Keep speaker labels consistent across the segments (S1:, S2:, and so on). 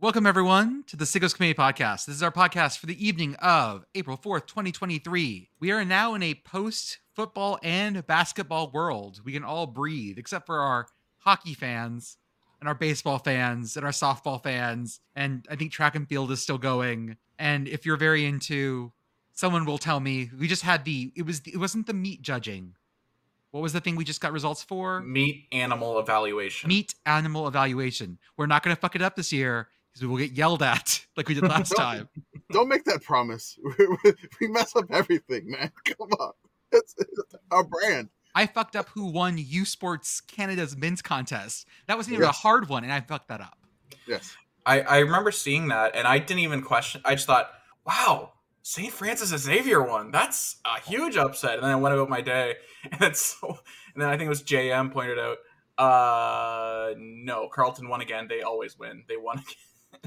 S1: Welcome, everyone, to the Sickos Committee Podcast. This is our podcast for the evening of April 4th, 2023. We are now in a post football and basketball world. We can all breathe, except for our hockey fans and our baseball fans and our softball fans. And I think track and field is still going. And if you're very into, someone will tell me we just had the, it was, it wasn't the meat judging. What was the thing we just got results for?
S2: Meat animal evaluation.
S1: Meat animal evaluation. We're not going to fuck it up this year because we will get yelled at like we did last
S3: Don't-
S1: time.
S3: Don't make that promise. we mess up everything, man. Come on. It's, it's our brand.
S1: I fucked up who won U Sports Canada's men's contest. That wasn't even a
S3: Yes.
S1: hard one, and I fucked that up.
S3: Yes.
S2: I, I remember seeing that and I didn't even question. I just thought, wow, St. Francis of Xavier won. That's a huge upset. And then I went about my day. And then, so, and then I think it was JM pointed out, uh, no, Carlton won again. They always win. They won again.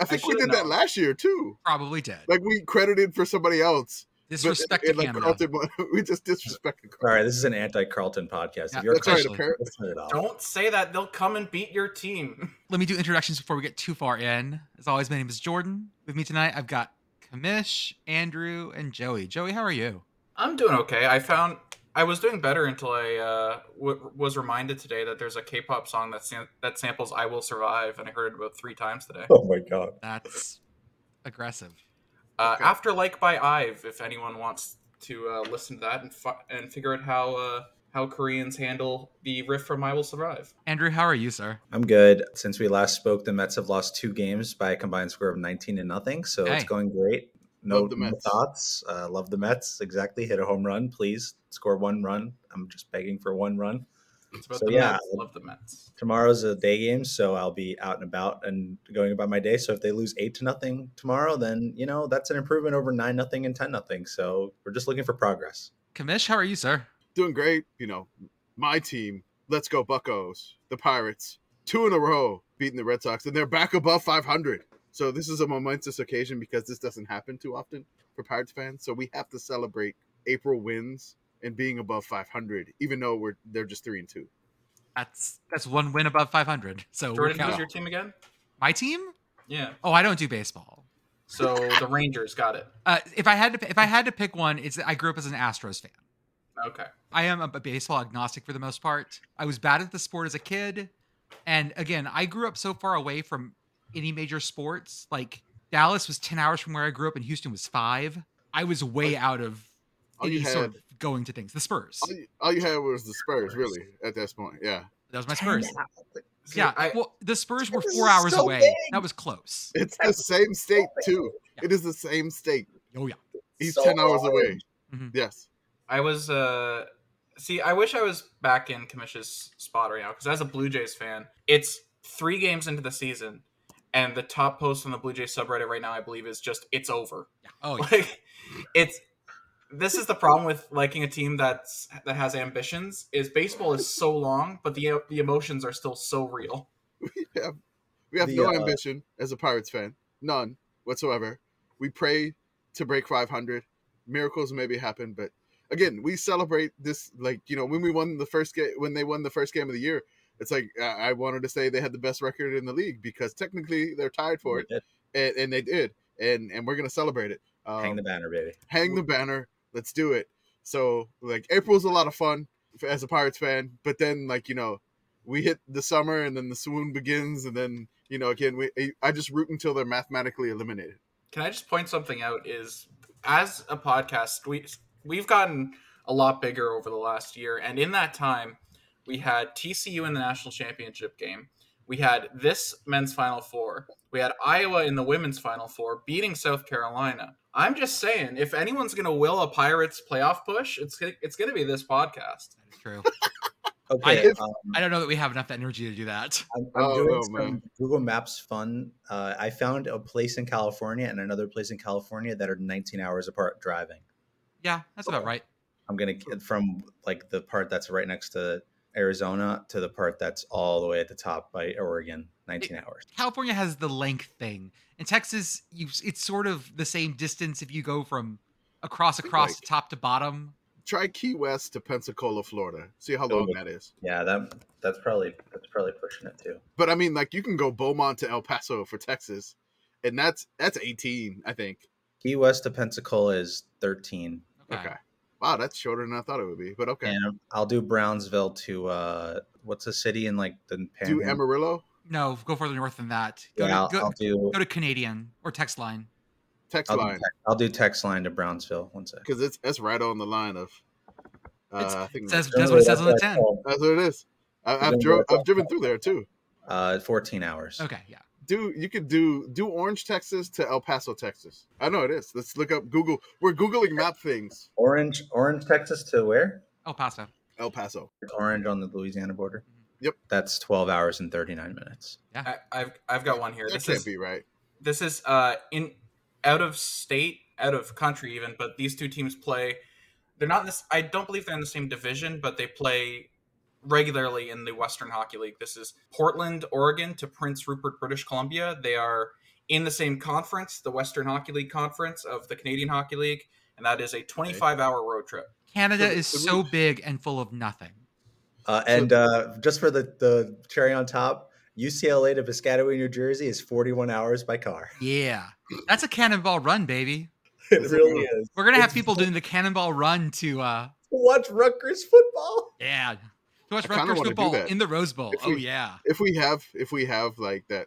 S3: I think we
S2: should've
S3: did that
S2: known.
S3: last year too.
S1: Probably did.
S3: Like we credited for somebody else.
S1: Disrespect
S3: it-
S1: to
S3: it, like,
S1: Canada.
S3: Carlton won. we just disrespected
S4: All
S3: Carlton.
S4: right, this is an anti-Carlton podcast.
S1: Yeah,
S4: If you're a
S3: That's all right.
S1: Actually,
S4: Carlton,
S3: Apparently,
S4: let's turn it off.
S2: Don't say that. They'll come and beat your team.
S1: Let me do introductions before we get too far in. As always, my name is Jordan. With me tonight, I've got Kamish, Andrew, and Joey. Joey, how are you?
S2: I'm doing okay. I found I was doing better until I uh, w- was reminded today that there's a K-pop song that sam- that samples "I Will Survive," and I heard it about three times today.
S4: Oh my god.
S1: That's aggressive.
S2: Uh,
S3: Okay.
S2: After Like by Ive, if anyone wants to uh, listen to that and fi- and figure out how uh, how Koreans handle the riff from "I Will Survive."
S1: Andrew, how are you, sir?
S4: I'm good. Since we last spoke, the Mets have lost two games by a combined score of 19 to nothing. So
S1: Hey.
S4: it's going great. No,
S3: Love the
S4: no
S3: Mets.
S4: thoughts. Uh, love the Mets. Exactly. Hit a home run, please. Score one run. I'm just begging for one run.
S2: It's about
S4: So,
S2: the
S4: yeah.
S2: Mets. Love the Mets.
S4: Tomorrow's a day game, so I'll be out and about and going about my day. So if they lose eight to nothing tomorrow, then you know that's an improvement over nine nothing and ten nothing. So we're just looking for progress.
S1: Kamish, how are you, sir?
S3: Doing great. You know, my team. Let's go Buckos. The Pirates. Two in a row beating the Red Sox, and they're back above 500. So this is a momentous occasion because this doesn't happen too often for Pirates fans. So we have to celebrate April wins and being above 500, even though we're they're just three and two.
S1: That's that's one win above 500. So we're
S2: Jordan, who's
S1: counting.
S2: your team again?
S1: my team?
S2: Yeah.
S1: Oh, I don't do baseball.
S2: So the Rangers got it.
S1: Uh, if I had to, if I had to pick one, it's I grew up as an Astros fan.
S2: Okay.
S1: I am a b- baseball agnostic for the most part. I was bad at the sport as a kid. And again, I grew up so far away from any major sports. Like Dallas was 10 hours from where I grew up and Houston was five. I was way out of
S3: All you
S1: any
S3: had
S1: sort of going to things. The Spurs.
S3: All you, all you had was the Spurs, really, at this point. Yeah.
S1: That was my Spurs.
S2: See,
S1: Yeah.
S2: I,
S1: well, the Spurs were
S4: Spurs
S1: four
S4: is
S1: hours
S4: so
S1: away.
S4: big.
S1: That was close.
S3: It's the same state, too. It is the same state.
S1: Oh, yeah.
S3: He's
S4: So
S3: 10 hours
S4: hard.
S3: away.
S1: Mhm.
S3: Yes.
S2: I was uh see, I wish I was back in Kamish's spot right now because as a Blue Jays fan, it's three games into the season, and the top post on the Blue Jays subreddit right now, I believe, is just it's over.
S1: yeah. Oh, yeah.
S2: Like it's this is the problem with liking a team that's that has ambitions is baseball is so long, but the the emotions are still so real.
S3: We have, we have
S4: The,
S3: no
S4: uh,
S3: ambition as a Pirates fan, none whatsoever. We pray to break 500. Miracles maybe happen, but again, we celebrate this like you know when we won the first game when they won the first game of the year. It's like I I wanted to say they had the best record in the league because technically they're tied for it, and, and they did, and and we're gonna celebrate it. Um,
S4: Hang the banner, baby.
S3: hang the banner let's do it so like april's a lot of fun f- as a pirates fan but then like you know we hit the summer and then the swoon begins and then you know again we i just root until they're mathematically eliminated
S2: Can I just point something out? Is as a podcast, we we've gotten a lot bigger over the last year, and in that time, we had TCU in the national championship game. We had this men's final four. We had Iowa in the women's final four, beating South Carolina. I'm just saying, if anyone's going to will a Pirates playoff push, it's gonna- it's going to be this podcast.
S1: That is true.
S4: Okay.
S3: if-
S4: um,
S1: I don't know that we have enough energy to do that.
S4: I'm, I'm
S3: Oh,
S4: doing
S3: no,
S4: some
S3: man.
S4: Google Maps fun. Uh, I found a place in California and another place in California that are 19 hours apart driving.
S1: Yeah, that's about right.
S4: I'm gonna from like the part that's right next to Arizona to the part that's all the way at the top by Oregon, 19 hours.
S1: California has the length thing. In Texas, you it's sort of the same distance if you go from across
S3: think,
S1: across
S3: like-
S1: top to bottom,
S3: try Key West to Pensacola, Florida. See how long
S4: Oh.
S3: that is.
S4: Yeah, that that's probably that's probably pushing it too.
S3: But I mean, like you can go Beaumont to El Paso for Texas, and that's that's eighteen, I think.
S4: Key West to Pensacola is thirteen,
S1: Okay.
S3: Okay. Wow, that's shorter than I thought it would be. But okay,
S4: and I'll do Brownsville to uh, what's a city in like the
S3: do
S4: Panhandle?
S3: Amarillo,
S1: No, go further north than that. Go,
S4: Yeah, I'll,
S1: to, go,
S4: I'll do
S1: go to Canadian or text line.
S3: text
S4: I'll do,
S3: line
S4: text, I'll do text line to Brownsville. One sec.
S3: because it's that's right on the line of. Uh, I think
S1: Says,
S3: that's,
S1: that's what it says on the
S4: That's
S1: 10.
S4: all.
S3: what it is. I, I've drove, I've driven through there too.
S4: Uh, fourteen hours.
S1: Okay, yeah.
S3: Do you could do do Orange, Texas to El Paso, Texas? I know it is. Let's look up Google. We're googling map things.
S4: Orange, Orange, Texas to where?
S1: El Paso.
S3: El Paso.
S4: It's Orange on the Louisiana border.
S3: Mm-hmm. Yep.
S4: That's twelve hours and thirty nine minutes.
S2: I, I've I've got one here.
S3: That
S2: This
S3: can't
S2: is
S3: be right.
S2: this is uh in out of state, out of country even, but these two teams play they're not in this I don't believe they're in the same division, but they play regularly in the Western Hockey League. This is Portland, Oregon to Prince Rupert, British Columbia. They are in the same conference, the Western Hockey League conference of the Canadian Hockey League, and that is a 25-hour road trip.
S1: Canada
S3: So-
S1: is
S3: so
S1: so
S3: we-
S1: big and full of nothing.
S4: Uh, and uh, just for the, the cherry on top, UCLA to Piscataway, New Jersey is 41 hours by car.
S1: Yeah. That's a cannonball run, baby.
S4: It
S3: That's
S4: really
S3: true.
S4: is.
S1: We're going to have
S4: It's
S1: people doing the cannonball run to, uh,
S4: Watch Rutgers football.
S1: yeah, to watch
S3: I kinda
S1: Rutgers
S3: wanna do
S1: football
S3: that.
S1: in the Rose Bowl.
S3: If
S1: Oh,
S3: we-
S1: yeah.
S3: If we have, if we have like that,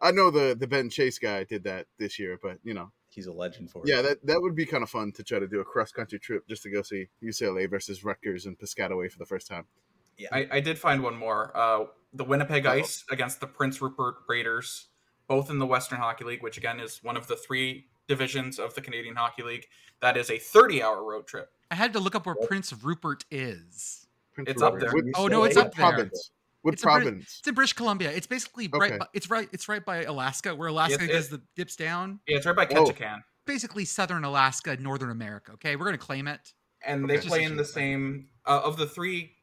S3: I know the the Ben Chase guy did that this year, but you know,
S4: He's a legend for
S3: yeah,
S4: it.
S3: that that would be kind of fun to try to do a cross country trip just to go see UCLA versus Rutgers and Piscataway for the first time.
S2: I, I did find one more. Uh, the Winnipeg
S3: Uh-oh.
S2: Ice against the Prince Rupert Raiders, both in the Western Hockey League, which again is one of the three divisions of the Canadian Hockey League. That is a 30 hour road trip.
S1: I had to look up where Prince Rupert is.
S3: Prince
S2: It's up
S3: Rupert.
S2: there.
S3: What,
S1: Oh, no, it's
S3: what
S1: up there.
S3: province? What
S1: It's a pretty-
S3: province?
S1: It's in British Columbia. It's basically right.
S3: Okay.
S1: By, it's right. It's right by Alaska, where Alaska
S2: it-
S1: goes the dips down.
S2: Yeah, it's right by
S3: Whoa.
S2: Ketchikan.
S1: Basically, southern Alaska, northern America. Okay, we're gonna claim it.
S2: And
S3: Okay.
S2: they play in the same, uh, of the three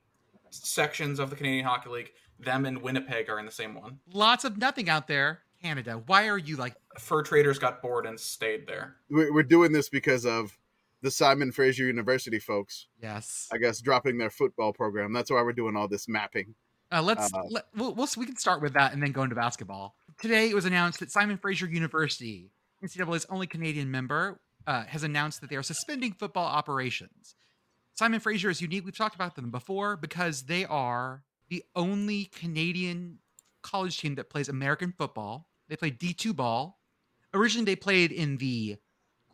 S2: sections of the Canadian Hockey League, them and Winnipeg are in the same one.
S1: Lots of nothing out there. Canada, why are you like?
S2: Fur traders got bored and stayed there.
S3: We're, we're doing this because of the Simon Fraser University folks,
S1: Yes.
S3: I guess, dropping their football program. That's why we're doing all this mapping.
S1: Uh, let's
S3: Uh,
S1: let, we'll, we'll we can start with that and then go into basketball. Today, it was announced that Simon Fraser University, NCAA's only Canadian member, uh, has announced that they are suspending football operations. Simon Fraser is unique. We've talked about them before because they are the only Canadian college team that plays American football. They play D2 ball. Originally, they played in the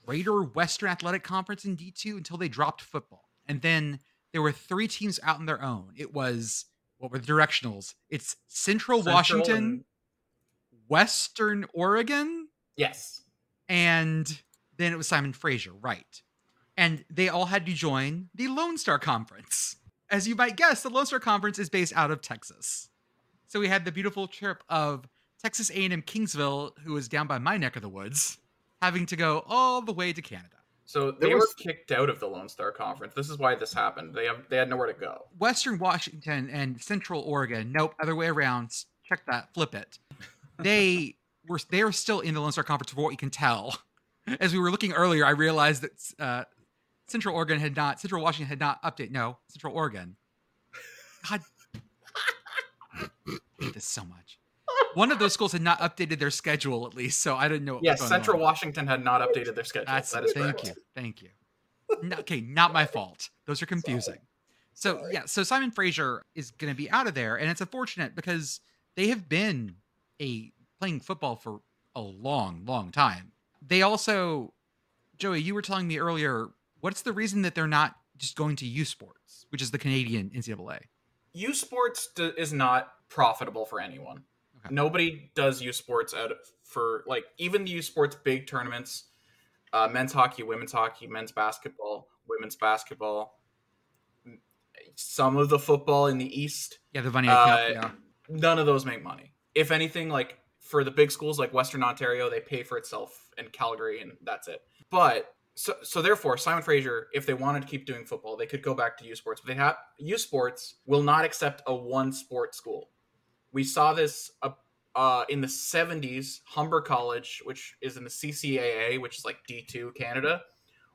S1: Greater Western Athletic Conference in D2 until they dropped football. And then there were three teams out on their own. It was what were the directionals? It's Central,
S2: Central
S1: Oh, Washington,
S2: and-
S1: Western Oregon,
S2: yes.
S1: and then it was Simon Fraser, right? And they all had to join the Lone Star Conference. As you might guess, the Lone Star Conference is based out of Texas. So we had the beautiful trip of Texas A&M Kingsville, who is down by my neck of the woods, having to go all the way to Canada.
S2: So they
S3: was-
S2: were kicked out of the Lone Star Conference. This is why this happened. They have they had nowhere to go.
S1: Western Washington and Central Oregon. Nope, other way around. S- Check that. Flip it. They were they are still in the Lone Star Conference for what we can tell. As we were looking earlier, I realized that uh, Central Oregon had not Central Washington had not updated. No, Central Oregon. God, I hate this so much. One of those schools had not updated their schedule at least, so I didn't know. What was
S2: Yes,
S1: going
S2: Central
S1: on.
S2: Washington had not updated their schedule.
S1: That's
S2: that is
S1: thank
S2: correct.
S1: you, thank you. No, okay, not my fault. Those are confusing. So
S4: Sorry.
S1: yeah, so Simon Fraser is going to be out of there, and it's unfortunate because they have been a playing football for a long, long time. They also, Joey, you were telling me earlier, what's the reason that they're not just going to U Sports, which is the Canadian NCAA?
S2: U Sports d- is not profitable for anyone.
S1: Okay.
S2: Nobody does U Sports out of, for like even the U Sports big tournaments, uh, men's hockey, women's hockey, men's basketball, women's basketball, some of the football in the East.
S1: Yeah, the Vanier
S2: Uh,
S1: Cup.
S2: None of those make money. If anything, like for the big schools like Western Ontario, they pay for itself and Calgary, and that's it. But so so therefore, Simon Fraser, if they wanted to keep doing football, they could go back to U Sports. But they have U Sports will not accept a one sport school. We saw this uh, uh, in the '70s. Humber College, which is in the CCAA, which is like D2 Canada,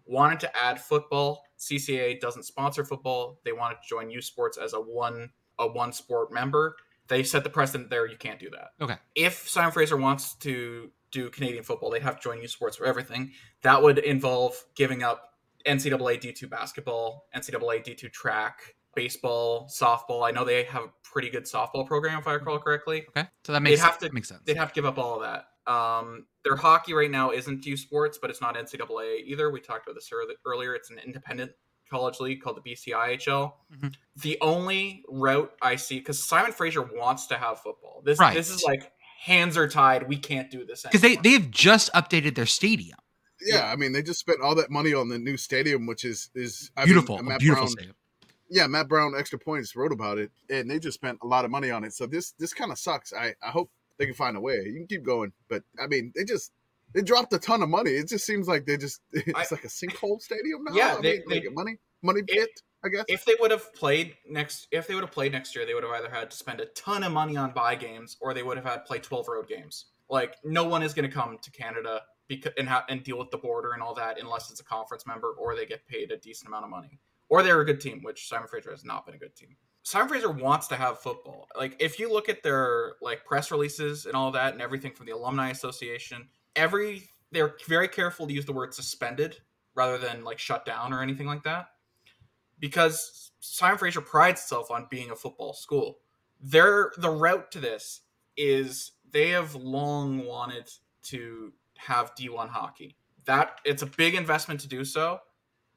S2: wanted to add football. CCA doesn't sponsor football. They wanted to join U Sports as a one a one sport member. They set the precedent there. You can't do that.
S1: Okay.
S2: If Simon Fraser wants to do Canadian football, they'd have to join U Sports for everything. That would involve giving up NCAA D2 basketball, NCAA D2 track, baseball, softball. I know they have a pretty good softball program, if I recall correctly.
S1: Okay. So that makes
S2: They'd have to-
S1: that makes sense.
S2: They'd have to give up all of that. Um, their hockey right now isn't U Sports, but it's not NCAA either. We talked about this ear- earlier. It's an independent college league called the BCIHL.
S1: Mhm.
S2: The only route I see, because Simon Fraser wants to have football. This
S1: Right.
S2: this is like hands are tied. We can't do this
S1: Because they
S2: anymore.
S1: they've just updated their stadium.
S3: Yeah, I mean, they just spent all that money on the new stadium, which is is I mean, uh,
S1: Beautiful, a
S3: Matt
S1: beautiful
S3: Brown-
S1: stadium.
S3: yeah, Matt Brown extra points wrote about it, and they just spent a lot of money on it. So this this kind of sucks. I I hope they can find a way. You can keep going, but I mean, they just they dropped a ton of money. It just seems like they just it's
S2: I-
S3: like a sinkhole stadium now.
S2: Yeah,
S3: I
S2: they-
S3: mean, like
S2: they-
S3: a money money pit. I guess.
S2: if they would have played next if they would have played next year, they would have either had to spend a ton of money on buy games or they would have had to play 12 road games. Like no one is going to come to Canada because and ha- and deal with the border and all that unless it's a conference member or they get paid a decent amount of money or they're a good team, which Simon Fraser has not been a good team. Simon Fraser wants to have football. Like if you look at their like press releases and all that and everything from the alumni association, every they're very careful to use the word suspended rather than like shut down or anything like that because Simon Fraser prides itself on being a football school. Their the route to this is they have long wanted to have D1 hockey. That it's a big investment to do so,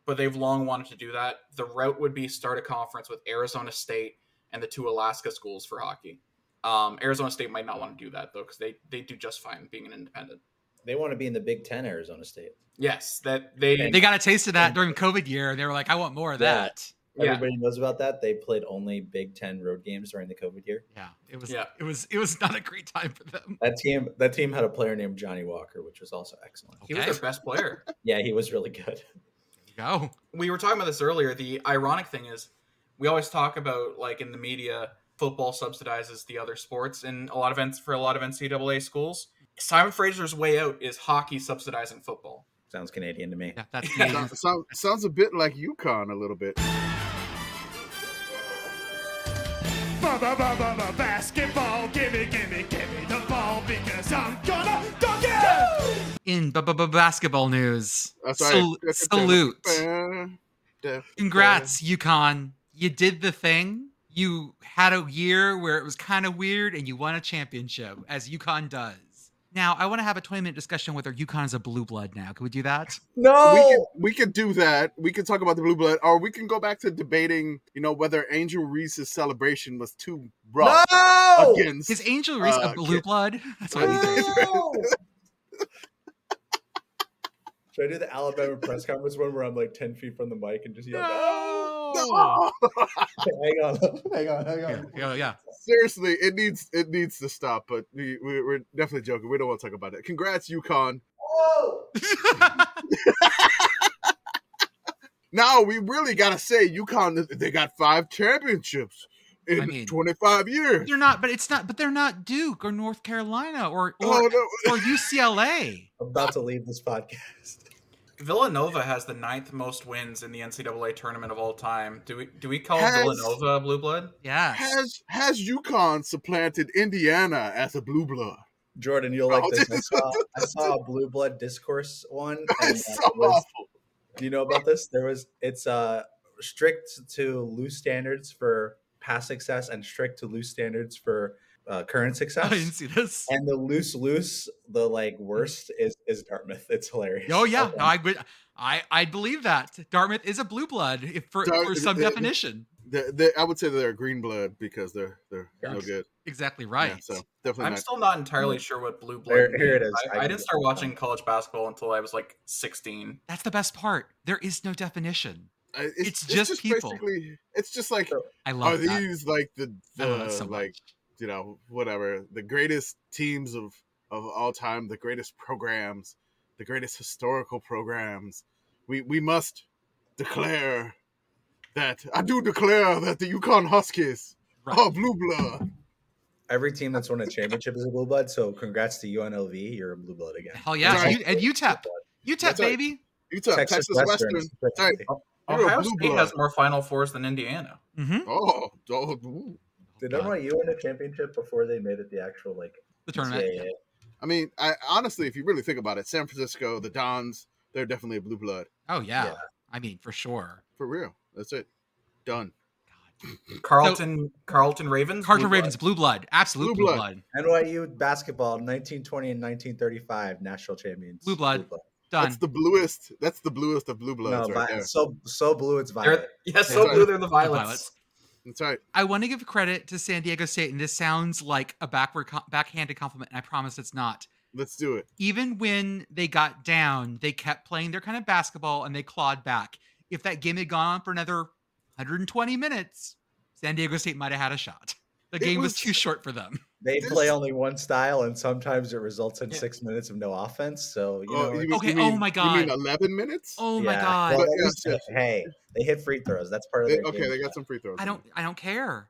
S2: but they've long wanted to do that. The route would be start a conference with Arizona State and the two Alaska schools for hockey. Um, Arizona State might not want to do that though because they they do just fine being an independent.
S4: They want to be in the Big Ten, Arizona State.
S2: Yes, that they
S1: They got a taste of that during COVID year, and they were like, "I want more of
S4: Yeah.
S1: that."
S2: yeah
S4: Everybody knows about that. They played only Big Ten road games during the COVID year.
S1: Yeah, it was.
S2: Yeah.
S1: it was. It was not a great time for them.
S4: That team, that team had a player named Johnny Walker, which was also excellent.
S2: he was
S1: Okay.
S2: their best player.
S4: Yeah, he was really good.
S1: Go.
S2: we were talking about this earlier. The ironic thing is, we always talk about like in the media, football subsidizes the other sports, and a lot of N- for a lot of NCAA schools. Simon Fraser's way out is hockey subsidizing football.
S4: Sounds Canadian to me.
S1: Yeah, that's
S2: Yeah.
S1: the.
S3: Sounds, sounds, sounds a bit like UConn a little bit.
S5: Basketball, gimme, gimme, gimme the ball because I'm gonna dunk it!
S1: In b- b- basketball news,
S3: That's
S1: Sal-
S3: right.
S1: salute.
S3: Salute.
S1: Congrats, UConn. You did the thing. You had a year where it was kind of weird and you won a championship, as UConn does. Now, I want to have a 20 minute discussion whether UConn is a blue blood now. Can we do that?
S4: No,
S3: we could we could do that. We could talk about the blue blood, or we can go back to debating. You know whether Angel Reese's celebration was too rough
S4: no.
S3: against.
S1: Is Angel Reese a
S3: Uh,
S1: blue
S3: kid-
S1: blood? That's what we do.
S4: No! Should I do the Alabama press conference one where I'm like ten feet from the mic and just yell?
S1: No.
S3: Oh,
S4: Hang on, hang on, hang
S1: Yeah,
S4: on.
S1: yeah, yeah.
S3: seriously, it needs it needs to stop. But we, we we're definitely joking. We don't want to talk about it. Congrats, UConn.
S4: Oh!
S3: Now we really gotta say UConn. They got five championships in
S1: I mean-
S3: twenty five years.
S1: they're not, but it's not, but they're not Duke or North Carolina or
S3: Oh
S1: or,
S3: no!
S1: or UCLA.
S4: I'm about to leave this podcast.
S2: Villanova has the ninth most wins in the NCAA tournament of all time. Do we do we call
S3: Has-
S2: Villanova a blue blood?
S1: Yes.
S3: Has has UConn supplanted Indiana as a blue blood?
S4: Jordan, you'll
S3: Oh,
S4: like this. I saw, I saw a blue blood discourse one. And, uh,
S3: That's so
S4: it was-
S3: awful.
S4: do you know about this? There was it's uh strict to loose standards for past success and strict to loose standards for uh, current
S1: I
S4: success.
S1: didn't see this.
S4: and the loose loose the like worst is is dartmouth it's hilarious
S1: Oh yeah,
S4: Okay.
S1: no, I would, I I believe that Dartmouth is a blue blood if for,
S3: Dar-
S1: for some
S3: uh,
S1: definition.
S3: They're, they I would say they're green blood because they're they're no
S4: Yes.
S3: good.
S1: Exactly
S3: Yeah,
S1: right.
S3: so definitely
S2: I'm
S3: not.
S2: still not entirely sure what blue blood.
S4: Here- here it
S2: means.
S4: is.
S2: I,
S4: I
S2: I
S4: can-
S2: didn't start watching college basketball until I was like 16.
S1: That's the best part. There is no definition.
S3: I- it's,
S1: it's just people.
S3: Basically, it's just like
S4: So,
S1: I
S3: are
S1: love that.
S3: these like the,
S1: I love it
S3: the,
S1: so
S3: Oh, uh, like you know whatever the greatest teams of of all time, the greatest programs, the greatest historical programs. We we must declare that I do declare that the Yukon Huskies
S1: Right.
S3: are blue blood.
S4: every team that's won a championship is a blue blood so congrats to unlv you're a blue blood again
S1: Hell yeah!
S3: Sorry.
S1: You, and E UTEP, UTEP
S3: That's right.
S1: baby.
S3: Utah, Texas, Western. Sorry.
S4: specifically.
S3: You're a
S2: Ohio
S3: blue
S2: State
S3: blood.
S2: has more Final Fours than Indiana.
S1: Mhm.
S3: Oh, oh, ooh.
S4: Did
S1: God.
S4: NYU win a championship before they made it the actual like
S1: the tournament?
S4: NCAA?
S3: I mean, I honestly, if you really think about it, San Francisco, the Dons, they're definitely a blue blood
S1: Oh yeah.
S4: Yeah.
S1: I mean, for sure.
S3: for real. That's it. Done.
S2: Carlton, Carlton Ravens.
S1: Carter
S2: Blue
S1: Ravens, blue blood, absolute blue,
S3: Blue
S1: blood.
S3: blood.
S4: NYU basketball 1920 and 1935 national champions.
S1: Blue blood. Done.
S3: That's the bluest. That's the bluest of blue bloods
S4: no,
S3: right
S4: vi-
S3: there.
S4: so so blue it's
S2: blood.
S4: violet.
S2: They're, yeah, so
S3: Yeah.
S2: blue they're the
S1: The
S2: violets.
S3: That's right.
S1: I want to give credit to San Diego State, and this sounds like a backward, co- backhanded compliment, and I promise it's not.
S3: Let's do it.
S1: Even when they got down, they kept playing their kind of basketball and they clawed back. If that game had gone on for another 120 minutes, San Diego State might have had a shot. The
S3: It
S1: game was,
S3: was-
S1: too short for them.
S4: They
S3: This-
S4: play only one style, and sometimes it results in
S1: Yeah.
S4: six minutes of no offense. So you
S3: Oh,
S4: know,
S3: you mean-
S1: Okay,
S3: you
S1: oh
S3: mean-
S1: my
S3: You
S1: God.
S3: mean eleven minutes?
S1: Oh my
S4: yeah.
S1: god!
S4: Well,
S3: But-
S4: that was- hey, they hit free throws. That's part of
S3: They-
S4: their
S3: okay,
S4: game.
S3: they got some free throws.
S1: I don't I don't care.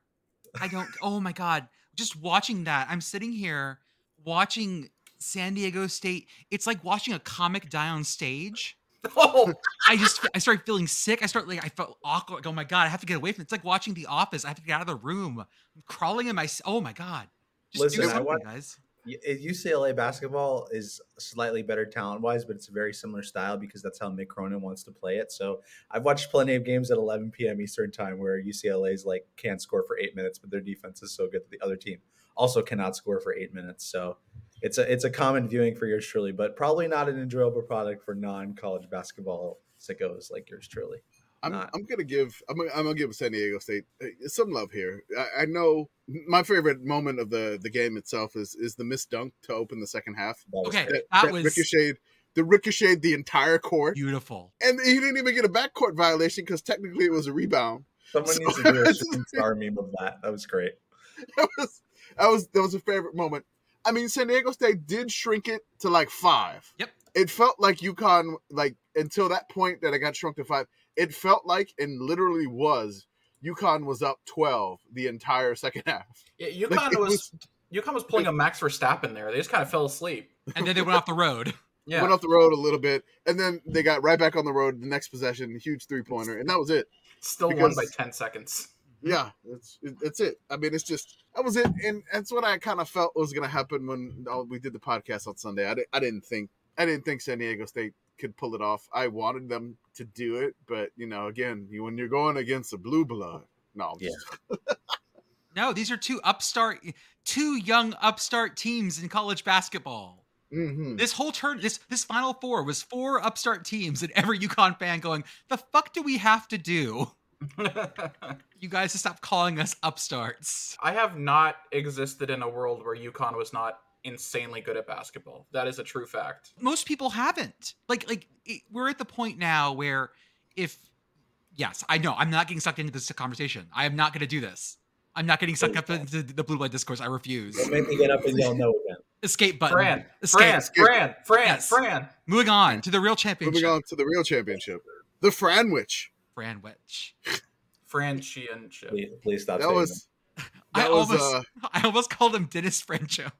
S1: I don't oh my god. Just watching that. I'm sitting here watching San Diego State. It's like watching a comic die on stage.
S2: Oh,
S1: I just I started feeling sick. I start like I felt awkward. Like, oh my god, I have to get away from it. It's like watching The Office. I have to get out of the room. I'm crawling in my s- oh my god. Just do
S4: Listen, I
S1: something,
S4: want-
S1: guys.
S4: Y- UCLA basketball is slightly better talent wise, but it's a very similar style because that's how Mick Cronin wants to play it. So I've watched plenty of games at 11 p.m. Eastern time where UCLA's like can't score for eight minutes, but their defense is so good that the other team also cannot score for eight minutes. So it's a it's a common viewing for yours truly, but probably not an enjoyable product for non college basketball sickos like yours truly.
S3: I'm,
S1: uh,
S4: not.
S3: I'm gonna give I'm gonna, I'm gonna give San Diego State uh, some love here. I, I know my favorite moment of the the game itself is is the missed dunk to open the second half.
S4: That was
S1: Okay,
S4: great.
S1: that was
S3: ricocheted the ricocheted the entire court,
S1: beautiful.
S3: and he didn't even get a backcourt violation because technically it was a rebound.
S4: Someone
S3: so-
S4: needs to do a shooting star meme of that. That was great.
S3: That was that was that was a favorite moment. I mean, San Diego State did shrink it to like five.
S1: Yep.
S3: It felt like UConn, like until that point that I got shrunk to five. It felt like and literally was UConn was up twelve the entire second half.
S2: yeah, UConn
S3: Like, it
S2: was UConn was pulling a Max Verstappen there. They just kind of fell asleep.
S1: And then they went off the road.
S2: Yeah,
S3: Went off the road a little bit, and then they got right back on the road. The next possession, huge three pointer, and that was it.
S2: still won
S3: because-
S2: by ten seconds.
S3: Yeah, that's it, that's it. I mean, it's just that was it, and that's what I kind of felt was going to happen when uh, we did the podcast on Sunday. I, di- I didn't think I didn't think San Diego State could pull it off. I wanted them to do it, but you know, again, you, when you're going against a blue blood, no, I'm
S4: Yeah.
S3: just-
S1: No, these are two upstart two young upstart teams in college basketball.
S4: Hmm.
S3: Mhm.
S1: This whole turn, this this final four was four upstart teams and every UConn fan going, the fuck do we have to do? You guys to stop calling us upstarts.
S2: I have not existed in a world where UConn was not insanely good at basketball. That is a true fact.
S1: Most people haven't. Like like it, we're at the point now where if yes, I know I'm not getting sucked into this conversation. I am not going to do this. I'm not getting sucked up into the blue blood discourse. I refuse.
S4: Don't make me get up and yell no again.
S1: Escape button.
S2: Fran,
S1: Escape.
S2: Fran, Fran, Fran,
S1: Yes.
S2: Fran.
S1: Moving on to the real championship.
S3: Moving on to the real championship, the Franwich.
S1: Fran Witch.
S2: Franchianship.
S4: Please, please stop
S3: That
S4: saying
S3: was
S1: I
S3: That was,
S1: almost
S3: uh,
S1: I almost called him Dennis Francho.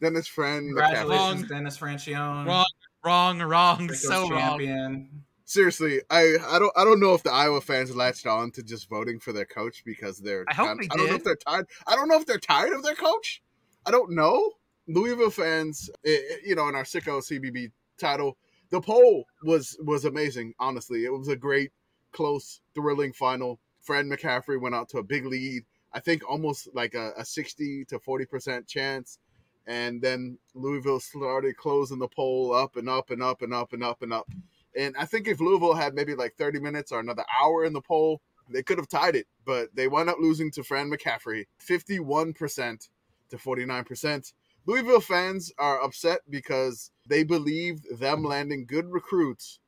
S3: Dennis Fran. McCaffrey.
S2: Congratulations,
S1: Wrong.
S2: Dennis Francione.
S1: Wrong, wrong, wrong,
S2: Franco's
S1: so wrong.
S2: champion.
S3: Seriously, I, I don't I don't know if the Iowa fans latched on to just voting for their coach because they're
S1: I hope
S3: kind-
S1: they
S3: I don't know
S1: did.
S3: if they're tired. I don't know if they're tired of their coach. I don't know. Louisville fans, eh, eh, you know, in our sicko CBB title, the poll was was amazing. Honestly, it was a great, close, thrilling final. Fred McCaffrey went out to a big lead. I think almost like a, a sixty to forty percent chance and then Louisville started closing the poll up and up and up and up and up and up. And I think if Louisville had maybe like 30 minutes or another hour in the poll, they could have tied it, but they wound up losing to Fran McCaffrey 51% to 49%. Louisville fans are upset because they believe them landing good recruits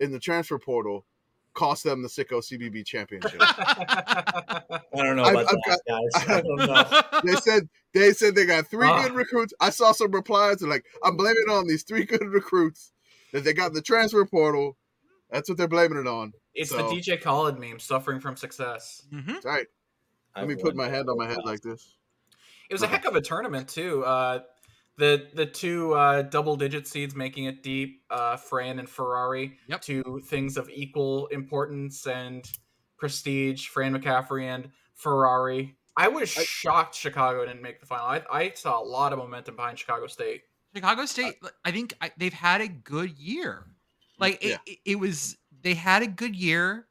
S3: in the transfer portal cost them the Sicko CBB championship.
S4: I don't know
S3: I've-
S4: about
S3: I've
S4: that, guys. I don't know.
S3: they said they said they got three
S2: Ah.
S3: good recruits. I saw some replies they're like I'm blaming it on these three good recruits that they got in the transfer portal. That's what they're blaming it on.
S2: It's
S3: So-
S2: the DJ Khaled meme, suffering from success.
S1: Mhm.
S3: All right, let
S4: I've
S3: me put my
S4: won.
S3: hand on my head like this.
S2: It was a heck of a tournament too. Uh, the the two uh, double digit seeds making it deep, uh, Fran and Ferrari,
S1: Yep.
S2: two things of equal importance and prestige. Fran McCaffrey and Ferrari. I was
S3: I-
S2: shocked Chicago didn't make the final. I, I saw a lot of momentum behind Chicago State.
S3: Uh,
S1: Chicago State, like, I think I, they've had a good year. Like it,
S3: Yeah.
S1: it, it was, they had a good year.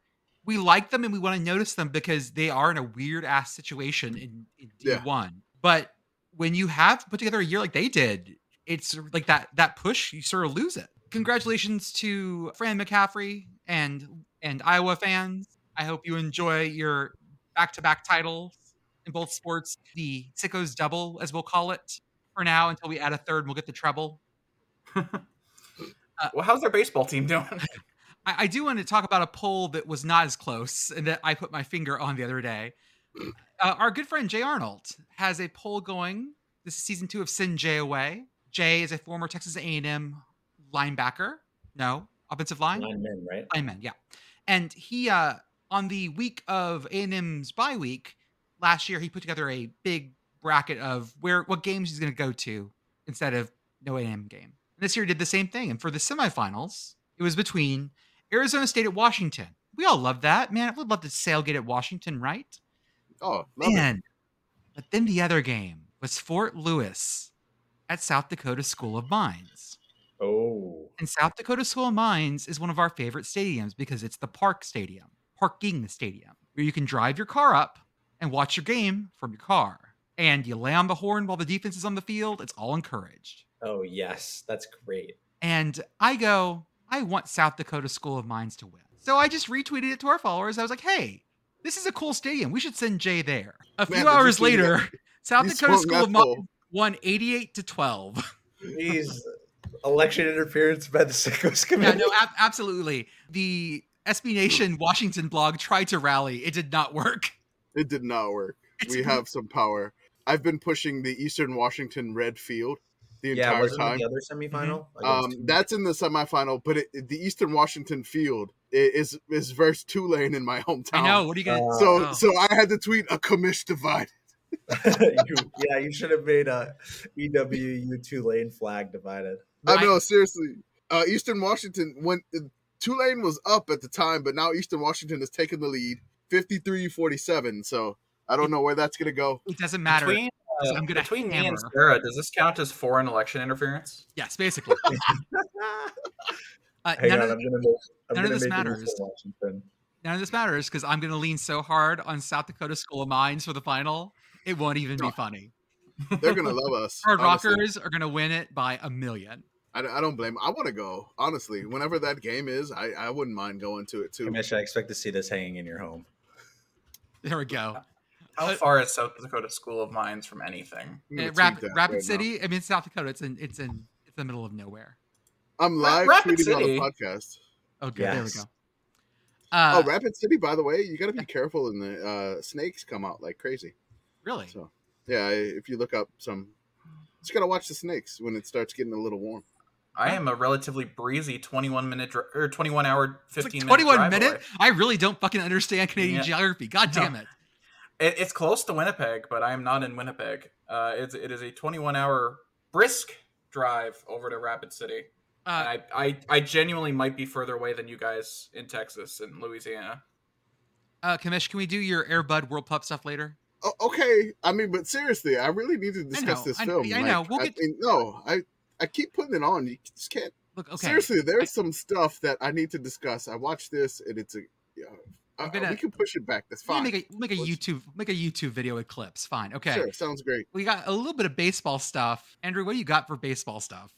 S1: We like them and we want to notice them because they are in a weird ass situation in, in
S3: Yeah.
S1: D1. But when you have put together a year like they did, it's like that that push you sort of lose it. Congratulations to Fran McCaffrey and and Iowa fans. I hope you enjoy your back to back titles in both sports. The sickos double, as we'll call it, for now until we add a third. and We'll get the treble.
S2: Well, how's their baseball team doing?
S1: I, I do want to talk about a poll that was not as close and that I put my finger on the other day. Uh, our good friend Jay Arnold has a poll going. This is season two of Send Jay Away. Jay is a former Texas A&M linebacker. No, offensive line.
S4: Nine men, right?
S1: lineman, yeah. And he uh on the week of A&M's bye week last year, he put together a big bracket of where what games he's going to go to instead of no A&M game. And this year he did the same thing. And for the semifinals, it was between Arizona State at Washington. We all love that, man. I would love to sailgate at Washington, right?
S3: Oh, love it.
S1: Man. But then the other game was Fort Lewis at South Dakota School of Mines.
S4: Oh,
S1: And South Dakota School of Mines is one of our favorite stadiums because it's the park stadium, parking the stadium, where you can drive your car up and watch your game from your car. And you lay on the horn while the defense is on the field. It's all encouraged.
S4: oh yes, that's great.
S1: And I go, I want South Dakota School of Mines to win. So I just retweeted it to our followers. I was like, hey, this is a cool stadium. We should send Jay there. A
S3: Man,
S1: few
S3: did you
S1: hours
S3: see that?
S1: later, South
S3: You
S1: Dakota
S3: swung
S1: School
S3: that
S1: of Mines
S3: poll.
S1: won 88 to 12.
S4: These election interference by the sickos
S1: yeah,
S4: committee.
S1: no, ab- absolutely. The SB Nation Washington blog tried to rally. It did not work.
S3: It did not work.
S1: It's
S3: we have some power. I've been pushing the Eastern Washington red field the
S4: yeah,
S3: entire
S4: wasn't it
S3: time.
S4: the other semifinal?
S3: Um,
S4: Against-
S3: that's in the semifinal, but it, it- the Eastern Washington field i- is is versus Tulane in my hometown.
S1: I know. What are you gonna?
S4: Uh,
S3: So
S1: oh.
S3: so I had to tweet a commish divide.
S4: you, yeah, you should have made uh, a EWU two lane flag divided.
S3: I
S1: Right.
S3: know seriously. Uh, Eastern Washington when Tulane was up at the time, but now Eastern Washington has taken the lead, 53-47. So I don't know where that's gonna go.
S1: it doesn't matter.
S2: Between, uh,
S1: I'm gonna
S2: between me and
S1: hammer.
S2: Sarah, does this count as foreign election interference?
S1: yes, basically. Uh,
S4: Hang
S1: none,
S4: on,
S1: of,
S4: I'm gonna make. I'm
S1: none of
S4: gonna
S1: this
S4: make an
S1: matters.
S4: Eastern Washington.
S1: none of this matters because I'm gonna lean so hard on South Dakota School of Mines for the final. It won't even be funny.
S3: They're gonna love us.
S1: Hard
S3: honestly.
S1: Rockers are gonna win it by a million.
S3: I, I don't blame. I want to go honestly. Whenever that game is, I, I wouldn't mind going to it too.
S4: Mish, I expect to see this hanging in your home.
S1: There we go.
S2: How
S1: Uh,
S2: far is South Dakota School of Mines from anything?
S3: I'm gonna
S1: Uh,
S3: tweet
S1: Rapid,
S3: that
S1: Rapid
S3: right now.
S1: City. I mean, it's South Dakota. It's in. It's in. It's the middle of nowhere.
S3: I'm
S2: Ra-
S3: live
S2: Rapid
S3: tweeting on
S2: City.
S3: the podcast.
S1: Oh, good. There we
S4: Yes.
S1: go. Uh,
S3: oh, Rapid City. By the way, you got to be careful. And the uh, snakes come out like crazy.
S1: really?
S3: So yeah, I- if you look up some, just gotta watch the snakes when it starts getting a little warm.
S2: I am a relatively breezy 21 minute dri- or 21 hour
S1: It's like
S2: 15
S1: 21
S2: minute drive
S1: minute.
S2: away.
S1: I really don't fucking understand Canadian
S2: Yeah.
S1: geography. God
S2: No.
S1: damn it.
S2: It, it's close to Winnipeg, but I am not in Winnipeg. Uh, it's, it is a 21 hour brisk drive over to Rapid City.
S1: Uh,
S2: And I, I I genuinely might be further away than you guys in Texas and Louisiana.
S1: Uh, Kamish, can we do your Airbud World Pup stuff later?
S3: Oh, okay, I mean, but seriously, I really need to discuss
S1: know,
S3: this
S1: I-
S3: film.
S1: I know, we'll get-
S3: think- no, I I keep putting it on. You just can't.
S1: Look, okay.
S3: Seriously, there's some stuff that I need to discuss. I watched this, and it's a. Yeah, uh,
S1: I'm gonna-
S3: we can push it back. That's
S1: We'll
S3: fine.
S1: make a we'll make a
S3: Let's-
S1: YouTube make a YouTube video with clips. Fine. Okay.
S3: Sure, sounds great.
S1: We got a little bit of baseball stuff. Andrew, what do you got for baseball stuff?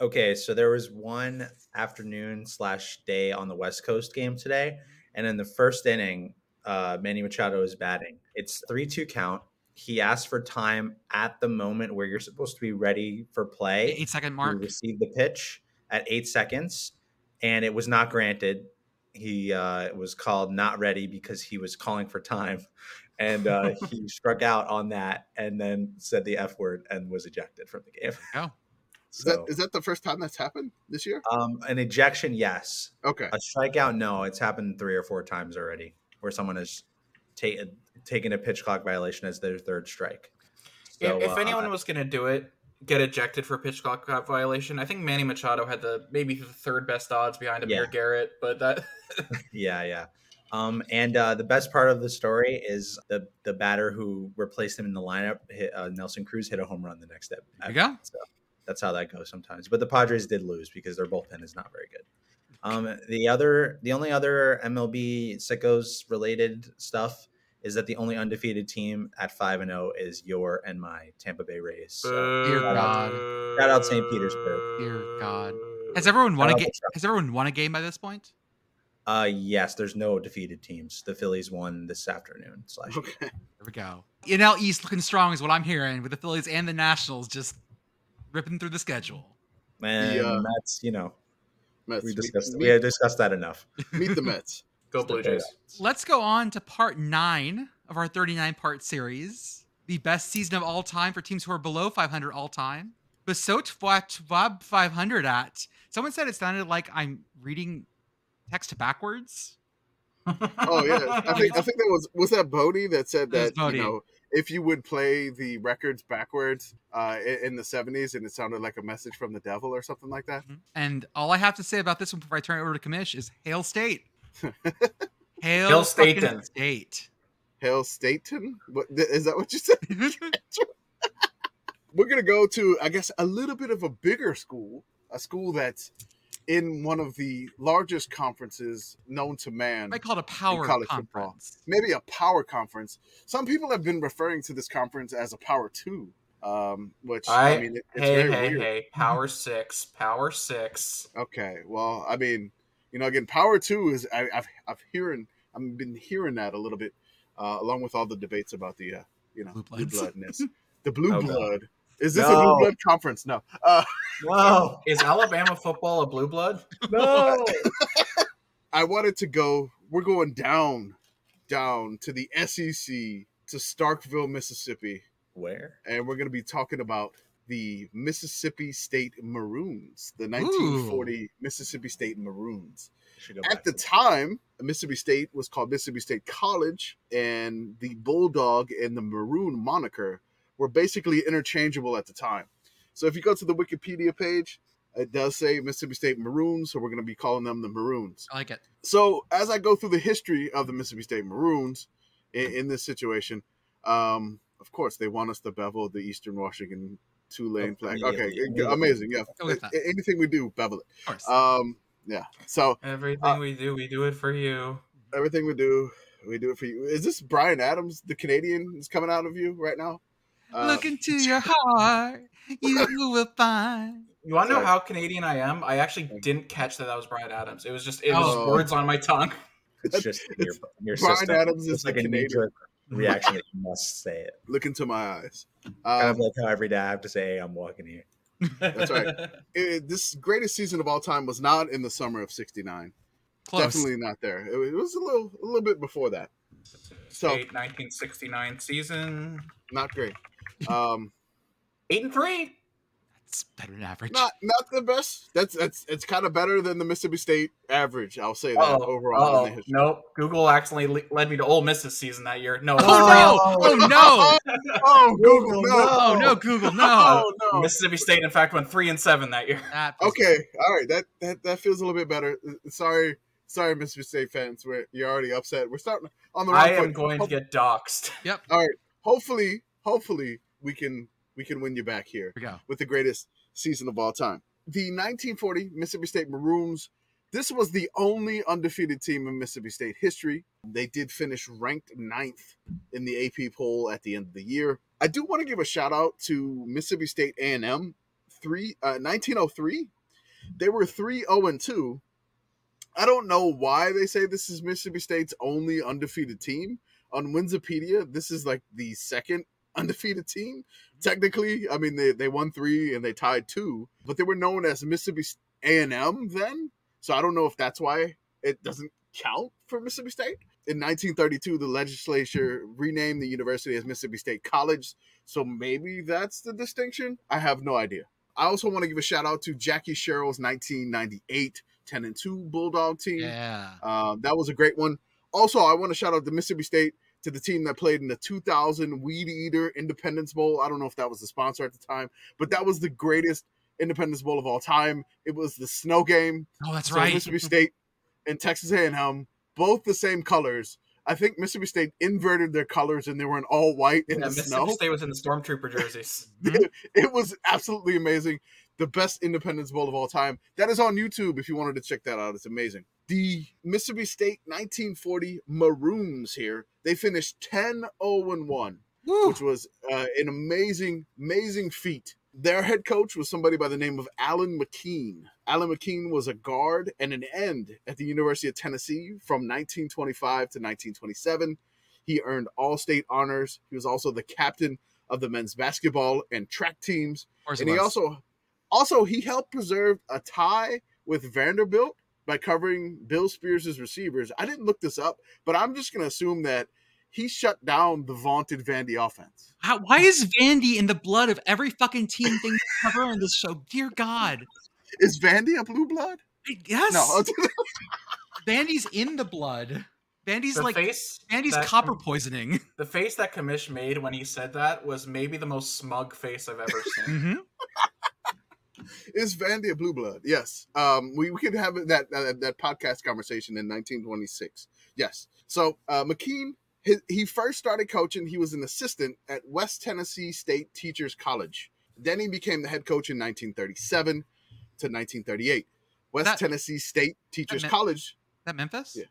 S4: Okay, so there was one afternoon slash day on the West Coast game today, and in the first inning, uh, Manny Machado is batting. It's three-two count. He asked for time at the moment where you're supposed to be ready for play.
S1: Eight second
S4: He
S1: mark.
S4: received the pitch at eight seconds, and it was not granted. He uh, was called not ready because he was calling for time, and uh, he struck out on that, and then said the f word and was ejected from the game.
S1: Go.
S3: Is
S4: So,
S3: that is that the first time that's happened this year?
S4: um, an ejection, yes.
S3: Okay,
S4: A strikeout, no. It's happened three or four times already, where someone has ta- taken a pitch clock violation as their third strike.
S2: If-
S4: So,
S2: if
S4: uh,
S2: anyone was going to do it, get ejected for pitch clock violation. I think Manny Machado had the maybe the third best odds behind Amir
S4: Yeah.
S2: Garrett, but that
S4: Yeah, yeah. Um, and uh, the best part of the story is the the batter who replaced him in the lineup, hit, uh, Nelson Cruz, hit a home run the next step.
S1: There you go.
S4: that's how that goes sometimes. But the Padres did lose because their bullpen is not very good. Um, the other, the only other MLB sickos related stuff is that the only undefeated team at five and zero is your and my Tampa Bay Rays. So,
S1: Dear God.
S4: Shout out St. Petersburg.
S1: Dear God. Has everyone won a
S4: Shout out
S1: game?
S4: to Trump.
S1: Has everyone won a game by this point?
S4: uh, yes, there's no defeated teams. The Phillies won this afternoon. Slash,
S3: Okay.
S1: There we go. NL East looking strong is what I'm hearing with the Phillies and the Nationals just ripping through the schedule.
S4: and
S3: uh,
S4: that's you know
S3: Mets.
S4: we
S3: Meet-
S4: discussed we
S3: meet,
S4: had discussed that enough.
S3: meet the Mets.
S2: Go Blue Jays.
S1: Let's go on to part nine of our 39 part series. The best season of all time for teams who are below 500 all time. Besot Vab 500 at. Someone said it sounded like I'm reading text backwards.
S3: Oh yeah, I think I think that was was that Bodie that said
S1: That was
S3: that
S1: Bodie.
S3: you know if you would play the records backwards uh, i- in the '70s and it sounded like a message from the devil or something like that.
S1: And all I have to say about this one before I turn it over to Kamish is Hail State. Hail,
S2: Hail
S1: fucking
S2: Staten.
S1: State.
S3: Hail Staten? What th- is that? What you said? We're gonna go to I guess a little bit of a bigger school, a school that's in one of the largest conferences known to man.
S1: I call it a power
S3: college
S1: conference.
S3: football. maybe a power conference. Some people have been referring to this conference as a power two, um, which I,
S2: I-
S3: mean, it, it's
S2: hey,
S3: very
S2: hey,
S3: weird.
S1: Mm-hmm.
S2: hey! Power six, power six.
S3: Okay, well, I mean, you know, again, power two is I, I've I've hearing I've been hearing that a little bit, uh, along with all the debates about the uh, you know
S1: Blue
S3: blue
S1: bloods.
S3: bloodness, the blue
S4: Oh, God.
S3: blood. Is this a
S4: No.
S3: blue blood conference? No. Uh,
S4: Wow.
S2: Is Alabama football a blue blood?
S4: No.
S3: I wanted to go. We're going down, down to the SEC to Starkville, Mississippi.
S4: Where?
S3: and we're going to be talking about the Mississippi State Maroons, the 1940 Mississippi State Maroons.
S4: Should go
S3: At the time, Mississippi State was called Mississippi State College, and the Bulldog and the Maroon moniker were basically interchangeable at the time. So if you go to the Wikipedia page, it does say Mississippi State Maroons, so we're going to be calling them the Maroons
S1: I like it.
S3: so as I go through the history of the Mississippi State Maroons in, in this situation, um, of course they want us to bevel the Eastern Washington Tulane
S4: Oh,
S3: flag.
S4: immediately,
S3: Okay,
S4: immediately.
S3: amazing. Yeah,
S1: Go with that.
S3: A- anything we do, bevel it.
S1: Of course.
S3: Um, yeah. So
S2: Everything
S3: Uh,
S2: we do, we do it for you.
S3: everything we do, we do it for you. Is this Brian Adams, the Canadian, is coming out of you right now? Uh,
S1: Look into your heart, you will find.
S2: You want to know
S3: Sorry.
S2: how Canadian I am? I actually didn't catch that that was Brian Adams. It was just it was
S1: Oh.
S2: words on my tongue.
S4: It's just in your, in your
S3: Brian
S4: system.
S3: Adams is
S4: It's
S3: the
S4: like a knee
S3: Canadian.
S4: jerk reaction that you must say it.
S3: Look into my eyes.
S4: Kind
S3: Um,
S4: of like how every day I have to say, "Hey, I'm walking here."
S3: That's right. it- this greatest season of all time was not in the summer of '69.
S1: Close.
S3: Definitely not there. It was- it was a little a little bit before that. So
S2: State 1969 season.
S3: not great. Um
S2: Eight and three.
S1: That's better than average.
S3: not not the best. That's that's it's kind of better than the Mississippi State average, I'll say that overall in the
S2: oh,
S3: history.
S2: nope. Google accidentally le- led me to Ole Miss this season that year. No,
S1: Oh, no! Oh no!
S3: Oh Google,
S4: Google,
S3: no.
S1: Oh no! Google, no!
S3: Oh no.
S2: Mississippi State, in fact, went three and seven that year.
S1: That was-
S3: Okay, all right. That that that feels a little bit better. Uh, Sorry. Sorry, Mississippi State fans. We're, you're already upset. We're starting on the wrong
S2: I
S3: foot.
S2: am going to get doxxed.
S1: Yep. Here
S3: All right. Hopefully, hopefully we can we can win you back here.
S1: we go.
S3: with the greatest season of all time. The 1940 Mississippi State Maroons. This was the only undefeated team in Mississippi State history. They did finish ranked ninth in the AP poll at the end of the year. I do want to give a shout out to Mississippi State A&M. Three, uh, 1903, they were 3 0 and 2. I don't know why they say this is Mississippi State's only undefeated team. On Winsipedia, this is like the second undefeated team technically i mean they, they won three and they tied two but they were known as mississippi S- a&m then so i don't know if that's why it doesn't count for mississippi state in 1932 the legislature renamed the university as mississippi state college so maybe that's the distinction i have no idea i also want to give a shout out to jackie sherrill's 1998 10 and 2 bulldog team
S1: Yeah.
S3: Uh, um, that was a great one. Also, I want to shout out to Mississippi State. to the team that played in the 2000 Weed Eater Independence Bowl. I don't know if that was the sponsor at the time, but that was the greatest Independence Bowl of all time. It was the snow game.
S1: Oh, that's
S3: So
S1: right.
S3: Mississippi State and Texas A&M, both the same colors. I think Mississippi State inverted their colors and they were in all white in
S2: Yeah,
S3: the
S2: Mississippi
S3: snow.
S2: State was in the stormtrooper jerseys.
S3: It was absolutely amazing. The best Independence Bowl of all time. That is on YouTube if you wanted to check that out. It's amazing. The Mississippi State 1940 Maroons here, they finished 10 0 1
S1: Woo.
S3: which was uh, an amazing, amazing feat. Their head coach was somebody by the name of Alan McKean. Alan McKean was a guard and an end at the University of Tennessee from 1925 to 1927. He earned all state honors. He was also the captain of the men's basketball and track teams.
S1: Of course it
S3: And he
S1: was.
S3: also, also he helped preserve a tie with Vanderbilt by covering Bill Spears' receivers. I didn't look this up, but I'm just going to assume that he shut down the vaunted Vandy offense.
S1: How, why is Vandy in the blood of every fucking team thing we cover on this show? Dear God.
S3: Is Vandy a blue blood?
S1: I guess.
S3: No,
S1: Vandy's in the blood. Vandy's
S2: the
S1: like
S2: face
S1: Vandy's
S2: that-
S1: copper poisoning.
S2: The face that Kamish made when he said that was maybe the most smug face I've ever seen.
S1: Mm-hmm.
S3: is Vandy a blue blood? Yes. Um, we, we could have that, that that podcast conversation in 1926. Yes. So uh, McKean, his, he first started coaching. He was an assistant at West Tennessee State Teachers College. Then he became the head coach in 1937 to 1938. West
S1: That-
S3: Tennessee State Teachers
S1: meant-
S3: College
S1: that Memphis?
S3: Yeah.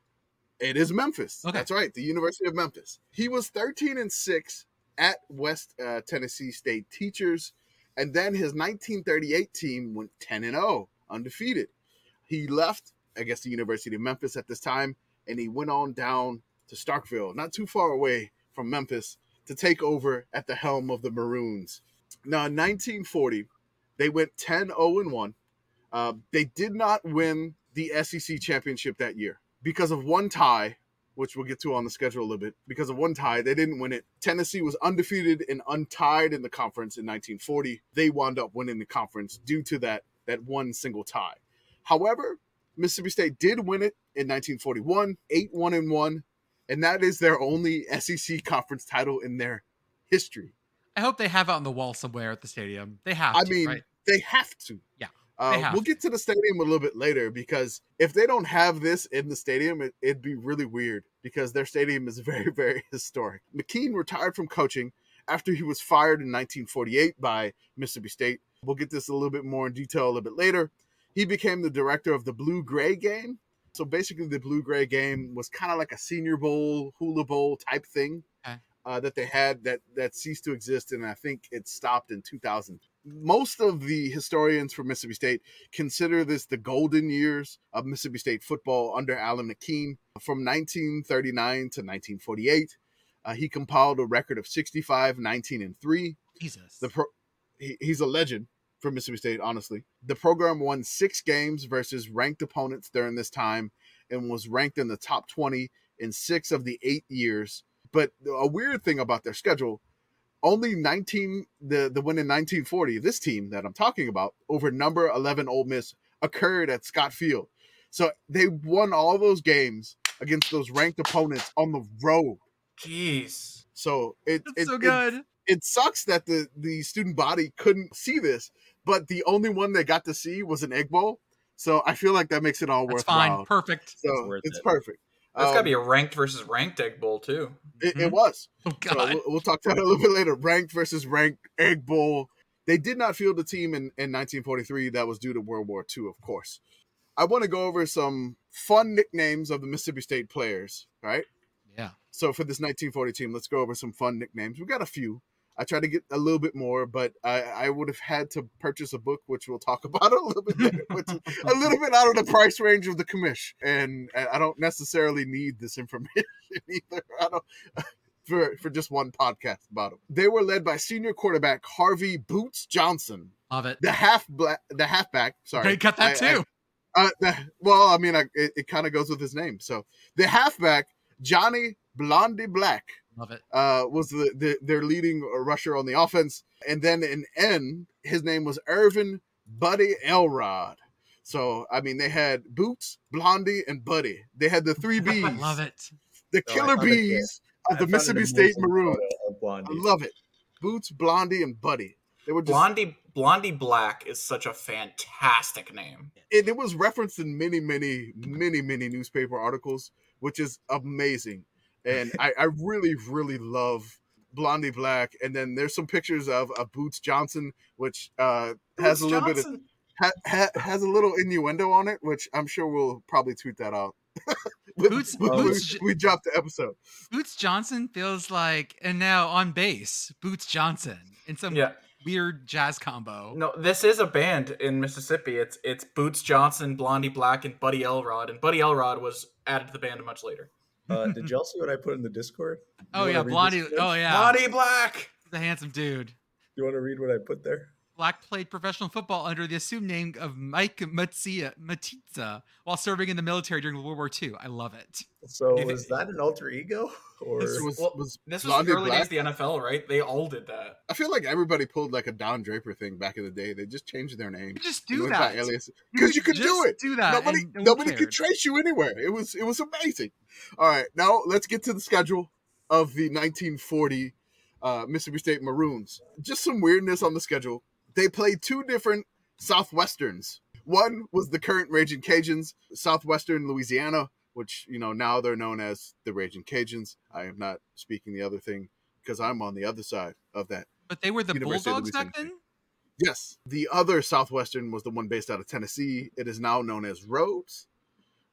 S3: It is Memphis.
S1: Okay.
S3: That's right, the University of Memphis. He was 13 and 6 at West uh, Tennessee State Teachers, and then his 1938 team went 10 and 0, undefeated. He left, I guess, the University of Memphis at this time, and he went on down to Starkville, not too far away from Memphis, to take over at the helm of the Maroons. Now, in 1940, they went 10 0 and 1. Uh, they did not win the SEC championship that year because of one tie, which we'll get to on the schedule a little bit. Because of one tie, they didn't win it. Tennessee was undefeated and untied in the conference in 1940. They wound up winning the conference due to that that one single tie. However, Mississippi State did win it in 1941, 8-1 and 1, and that is their only SEC conference title in their history.
S1: I hope they have it on the wall somewhere at the stadium. They have
S3: I
S1: to,
S3: mean,
S1: right?
S3: they have to.
S1: Yeah,
S3: Uh,
S1: have
S3: we'll get to the stadium a little bit later because if they don't have this in the stadium, it, it'd be really weird because their stadium is very, very historic. McKean retired from coaching after he was fired in 1948 by Mississippi State. We'll get this a little bit more in detail a little bit later. He became the director of the Blue Gray game. So basically, the Blue Gray game was kind of like a Senior Bowl, Hula Bowl type thing
S1: Okay.
S3: uh, that they had that that ceased to exist, and I think it stopped in 2000. Most of the historians from Mississippi State consider this the golden years of Mississippi State football under Alan McKean from 1939 to 1948. Uh, he compiled a record of 65, 19, and 3.
S1: Jesus.
S3: The pro- he, he's a legend for Mississippi State, honestly. The program won six games versus ranked opponents during this time and was ranked in the top 20 in six of the eight years. But a weird thing about their schedule, only 19, the, the win in 1940, this team that I'm talking about, over number 11 Ole Miss, occurred at Scott Field. So they won all those games against those ranked opponents on the road.
S2: Jeez.
S3: So it,
S1: That's
S3: it,
S1: so
S3: it-
S1: good.
S3: it sucks that the the student body couldn't see this, but the only one they got to see was an egg bowl. So I feel like that makes it all
S1: That's fine.
S3: worthwhile.
S1: Perfect.
S3: So
S4: It's
S3: it's,
S4: worth it.
S3: perfect.
S2: That's
S3: Um,
S2: gotta be a ranked versus ranked egg bowl too.
S3: it,
S1: Mhm.
S3: it was.
S1: Oh
S3: So
S1: God.
S3: we'll, we'll talk to that a little bit later. Ranked versus ranked egg bowl. They did not field a team in, in 1943. That was due to World War II, of course. I want to go over some fun nicknames of the Mississippi State players, right?
S1: yeah.
S3: So for this 1940 team, let's go over some fun nicknames. We got a few. I tried to get a little bit more, but I, I would have had to purchase a book, which we'll talk about a little bit later, which is a little bit out of the price range of the commish. And I I don't necessarily need this information either. I don't for for just one podcast about them. They were led by senior quarterback Harvey Boots Johnson,
S1: Love it.
S3: the half black, the halfback. Sorry,
S1: They got that
S3: I- I-
S1: too.
S3: uh, the- well, I mean, I, it, it kind of goes with his name. So the halfback Johnny Blondie Black
S1: Love it.
S3: uh, was the, the their leading rusher on the offense, and then in N, his name was Irvin Buddy Elrod. So I mean, they had Boots, Blondie, and Buddy. They had the three Bs,
S1: Love it.
S3: the
S4: Oh, I
S3: Killer
S4: love it, yeah.
S3: Bees Uh,
S4: I
S3: the
S4: found an
S3: Mississippi State
S4: amazing
S3: Maroon.
S4: photo of
S3: I
S4: Blondie.
S3: love it. Boots, Blondie, and Buddy. They were just,
S2: Blondie Blondie Black is such a fantastic name.
S3: and it was referenced in many, many, many, many newspaper articles, which is amazing. And I, I really, really love Blondie Black. And then there's some pictures of, of Boots Johnson, which uh, has a little bit of
S2: Johnson.
S3: ha, ha, has a little innuendo on it, which I'm sure we'll probably tweet that out. When-
S1: Boots-
S3: when
S1: Boots-
S3: we, we dropped the episode.
S1: Boots Johnson feels like, and now on bass, Boots Johnson in some
S2: Yeah.
S1: weird jazz combo.
S2: No, this is a band in Mississippi. It's it's Boots Johnson, Blondie Black, and Buddy Elrod. And Buddy Elrod was added to the band much later.
S4: Uh, did y'all see what I put in the Discord? You
S1: oh
S4: wanna
S1: yeah,
S4: read this
S1: Blondie.
S4: shit?
S1: Oh yeah,
S2: Blondie Black.
S1: the handsome dude.
S4: You want to read what I put there?
S1: Black played professional football under the assumed name of Mike Matsia, Matitza while serving in the military during World War II. I love it.
S4: So
S2: Dude,
S4: was
S2: it-
S4: that an alter ego or
S3: This was,
S2: Well,
S3: was
S2: This was
S3: Blondie
S2: the early
S3: Black.
S2: days of the NFL, right? They all did that.
S3: I feel like everybody pulled like a Don Draper thing back in the day. They just changed their name.
S1: You could just
S3: and
S1: do
S3: went by
S1: that.
S3: alias- 'Cause you could do
S1: just
S3: it.
S1: Do that.
S3: nobody
S1: and no one
S3: nobody could
S1: cared.
S3: trace you anywhere. It was it was amazing. All right, now let's get to the schedule of the 1940 uh, Mississippi State Maroons. Just some weirdness on the schedule. They played two different Southwesterns. One was the current Raging Cajuns, Southwestern Louisiana, which you know now they're known as the Raging Cajuns. I am not speaking the other thing because I'm on the other side of that.
S1: But they were the
S3: University of
S1: Bulldogs back then.
S3: Louisiana. Yes. The other Southwestern was the one based out of Tennessee. It is now known as Rhodes.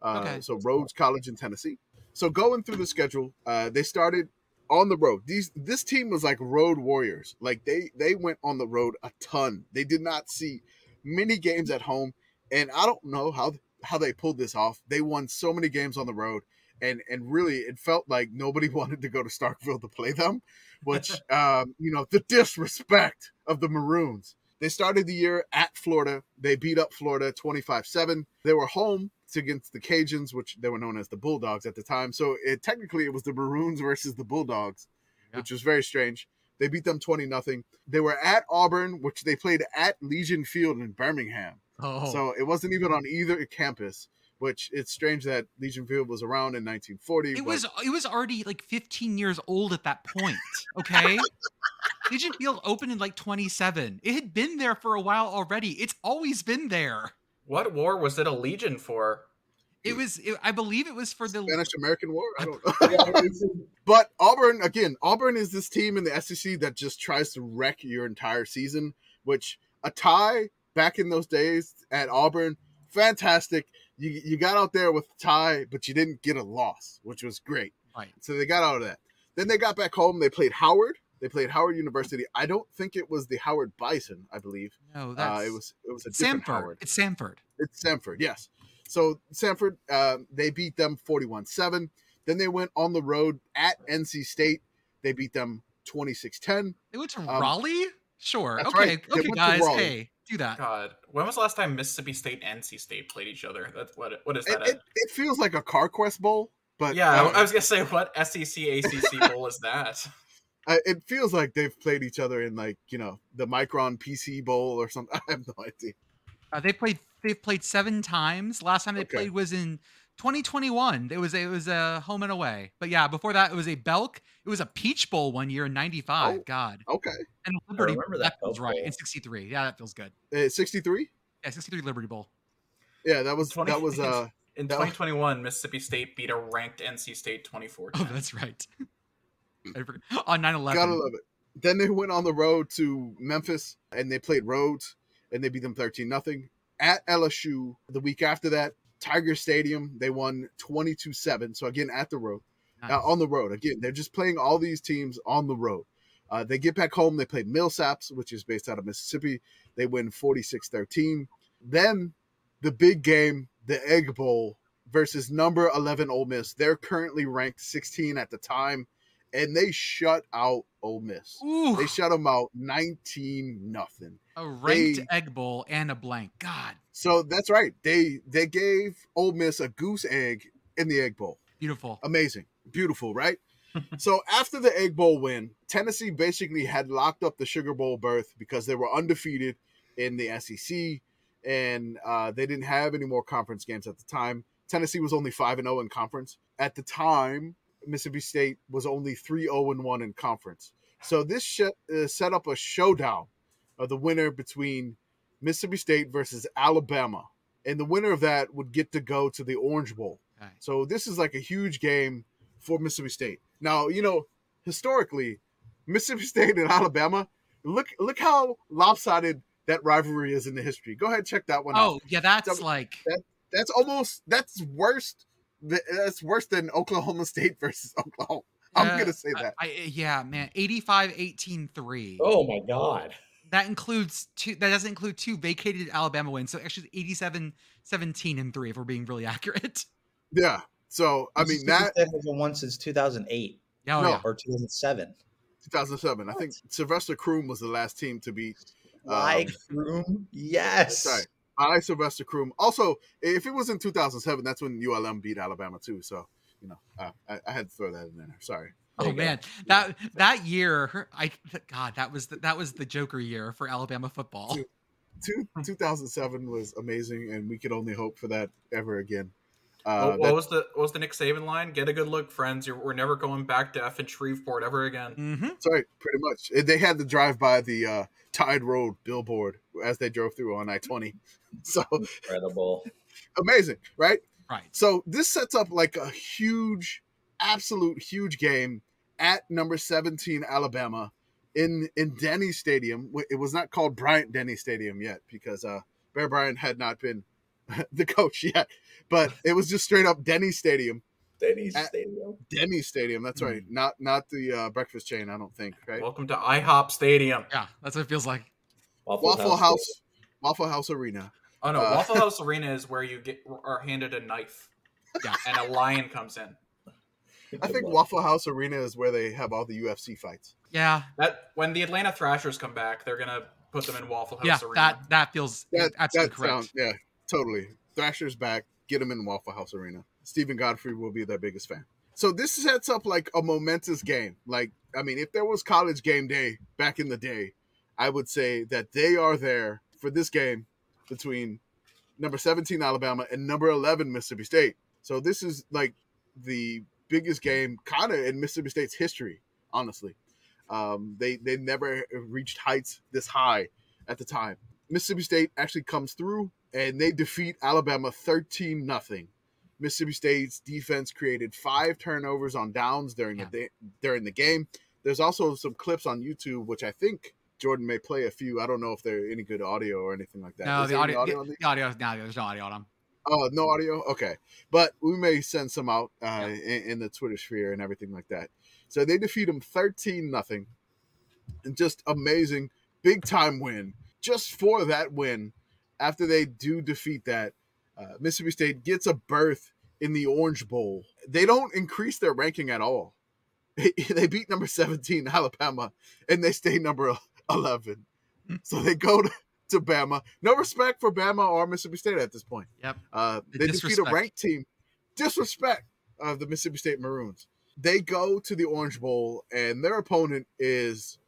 S3: Uh,
S1: Okay.
S3: So Rhodes College in Tennessee. So going through the schedule, uh, they started on the road. These this team was like road warriors. Like they they went on the road a ton. They did not see many games at home, and I don't know how how they pulled this off. They won so many games on the road, and and really it felt like nobody wanted to go to Starkville to play them, which um, you know the disrespect of the Maroons. They started the year at Florida. They beat up Florida 25 7. They were home against the Cajuns, which they were known as the Bulldogs at the time. So it technically it was the Maroons versus the Bulldogs,
S1: Yeah.
S3: which was very strange. They beat them 20 0. They were at Auburn, which they played at Legion Field in Birmingham.
S1: Oh,
S3: So it wasn't even on either campus, which it's strange that Legion Field was around in 1940.
S1: it
S3: but-
S1: was it was already like 15 years old at that point. Okay. Legion Field opened in like 27. It had been there for a while already. It's always been there.
S2: What war was it a legion for?
S1: It was, it, I believe, it was for the
S3: Spanish American War. I don't know. but Auburn, again, Auburn is this team in the SEC that just tries to wreck your entire season, which a tie back in those days at Auburn, fantastic. You, you got out there with a tie, but you didn't get a loss, which was great.
S1: Right.
S3: So they got out of that. Then they got back home. They played Howard. They played Howard University. I don't think it was the Howard Bison, I believe.
S1: no, that's
S3: Uh, it was it was a different Howard.
S1: Samford. It's Samford.
S3: It's Sanford, yes. So Sanford, um, they beat them 41 7. Then they went on the road at NC State. They beat them 26 10.
S1: They went to
S3: Um,
S1: Raleigh. Sure.
S3: that's
S1: Okay.
S3: right. They
S1: Okay,
S3: went to
S1: guys.
S3: Raleigh.
S1: Hey, do that.
S2: God, when was the last time Mississippi State and NC State played each other? That's what what is
S3: It,
S2: that?
S3: it, it feels like a CarQuest Bowl, but
S2: yeah, I,
S3: uh,
S2: I was gonna say what E SEC ACC bowl is that?
S3: I- uh, it feels like they've played each other in like, you know, the Micron PC Bowl or something. I have no idea.
S1: Uh, they played. They've played seven times. Last time they
S3: Okay.
S1: played was in 2021. It was a, it was a home and away. But yeah, before that it was a Belk. It was a Peach Bowl one year in '95.
S3: Oh.
S1: God.
S3: Okay.
S1: And Liberty.
S4: remember
S1: That,
S4: that
S1: feels
S4: Belk
S1: right.
S4: Bowl.
S1: In '63. Yeah, that feels good.
S3: Uh, 63?
S1: Yeah, '63 Liberty Bowl.
S3: Yeah, that was,
S2: Twenty-
S3: that was, uh,
S2: In
S3: No.
S2: 2021, Mississippi State beat a ranked NC State 24.
S1: Oh, that's right. I forgot. On 9/11.
S3: Mm. Gotta love it. Then they went on the road to Memphis and they played Rhodes and they beat them 13 nothing at LSU the week after that. Tiger Stadium, they won 22 7. So again, at the road,
S1: Nice.
S3: uh, on the road. Again, they're just playing all these teams on the road. Uh, they get back home, they play Millsaps, which is based out of Mississippi. They win 46 13. Then the big game, the Egg Bowl versus number 11 Ole Miss. They're currently ranked 16 at the time, and they shut out Ole Miss.
S1: Ooh,
S3: They shut them out 19 nothing.
S1: a ranked
S3: they-
S1: egg bowl and a blank. God,
S3: So that's right. They they gave Ole Miss a goose egg in the Egg Bowl.
S1: beautiful.
S3: Amazing. Beautiful, right? so after the Egg Bowl win, Tennessee basically had locked up the Sugar Bowl berth because they were undefeated in the SEC and uh, they didn't oh have any more conference games at the time. Tennessee was only 5 and 0 in conference. At the time, Mississippi State was only 3 0 1 in conference. So this sh- uh, set up a showdown of the winner between Mississippi State versus Alabama. And the winner of that would get to go to the Orange Bowl.
S1: All right.
S3: So this is like a huge game for Mississippi State. Now, you know, historically, Mississippi State and Alabama, look look how lopsided that rivalry is in the history. Go ahead check that one out.
S1: Oh yeah, that's
S3: Double-
S1: like
S3: That's almost that's worse th- that's worse than Oklahoma State versus Oklahoma. I'm
S1: Yeah,
S3: gonna say
S1: I-
S3: that.
S1: I, yeah, man, 85 18 3.
S4: Oh my god.
S1: That includes two that doesn't include two vacated Alabama wins. So actually it's 87 17 and 3 if we're being really accurate.
S3: yeah. So I mean
S4: Mississippi
S3: that
S4: State hasn't won since 2008
S1: Yeah, oh,
S3: No.
S1: yeah.
S4: or 2007.
S3: 2007. I think Sylvester Croom was the last team to beat
S4: Like
S3: Um,
S4: room, yes.
S3: Sorry. I Sylvester Croom. Also, if it was in 2007, that's when ULM beat Alabama too. So you know, uh, I, I had to throw that in there. Sorry.
S1: Oh
S4: There you go.
S1: man, that that year, I th- God, that was the, that was the Joker year for Alabama football.
S3: Dude. Two, 2007 was amazing, and we could only hope for that ever again. Uh,
S2: what, what was the what was the Nick Saban line? Get a good look, friends. You're, we're never going back to F and Shreveport ever
S3: Mm,
S2: again.
S1: hmm
S3: that's right, pretty much. They had to drive by the uh, Tide Road billboard as they drove through on I 20. So
S4: Incredible.
S3: amazing, right?
S1: Right.
S3: So this sets up like a huge, absolute huge game at number 17 Alabama in in Denny Stadium. Wh- It was not called Bryant Denny Stadium yet because uh, Bear Bryant had not been the coach yet, but it was just straight up Denny Stadium.
S4: Denny's
S3: Uh,
S4: Stadium.
S3: Denny Stadium. That's right. Not not the uh, breakfast chain. I don't think. Right.
S2: Welcome to IHOP Stadium.
S1: Yeah, that's what it feels like.
S3: Waffle House. Waffle House Arena.
S2: Oh no,
S3: Uh,
S2: Waffle House Arena is where you get are handed a knife,
S1: Yeah.
S2: and a lion comes in.
S3: I think Waffle House Arena is where they have all the UFC fights.
S1: Yeah,
S2: That when the Atlanta Thrashers come back, they're gonna put them in Waffle House
S1: yeah,
S2: Arena.
S1: that that feels
S3: That,
S1: absolutely
S3: that
S1: correct.
S3: sound- yeah, totally. Thrasher's back. Get him in Waffle House Arena. Stephen Godfrey will be their biggest fan. So this sets up like a momentous game. Like, I mean, if there was college game day back in the day, I would say that they are there for this game between number 17 Alabama and number 11 Mississippi State. So this is like the biggest game kind of in Mississippi State's history, honestly. Um, they they never reached heights this high at the time. Mississippi State actually comes through and they defeat Alabama 13 nothing. Mississippi State's defense created five turnovers on downs during
S1: Yeah.
S3: the day, during the game. There's also some clips on YouTube which I think Jordan may play a few. I don't know if they're any good audio or anything like that.
S1: No,
S3: Is
S1: the
S3: there any
S1: audio, the,
S3: on these?
S1: the audio, no, there's no audio on them.
S3: Oh, no audio. Okay, but we may send some out uh, in, in the Twitter sphere and everything like that. So they defeat them thirteen nothing, and just amazing big time win. Just for that win, after they do defeat that, uh, Mississippi State gets a berth in the Orange Bowl. They don't increase their ranking at all. they beat number seventeen Alabama, and they stay number eleven.
S1: Hmm.
S3: So they go to, to Bama. No respect for Bama or Mississippi State at this point.
S1: Yep.
S3: Uh,
S1: The
S3: they defeat a
S1: disrespect.
S3: ranked team. Disrespect of the Mississippi State Maroons. They go to the Orange Bowl, and their opponent is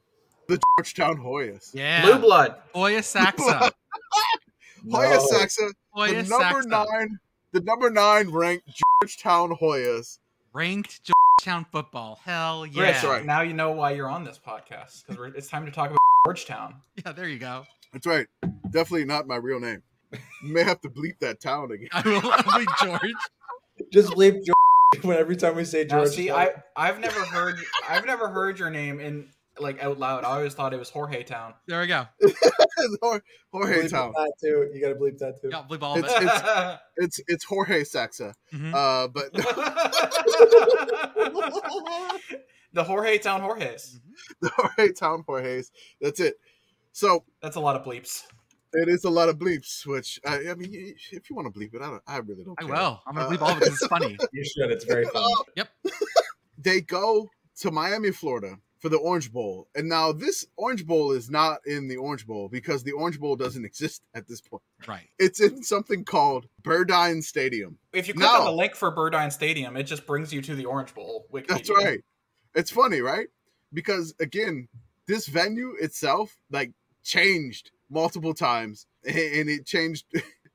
S3: the Georgetown Hoyas.
S1: Yeah,
S2: Blue blood.
S1: Hoya Saxa,
S3: Hoya
S4: No.
S3: Saxa, the
S1: Hoya
S3: number
S1: Saxa,
S3: nine, the number nine ranked Georgetown Hoyas.
S1: ranked Georgetown football. Hell yeah,
S2: Chris,
S3: right.
S2: now you know why you're on this podcast because it's time to talk about Georgetown.
S1: yeah. There you go.
S3: That's right. Definitely not my real name. You may have to bleep that town again.
S1: I will I'll be George.
S4: Just bleep George when every time we say
S2: Now,
S4: George.
S2: see, I I've never heard I've never heard your name in like out loud. I always thought it was Jorge Town.
S1: There we go.
S3: Jorge, Jorge
S4: bleep
S3: Town.
S4: that too. You gotta bleep that too.
S1: Yeah, believe all of
S3: It's-
S1: it.
S3: It's it's Jorge Saxa.
S1: Mhm.
S3: Uh, but
S2: the Jorge Town Jorges.
S3: the Jorge Town Jorge's. That's it. So
S2: That's a lot of bleeps.
S3: It is a lot of bleeps, which I, I mean, y- if you want to bleep it, I, don't, I really don't.
S1: I
S3: care.
S1: will. I'm gonna
S3: Uh,
S1: believe all of it 'cause it's funny.
S4: You should. It's very fun.
S3: Oh, They go to Miami, Florida, for the Orange Bowl, and now this Orange Bowl is not in the Orange Bowl because the Orange Bowl doesn't exist at this point.
S1: Right.
S3: It's in something called Burdine Stadium.
S2: If you click on the
S3: No.
S2: link for Burdine Stadium, it just brings you to the Orange Bowl. Wikipedia.
S3: That's right. It's funny, right? Because again, this venue itself like changed multiple times, a- and it changed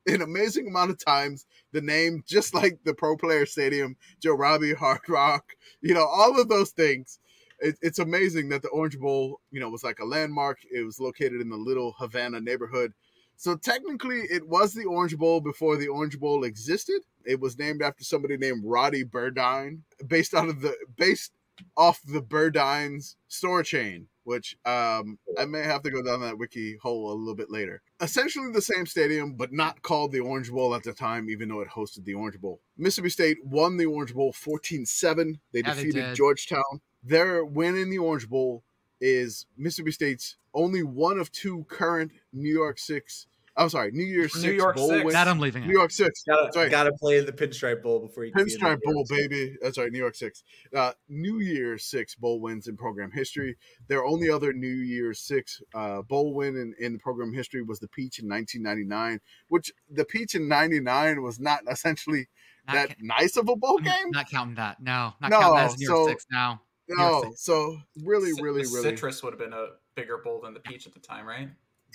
S3: an amazing amount of times the name, just like the Pro Player Stadium, Joe Robbie, Hard Rock, you know, all of those things. It, it's amazing that the Orange Bowl, you know, was like a landmark. It was located in the little Havana neighborhood. So technically, it was the Orange Bowl before the Orange Bowl existed. It was named after somebody named Roddy Burdine, based out of the based off the Burdine's store chain, which um, I may have to go down that wiki hole a little bit later. Essentially the same stadium, but not called the Orange Bowl at the time, even though it hosted the Orange Bowl. Mississippi State won the Orange Bowl 14 7. They
S1: Yeah, they
S3: defeated
S1: did.
S3: Georgetown. Their win in the Orange Bowl is Mississippi State's only one of two current New York Six. I'm sorry, New Year's
S2: New
S3: Six
S2: York
S3: bowl
S2: Six.
S3: wins.
S1: That um, I'm leaving
S3: New
S1: out.
S3: York Six.
S4: Gotta,
S3: That's right.
S4: gotta play the Pinstripe Bowl before you can be in the
S3: Pinstripe Bowl,
S4: New York State.
S3: baby. That's right, New York Six. Uh, New Year's Six bowl wins in program history. Their only other New Year's Six uh, bowl win in, in program history was the Peach in 1999, which the Peach in 99 was not essentially
S1: Not
S3: that
S1: ca-
S3: nice of a bowl
S1: I'm
S3: game.
S1: Not counting that. No, not
S3: No,
S1: counting that as New York
S3: so-
S1: Six now. New York
S3: no, so really,
S2: Cit-
S3: really,
S2: the
S3: really.
S2: Citrus would have been a bigger bowl than the peach at the time, right?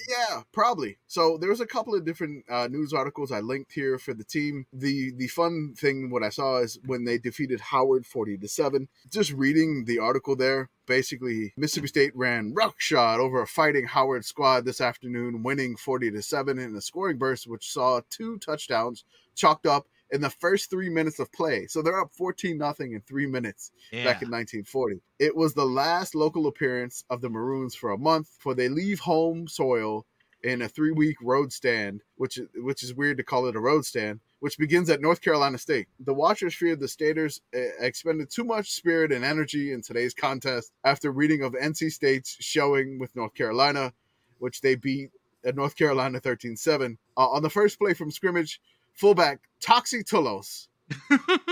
S3: Yeah, probably. So there was a couple of different uh, news articles I linked here for the team. The the fun thing what I saw is when they defeated Howard forty to seven. Just reading the article there, basically Mississippi State ran ruckshot over a fighting Howard squad this afternoon, winning forty to seven in a scoring burst, which saw two touchdowns chalked up in the first three minutes of play. So they're up fourteen nothing in three minutes
S1: Yeah.
S3: back in 1940. It was the last local appearance of the Maroons for a month, for they leave home soil in a three-week road stand, which is, which is weird to call it a road stand, which begins at North Carolina State. The Watchers feared the Staters eh, expended too much spirit and energy in today's contest after reading of NC State's showing with North Carolina, which they beat at North Carolina 13-7. Uh, on the first play from scrimmage, fullback Toxi Tulos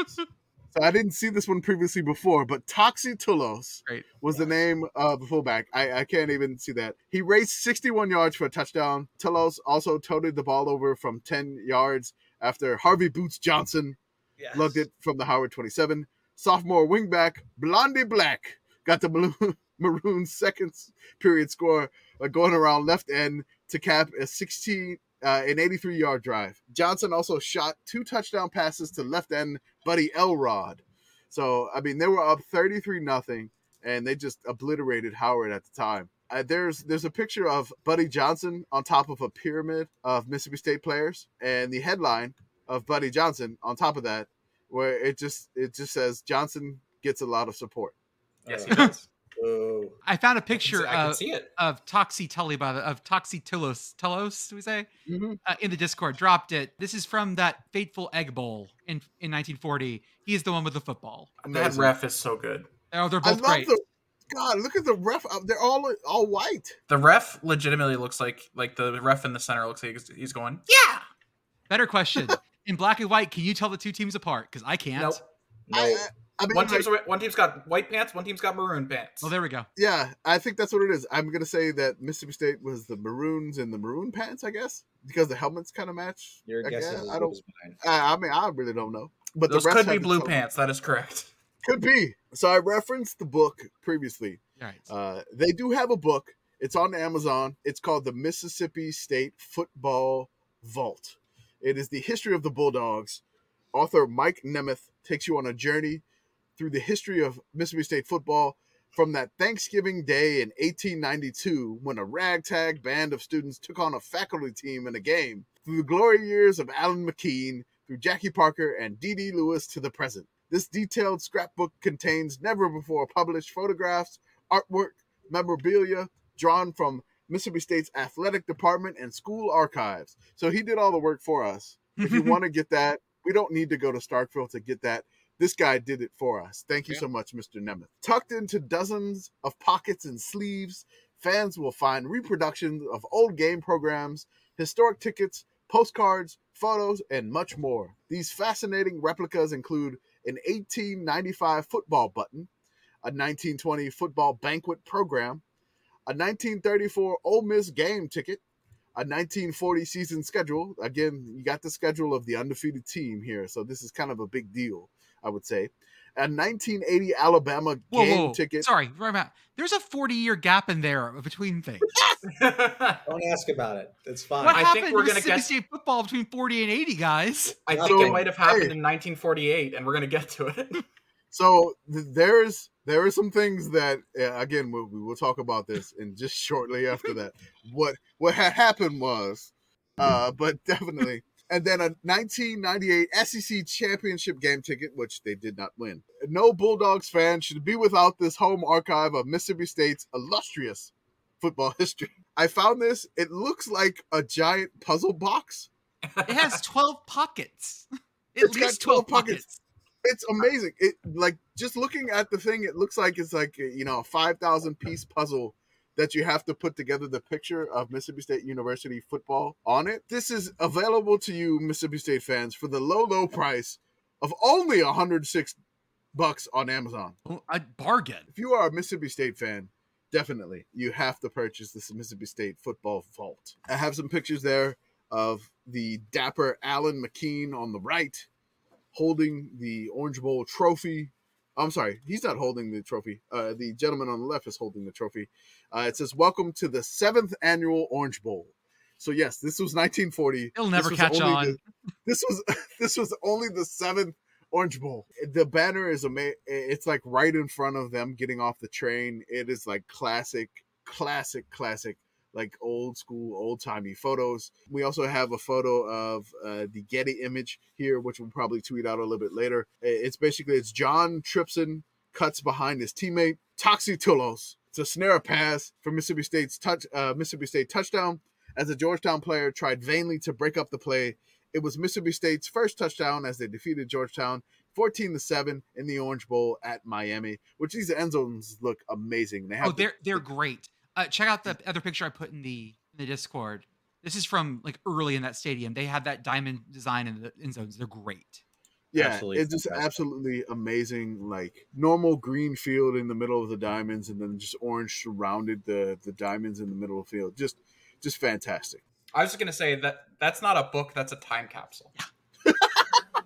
S3: so I didn't see this one previously before, but Toxi Tulos
S1: Great.
S3: was the name of the fullback. I, I can't even see that. He raced 61 yards for a touchdown. Tulos also toted the ball over from 10 yards after Harvey Boots Johnson
S4: Yes.
S3: lugged it from the Howard 27. Sophomore wingback Blondie Black got the Maroon, Maroon's second s- period score by going around left end to cap a 16 uh, an 83 yard drive. Johnson also shot two touchdown passes to left end Buddy Elrod. So I mean they were up 33 nothing and they just obliterated Howard at the time. Uh, there's there's a picture of Buddy Johnson on top of a pyramid of Mississippi State players and the headline of Buddy Johnson on top of that where it just it just says Johnson gets a lot of support.
S2: Yes,
S4: Uh, oh,
S2: he does.
S4: whoa.
S1: I found a
S2: I
S1: picture uh,
S2: can, see- I can
S1: of,
S2: see it.
S1: of Toxi Tully by the of Toxi Tulos Telos, do we say?
S3: Mm-hmm.
S1: uh, in the Discord dropped it. This is from that fateful Egg Bowl in in 1940. He is the one with the football.
S2: That ref is so good.
S1: Oh, they're
S3: I
S1: both
S3: love
S1: great.
S3: the God. Look at the ref. up- They're all all white.
S2: The ref legitimately looks like like the ref in the center looks like he's- he's going, yeah.
S1: Better question. in black and white, can you tell the two teams apart? Because I can't.
S2: Nope.
S4: No.
S3: I, I mean,
S2: One
S3: like,
S2: team's wi- one team's got white pants, one team's got maroon pants.
S1: Well, there we go.
S3: yeah, I think that's what it is. I'm gonna say that Mississippi State was the maroons and the maroon pants, I guess, because the helmets kind of match.
S4: Your
S3: I
S4: guess
S3: guess.
S4: is as
S3: I
S4: good
S3: don't.
S4: as mine.
S3: I, I mean, I really don't know. But
S2: Those
S3: the refs
S2: could
S3: had
S2: be
S3: to
S2: blue
S3: tell-
S2: pants. That is correct.
S3: Could be. So I referenced the book previously.
S1: All right.
S3: Uh, they do have a book. It's on Amazon. It's called The Mississippi State Football Vault. It is the history of the Bulldogs. Author Mike Nemeth takes you on a journey through the history of Mississippi State football from that Thanksgiving day in 1892 when a ragtag band of students took on a faculty team in a game, through the glory years of Alan McKean, through Jackie Parker and D.D. Lewis to the present. This detailed scrapbook contains never before published photographs artwork, memorabilia drawn from Mississippi State's athletic department and school archives. So he did all the work for us. If you want to get that, we don't need to go to Starkville to get that. This guy did it for us. Thank you so much, Mr. Nemeth. Tucked into dozens of pockets and sleeves, fans will find reproductions of old game programs, historic tickets, postcards, photos, and much more. These fascinating replicas include an 1895 football button, a 1920 football banquet program, a 1934 Ole Miss game ticket, a 1940 season schedule. Again, you got the schedule of the undefeated team here, so this is kind of a big deal, I would say. a 1980 Alabama
S1: Whoa,
S3: game
S1: whoa, whoa.
S3: ticket.
S1: Sorry, right out. There's a 40 year gap in there between things.
S4: Don't ask about it. It's fine.
S1: What
S2: I think
S1: happened
S2: we're
S1: to
S2: gonna
S1: Mississippi
S2: guess-
S1: State football between 40 and 80, guys?
S2: I think
S3: So-
S2: it might have happened in 1948, and we're gonna get to it.
S3: So th- there's there are some things that uh, again we, we will talk about this and just shortly after that what what had happened was uh but definitely and then a 1998 SEC E championship game ticket which they did not win. No Bulldogs fan should be without this home archive of Mississippi State's illustrious football history. I found this it looks like a giant puzzle box
S1: It has 12 pockets. At
S3: It's got
S1: least
S3: 12
S1: 12,
S3: pockets.
S1: pockets.
S3: it's amazing. It like just looking at the thing, it looks like it's like you know a five thousand piece puzzle that you have to put together the picture of Mississippi State University football on it. This is available to you, Mississippi State fans, for the low low price of only hundred six bucks on Amazon.
S1: Oh, A bargain.
S3: If you are a Mississippi State fan, definitely you have to purchase this Mississippi State football vault. I have some pictures there of the dapper Alan McKean on the right holding the Orange Bowl trophy. I'm sorry, he's not holding the trophy. Uh, the gentleman on the left is holding the trophy. Uh, it says, "Welcome to the seventh annual Orange Bowl." So yes, this was 1940.
S1: It'll
S3: This
S1: never
S3: was
S1: catch
S3: only
S1: on.
S3: the- this was this was only the seventh Orange Bowl. The banner is amazing. It's like right in front of them getting off the train. It is like classic, classic, classic, like old school, old timey photos. We also have a photo of uh, the Getty image here, which we'll probably tweet out a little bit later. I- It's basically it's John Tripson cuts behind his teammate Toxie Tulos. It's a snare pass for Mississippi State's touch, uh, Mississippi State touchdown. As a Georgetown player tried vainly to break up the play, it was Mississippi State's first touchdown as they defeated Georgetown 14 to 7 in the Orange Bowl at Miami, which these end zones look amazing. They have
S1: Oh,
S3: the-
S1: they're they're great. Uh, check out the other picture I put in the in the Discord. This is from like early in that stadium. They had that diamond design in the end zones. They're great.
S3: yeah,
S4: Absolutely
S3: it's just
S4: fantastic.
S3: absolutely amazing. Like normal green field in the middle of the diamonds, and then just orange surrounded the the diamonds in the middle of the field. Just just fantastic.
S2: I was just gonna say that that's not a book; that's a time capsule.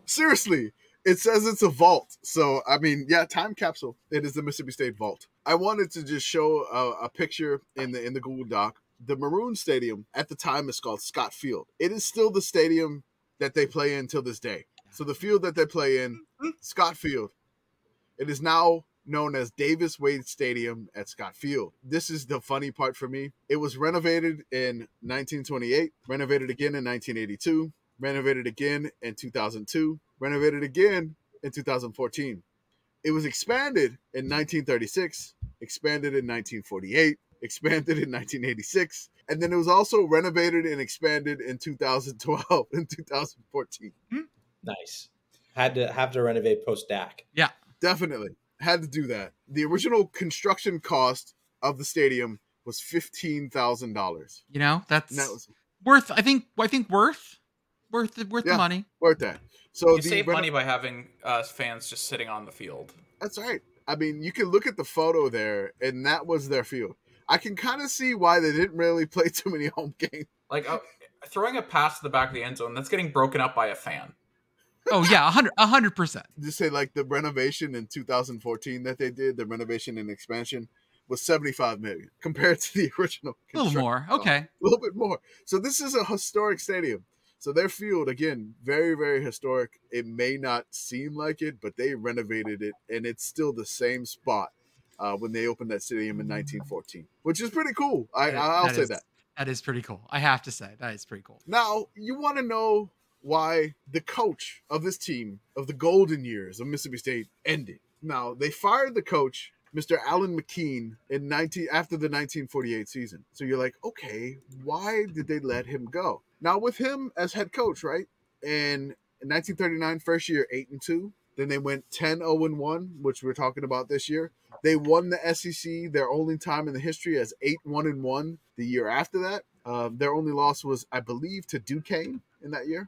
S3: Seriously, it says it's a vault. So, I mean, yeah, time capsule. It is the Mississippi State vault. I wanted to just show a, a picture in the in the Google Doc. The Maroon Stadium at the time is called Scott Field. It is still the stadium that they play in till this day. So the field that they play in, Scott Field, it is now known as Davis Wade Stadium at Scott Field. This is the funny part for me. It was renovated in 1928, renovated again in 1982, renovated again in 2002, renovated again in 2014. It was expanded in 1936, expanded in 1948, expanded in 1986, and then it was also renovated and expanded in 2012 and 2014.
S4: Nice. Had to have to renovate post DAC.
S3: Definitely had to do that. The original construction cost of the stadium was fifteen thousand dollars.
S1: You know that's
S3: And that was
S1: worth. I think I think worth worth the- worth
S3: Yeah.
S1: the money.
S3: worth that.
S2: you
S3: So the
S2: save
S3: reno-
S2: money by having uh, fans just sitting on the field.
S3: That's right. I mean, you can look at the photo there, and that was their field. I can kind of see why they didn't really play too many home games.
S2: Like uh, throwing a pass to the back of the end zone, that's getting broken up by a fan.
S1: Oh yeah, a hundred a hundred percent.
S3: Just say like the renovation in 2014 that they did, the renovation and expansion was 75 million compared to the original.
S1: A little
S3: construction
S1: more.
S3: cost.
S1: Okay.
S3: a little bit more. So this is a historic stadium. So their field again, very very historic. It may not seem like it, but they renovated it, and it's still the same spot uh, when they opened that stadium in 1914, which is pretty cool. I,
S1: That-
S3: I'll say
S1: is-
S3: that.
S1: That is pretty cool. I have to say that is pretty cool.
S3: Now you want to know why the coach of this team of the golden years of Mississippi State ended. Now they fired the coach, Mr. Alan McKean, in 19 after the 1948 season. So you're like, okay, why did they let him go? Now with him as head coach, right? And in 1939, first year, eight and two. Then they went 10 0 and 1, which we're talking about this year. They won the SEC their only time in the history as 8 1 and 1 the year after that. Um, their only loss was, I believe, to Duquesne in that year.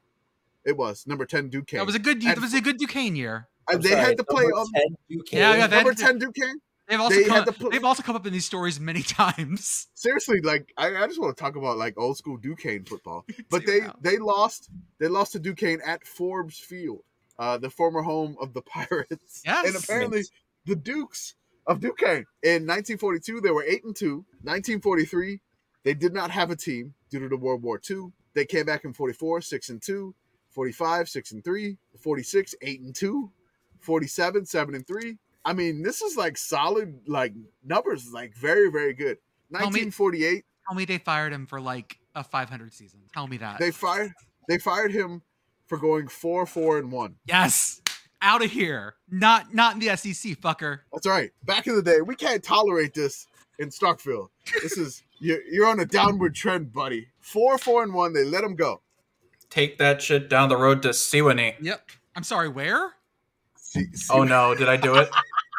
S3: It was number 10 Duquesne.
S1: That was a good.
S3: And-
S1: That was a good Duquesne year.
S3: Uh,
S4: I'm
S3: they
S4: sorry,
S3: had to play
S4: number
S3: on
S4: 10 Duquesne.
S1: Yeah, yeah, that-
S3: number 10 Duquesne.
S1: They've also
S3: They
S1: come,
S3: had to put-
S1: they've also come up in these stories many times.
S3: Seriously, like I, I just want to talk about like old school Duquesne football. But
S1: Zero
S3: they
S1: out.
S3: they lost they lost to Duquesne at Forbes Field. uh, the former home of the Pirates, and
S1: Yes.
S3: apparently the Dukes of Duquesne. In 1942, they were eight and two. 1943, they did not have a team due to the World War II. They came back in 44, six and two. 45, six and three. 46, eight and two. 47, seven and three. I mean, this is like solid, like numbers, like very, very good.
S1: Tell me-
S3: 1948,
S1: Tell me they fired him for like a 500 season. Tell me that.
S3: they fired they fired him for going four four and one
S1: yes. Out of here. Not not in the SEC, fucker.
S3: that's right back in the day we can't tolerate this in starkville this is you're, you're on a downward trend buddy four four and one they let him go
S2: Take that shit down the road to Siwani.
S1: Yep. I'm sorry. Where?
S3: See- see-
S2: Oh no, did I do it?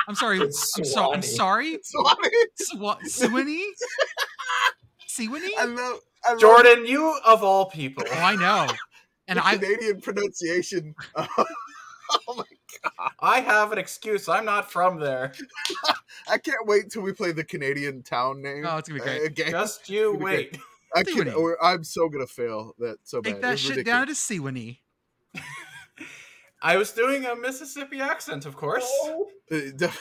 S1: I'm sorry. I'm
S4: It's
S1: so. I'm
S4: Suwannee.
S1: sorry.
S3: so I, mean,
S1: Swa- Swinny. Swinny.
S3: I
S1: Oh,
S3: love I love
S2: Jordan, you of all people.
S1: I know. And
S3: the
S1: I.
S3: canadian pronunciation
S2: I have an excuse. I'm not from there.
S3: i can't wait till we play the canadian town name
S1: Oh, it's gonna be
S3: uh,
S1: great.
S3: again.
S2: Just you
S3: Okay.
S2: wait.
S3: I can,
S1: Siwani.
S3: or i'm so gonna fail that so
S1: Take
S3: bad
S1: that
S3: It's
S1: shit
S3: ridiculous.
S1: down to Swinny.
S2: I was doing a Mississippi accent, of course.
S3: Uh, def-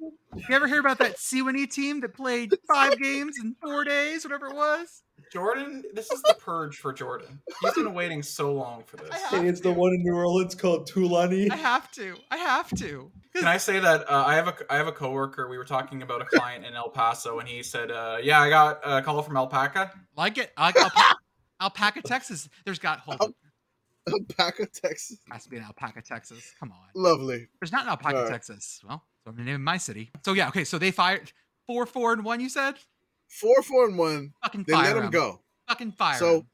S1: You ever hear about that Swinny team that played five games in four days, whatever it was?
S2: Jordan, this is the purge for Jordan. He's been waiting so long for this.
S1: Hey,
S4: it's the one in New Orleans called Tulani.
S1: I have to. I have to.
S2: Can I say that uh, I have a I have a coworker. We were talking about a client in El Paso, and he said, uh, "Yeah, I got a call from Alpaca."
S1: Like it. I, alpaca, alpaca, Texas. There's got. Hold on.
S3: alpaca texas
S1: Has to be an alpaca, Texas. Come on.
S3: lovely
S1: There's not an alpaca,
S3: Alright.
S1: Texas. Well, so I'm gonna name my city. So yeah. Okay. So they fired four, four, and one. You said.
S3: four four and one
S1: Fucking
S3: they
S1: fire
S3: let him
S1: him.
S3: go
S1: Fucking fire.
S3: So-
S1: him.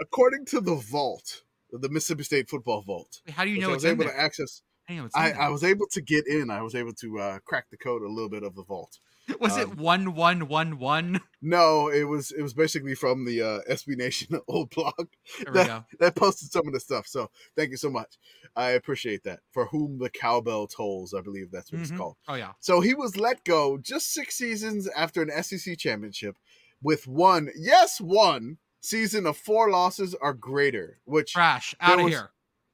S3: according to the vault, the Mississippi State football vault,
S1: Wait, how do you
S3: which
S1: know
S3: I
S1: it's
S3: was
S1: in
S3: able
S1: there?
S3: to access.
S1: I know it's in
S3: I,
S1: there.
S3: I was able to get in. I was able to uh, crack the code a little bit of the vault.
S1: was
S3: uh,
S1: it one one one one?
S3: No, it was it was basically from the uh, SB Nation old blog
S1: There we go.
S3: that posted some of the stuff. So thank you so much. I appreciate that. For whom the cowbell tolls, I believe that's what
S1: Mhm.
S3: it's called.
S1: Oh yeah.
S3: So he was let go just six seasons after an SEC championship, with one yes one season of four losses or greater, which
S1: Trash.
S3: There
S1: Out of
S3: was-
S1: here.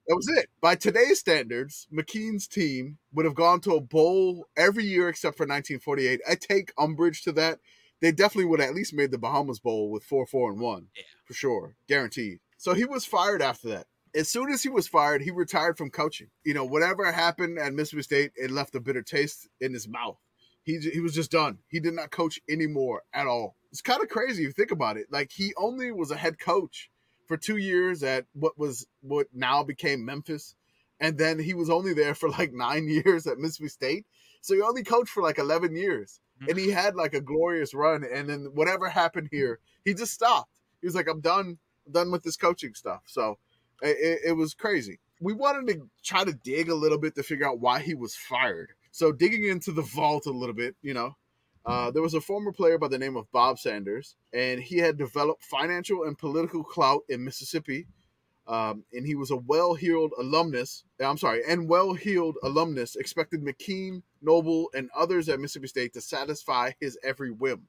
S3: That was it. By today's standards, McKean's team would have gone to a bowl every year except for 1948. I take umbrage to that. They definitely would have at least made the Bahamas Bowl with 4 4 and 1.
S1: Yeah.
S3: For sure. Guaranteed. So he was fired after that. As soon as he was fired, he retired from coaching. You know, whatever happened at Mississippi State, it left a bitter taste in his mouth. He, he was just done. He did not coach anymore at all. It's kind of crazy if you think about it. Like, he only was a head coach for two years at what was what now became Memphis, and then he was only there for like nine years at Mississippi State. So he only coached for like eleven years, and he had like a glorious run. And then whatever happened here, he just stopped. He was like, "I'm done. I'm done with this coaching stuff." So i- i- it, it was crazy. We wanted to try to dig a little bit to figure out why he was fired. So digging into the vault a little bit, you know, uh, there was a former player by the name of Bob Sanders, and he had developed financial and political clout in Mississippi. Um, and he was a well-heeled alumnus. uh, I'm sorry, and well-heeled alumnus expected McKean, Noble, and others at Mississippi State to satisfy his every whim.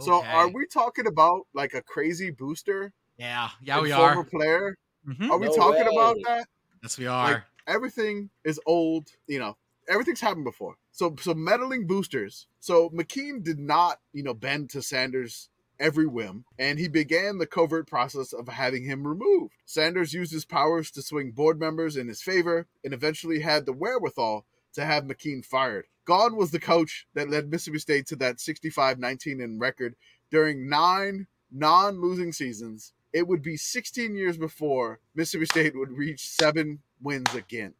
S3: So,
S1: Okay.
S3: are we talking about like a crazy booster,
S1: Yeah. Yeah,
S3: and
S1: we
S3: former
S1: are.
S3: player?
S1: Mhm.
S3: Are we
S4: No
S3: talking about
S4: way.
S3: that?
S1: Yes, we are.
S3: everything is old, you know, everything's happened before. So so meddling boosters. So McKean did not, you know, bend to Sanders every whim, and he began the covert process of having him removed. Sanders used his powers to swing board members in his favor and eventually had the wherewithal to have McKean fired. Gone was the coach that led Mississippi State to that 65-19 in record during nine non-losing seasons, it would be 16 years before Mississippi State would reach seven wins again.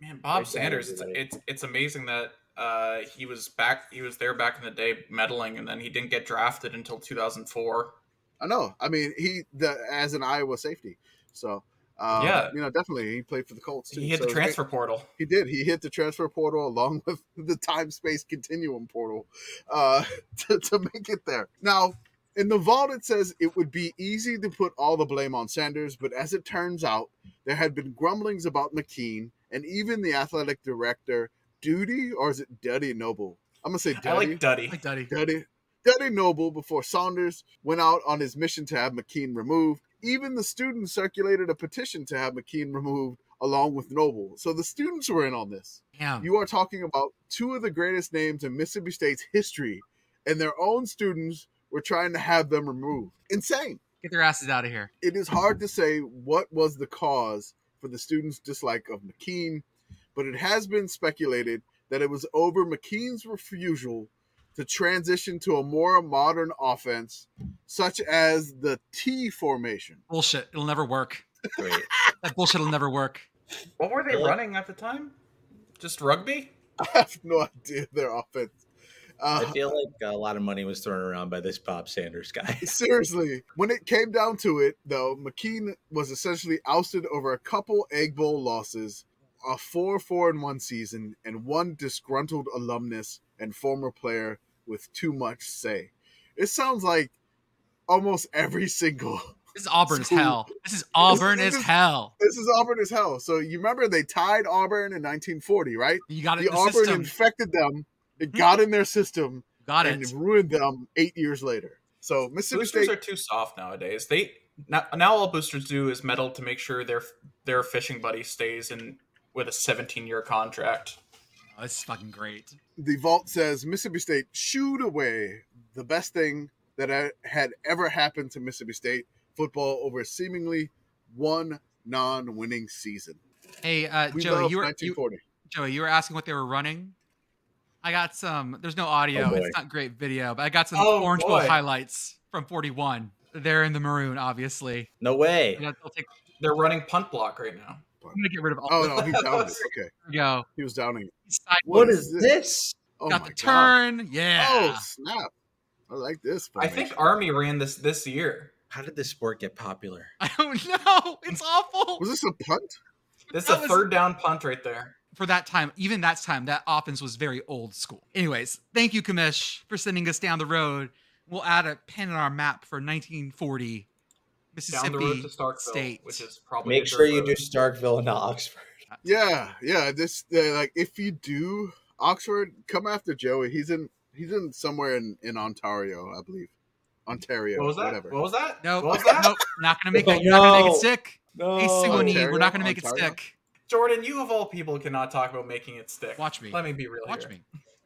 S2: Man, Bob
S4: Great
S2: Sanders, it's,
S4: guy, really.
S2: it's it's amazing that uh, he was back. He was there back in the day, meddling, and then he didn't get drafted until 2004.
S3: I know. I mean, he the as an Iowa safety, so um,
S2: Yeah.
S3: you know, definitely he played for the Colts. Too,
S2: He hit
S3: so
S2: the
S3: it was great.
S2: transfer portal.
S3: He did. He hit the transfer portal along with the time space continuum portal uh, to, to make it there. Now, in the vault, it says it would be easy to put all the blame on Sanders, but as it turns out, there had been grumblings about McKean and even the athletic director, Duty, or is it Duddy Noble? I'm going to say Duddy.
S2: I like Duddy.
S1: Like Duddy.
S3: Duddy, Duddy Noble before Saunders went out on his mission to have McKean removed. even the students circulated a petition to have McKean removed along with Noble. So the students were in on this.
S1: Damn.
S3: You are talking about two of the greatest names in Mississippi State's history, and their own students were trying to have them removed. Insane.
S1: Get their asses out of here.
S3: It is hard to say what was the cause for the students' dislike of McKean, but it has been speculated that it was over McKean's refusal to transition to a more modern offense, such as the T formation.
S1: Bullshit. It'll never work.
S4: Great.
S1: That bullshit will never work.
S2: What were they
S4: Really?
S2: running at the time? Just rugby?
S3: I have no idea their offense. Uh,
S4: I feel like a lot of money was thrown around by this Bob Sanders guy.
S3: Seriously, when it came down to it, though, McKean was essentially ousted over a couple Egg Bowl losses, a 4 4 in one season, and one disgruntled alumnus and former player with too much say. It sounds like almost every single.
S1: This is Auburn as
S3: School.
S1: hell. This is Auburn
S3: This
S1: as
S3: is-
S1: hell.
S3: This is Auburn as hell. So you remember they tied Auburn in 1940, right?
S1: You got it
S3: The
S1: in the
S3: Auburn
S1: system. Hmm.
S3: infected them, it got in their system,
S1: got
S3: and
S1: it.
S3: it ruined them eight years later. So Mississippi
S2: Boosters
S3: State
S2: are too soft nowadays. They now, now all boosters do is meddle to make sure their their fishing buddy stays in with a 17 year contract.
S1: Oh, this is fucking great.
S3: the vault says Mississippi State shooed away the best thing that I- had ever happened to Mississippi State football over seemingly one non-winning season.
S1: Hey, uh,
S3: We
S1: Joey,
S3: love
S1: you were you,
S3: 1940.
S1: Joey, you were asking what they were running. I got some. There's no
S4: Oh,
S1: audio.
S4: boy.
S1: it's not great video, but I got some
S2: Oh,
S1: Orange Bowl
S2: boy.
S1: highlights from 41. They're in the maroon, obviously.
S4: No way.
S1: You know, they'll take-
S2: They're running punt block right now.
S1: I'm gonna get rid of all.
S3: oh
S1: this.
S3: no, he downed it. Okay,
S1: Go.
S3: he was downing it.
S1: Side-
S3: What is this? Oh
S1: got
S3: my
S1: the
S3: God.
S1: turn. Yeah.
S3: Oh snap! I like this.
S2: I
S3: Formation.
S2: think Army ran this this year.
S4: How did this sport get popular?
S1: I don't know. It's awful.
S3: was this a punt?
S2: This is
S1: That
S2: a
S1: was-
S2: third down punt right there.
S1: for that time, even that time, that offense was very old school. Anyways, thank you, Kamish, for sending us down the road. We'll add a pin in our map for 1940 Mississippi
S2: Down the road to Starkville,
S1: State.
S2: which is probably
S4: Make
S2: a dirt
S4: sure you
S2: road.
S4: do Starkville and not Oxford.
S1: Uh,
S3: Yeah, yeah. This uh, like if you do Oxford, come after Joey. He's in he's in somewhere in in Ontario, I believe. Ontario,
S2: What was that?
S3: whatever.
S2: What was that?
S1: nope,
S2: What was that?
S1: nope, not gonna make it. You're not gonna make it
S4: No.
S1: stick.
S4: No.
S1: Hey,
S2: Oh,
S1: Suwannee, we're
S3: Ontario,
S1: not gonna make
S3: Ontario.
S1: it stick.
S2: Jordan, you of all people cannot talk about making it stick.
S1: Watch me.
S2: Let me be real.
S1: Watch
S2: here.
S1: me,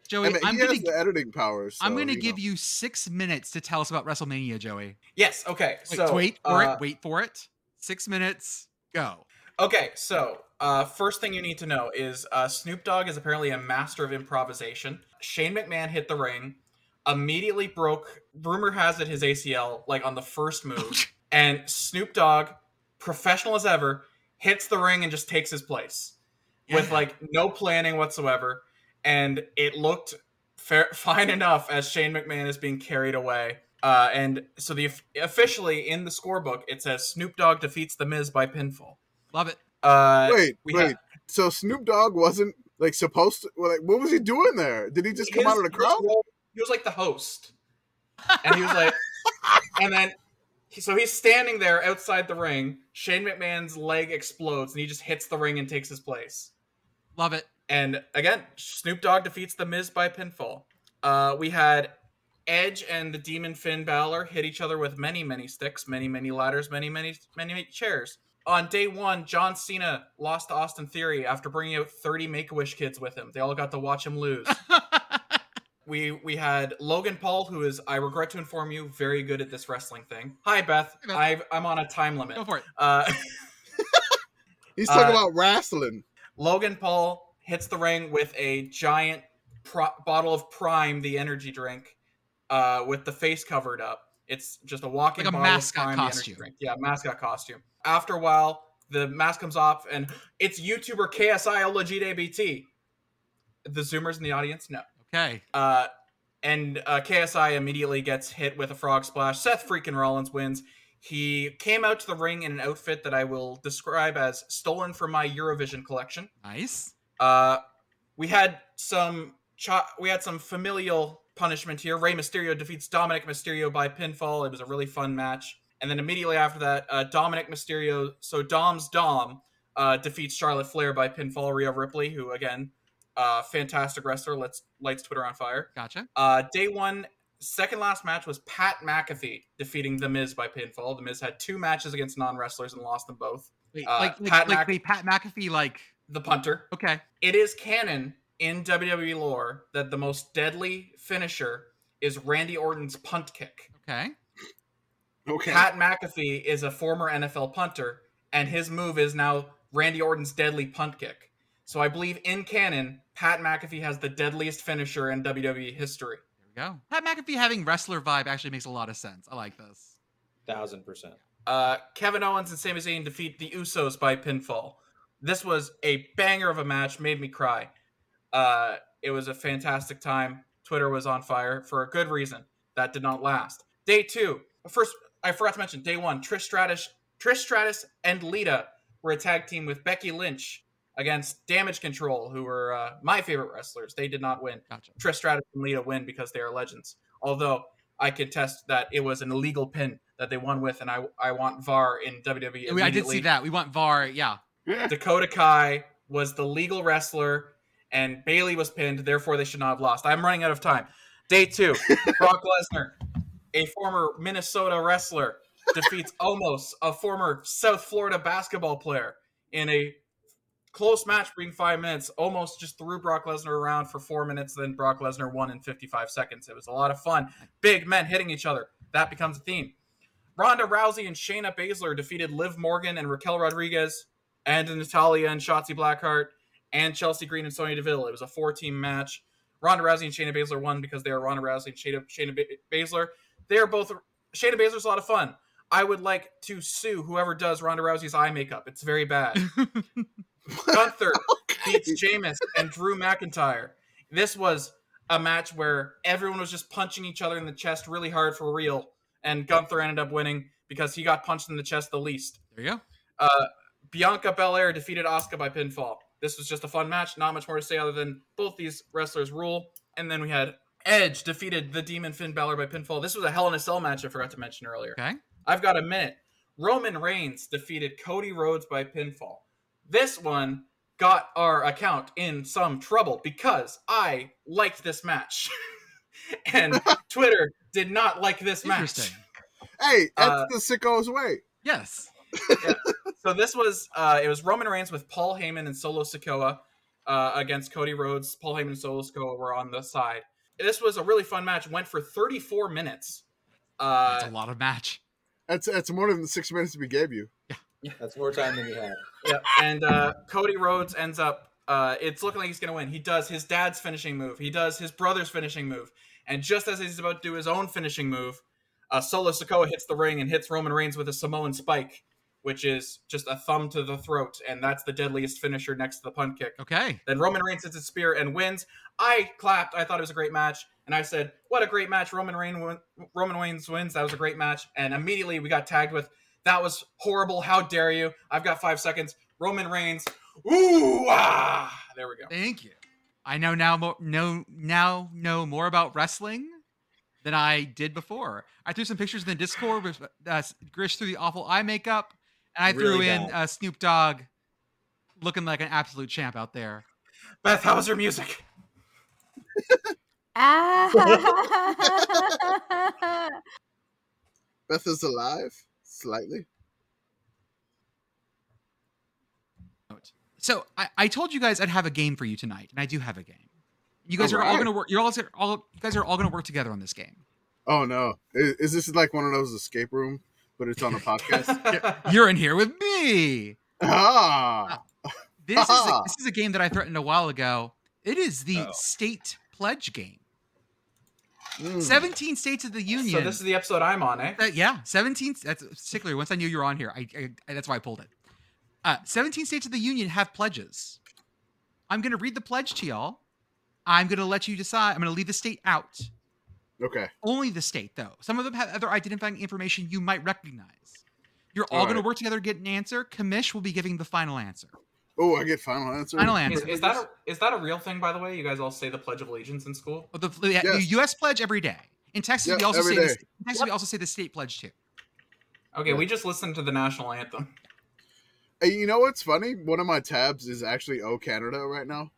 S1: Joey.
S3: I mean,
S1: I'm
S3: he
S1: gonna,
S3: has the editing powers.
S1: I'm
S3: so,
S1: gonna
S3: know.
S1: give you six minutes to tell us about WrestleMania, Joey.
S2: Yes. Okay.
S1: Wait,
S2: so
S1: wait for
S2: uh,
S1: it. Wait for it. Six minutes. Go.
S2: Okay, so uh, first thing you need to know is uh, Snoop Dogg is apparently a master of improvisation. Shane McMahon hit the ring, immediately broke. Rumor has it his ACL like on the first move, and Snoop Dogg, professional as ever, hits the ring and just takes his place with
S1: Yeah.
S2: like no planning whatsoever, and it looked fair, fine enough as Shane McMahon is being carried away. Uh, and so the officially in the scorebook it says Snoop Dogg defeats the Miz by pinfall.
S1: Love it.
S2: Uh,
S3: Wait,
S2: we
S3: wait.
S2: have-
S3: so Snoop Dogg wasn't like supposed to. well, Like, what was he doing there? Did he just come
S2: his-
S3: out of the
S2: his
S3: crowd?
S2: role- He was like the host, and he was like, and then he- so he's standing there outside the ring. Shane McMahon's leg explodes, and he just hits the ring and takes his place.
S1: Love it.
S2: And again, Snoop Dogg defeats the Miz by pinfall. Uh, we had Edge and the Demon Finn Balor hit each other with many, many sticks, many, many ladders, many, many, many, many chairs. On day one, John Cena lost to Austin Theory after bringing out 30 Make a Wish kids with him. They all got to watch him lose. We we had Logan Paul, who is I regret to inform you, very good at this wrestling thing. Hi Beth,
S1: Hi, Beth.
S2: I've, I'm on a time limit.
S1: Go for it.
S2: Uh,
S3: He's talking
S2: uh,
S3: about wrestling.
S2: Logan Paul hits the ring with a giant pro- bottle of Prime, the energy drink, uh, with the face covered up. It's just a walking
S1: Like a
S2: bottle of
S1: mascot
S2: Prime, the energy
S1: costume.
S2: drink. Yeah, mascot costume. After a while, the mask comes off, and it's YouTuber KSI LGDBT. The Zoomers in the audience, no.
S1: Okay.
S2: Uh, and uh, KSI immediately gets hit with a frog splash. Seth freaking Rollins wins. He came out to the ring in an outfit that I will describe as stolen from my Eurovision collection.
S1: Nice.
S2: Uh, we had some cha- we had some familial punishment here. Rey Mysterio defeats Dominic Mysterio by pinfall. It was a really fun match. And then immediately after that, uh, Dominic Mysterio, so Dom's Dom, uh, defeats Charlotte Flair by pinfall. Rhea Ripley, who again, uh, fantastic wrestler, let's lights Twitter on fire.
S1: Gotcha.
S2: Uh, day one, Second last match was Pat McAfee defeating The Miz by pinfall. The Miz had two matches against non wrestlers and lost them both.
S1: Wait,
S2: Uh,
S1: like, like,
S2: Pat
S1: like
S2: Mc-
S1: wait, Pat McAfee, like,
S2: The punter.
S1: okay.
S2: It is canon in WWE lore that the most deadly finisher is Randy Orton's punt kick.
S1: Okay.
S3: Okay.
S2: Pat McAfee is a former NFL punter, and his move is now Randy Orton's deadly punt kick. So I believe in canon, Pat McAfee has the deadliest finisher in WWE history.
S1: There we go. Pat McAfee having wrestler vibe actually makes a lot of sense. I like this.
S6: Thousand percent.
S2: Uh, Kevin Owens and Sami Zayn defeat the Usos by pinfall. This was a banger of a match, made me cry. Uh, it was a fantastic time. Twitter was on fire for a good reason. That did not last. Day two, first I forgot to mention day one. Trish Stratus, Trish Stratus and Lita were a tag team with Becky Lynch against Damage Control, who were uh, my favorite wrestlers. They did not win.
S1: Gotcha.
S2: Trish Stratus and Lita win because they are legends. Although I contest that it was an illegal pin that they won with, and I I want VAR in WWE.
S1: We- I did see
S2: immediately.
S1: that. We want VAR. Yeah.
S3: Yeah.
S2: Dakota Kai was the legal wrestler, and Bailey was pinned. Therefore, they should not have lost. I'm running out of time. Day two, Brock Lesnar, a former Minnesota wrestler, defeats Almost, a former South Florida basketball player, in a close match being five minutes. Almost just threw Brock Lesnar around for four minutes. Then Brock Lesnar won in 55 seconds. It was a lot of fun. Big men hitting each other. That becomes a theme. Ronda Rousey and Shayna Baszler defeated Liv Morgan and Raquel Rodriguez and Natalia and Shotzi Blackheart and Chelsea Green and Sonya Deville. It was a four-team match. Ronda Rousey and Shayna Baszler won because they are Ronda Rousey and Shayna, Shayna Ba- Baszler. They are both Shayna Baszler's a lot of fun. I would like to sue whoever does Ronda Rousey's eye makeup. It's very bad. Gunther beats Sheamus and Drew McIntyre. This was a match where everyone was just punching each other in the chest really hard for real, and Gunther ended up winning because he got punched in the chest the least.
S1: There you go.
S2: Uh, Bianca Belair defeated Asuka by pinfall. This was just a fun match. Not much more to say other than both these wrestlers rule. And then we had Edge defeated the Demon Finn Balor by pinfall. This was a Hell in a Cell match I forgot to mention earlier.
S1: Okay.
S2: I've got a minute. Roman Reigns defeated Cody Rhodes by pinfall. This one got our account in some trouble because I liked this match. and Twitter did not like this match.
S1: Interesting.
S3: Hey, that's
S2: Uh,
S3: the sicko's way.
S1: Yes.
S2: so this was uh, it was Roman Reigns with Paul Heyman and Solo Sikoa uh, against Cody Rhodes. Paul Heyman and Solo Sikoa were on the side. This was a really fun match. Went for 34 minutes. Uh,
S1: That's a lot of match.
S3: That's that's more than the six minutes we gave you.
S6: That's more time than we had.
S2: yeah, and uh, Cody Rhodes ends up. Uh, it's looking like he's going to win. He does his dad's finishing move. He does his brother's finishing move. And just as he's about to do his own finishing move, uh, Solo Sokoa hits the ring and hits Roman Reigns with a Samoan spike, which is just a thumb to the throat, and that's the deadliest finisher next to the punt kick.
S1: Okay.
S2: Then Roman Reigns hits his spear and wins. I clapped. I thought it was a great match, and I said, "What a great match! Roman Reigns win- Roman Reigns wins. That was a great match." And immediately we got tagged with, "That was horrible! How dare you! I've got five seconds." Roman Reigns. Ooh, ah! There we go.
S1: Thank you. I know now mo- know now know more about wrestling than I did before. I threw some pictures in the Discord with uh, Grish threw the awful eye makeup, and I threw
S6: Really
S1: in
S6: bad.
S1: uh, Snoop Dogg looking like an absolute champ out there.
S2: Beth, how was your music?
S7: Ah.
S3: Beth is alive, slightly.
S1: So I, I told you guys I'd have a game for you tonight, and I do have a game. You guys are all
S3: Alright.
S1: gonna work. You're all, all you guys are all gonna work together on this game.
S3: Oh no, is, is this like one of those escape room, but it's on a podcast?
S1: You're in here with me.
S3: ah,
S1: This is a, this is a game that I threatened a while ago. It is the
S6: Oh.
S1: state pledge game.
S3: mm.
S1: 17 states of the union.
S2: so this is the episode I'm on, eh?
S1: Uh, yeah, 17. That's particularly once I knew you were on here. I, I, I- that's why I pulled it. Uh, 17 states of the union have pledges. I'm going to read the pledge to y'all. I'm going to let you decide. I'm going to leave the state out.
S3: Okay,
S1: Only the state, though. Some of them have other identifying information you might recognize. You're all going
S3: Alright.
S1: to work together to get an answer. Commish will be giving the final answer.
S3: Oh, I get final answer.
S1: Final
S2: Is,
S1: answer.
S2: is that a, is that a real thing, by the way? You guys all say the Pledge of Allegiance in school.
S1: Well, the, the, the
S3: Yes.
S1: U.S. pledge every day. In Texas,
S3: Yep,
S1: we also
S3: every
S1: say the,
S3: day.
S1: sta- in Texas we also say the state pledge too.
S2: Okay, we just listened to the national anthem.
S3: Hey, you know what's funny? One of my tabs is actually "Oh Canada" right now.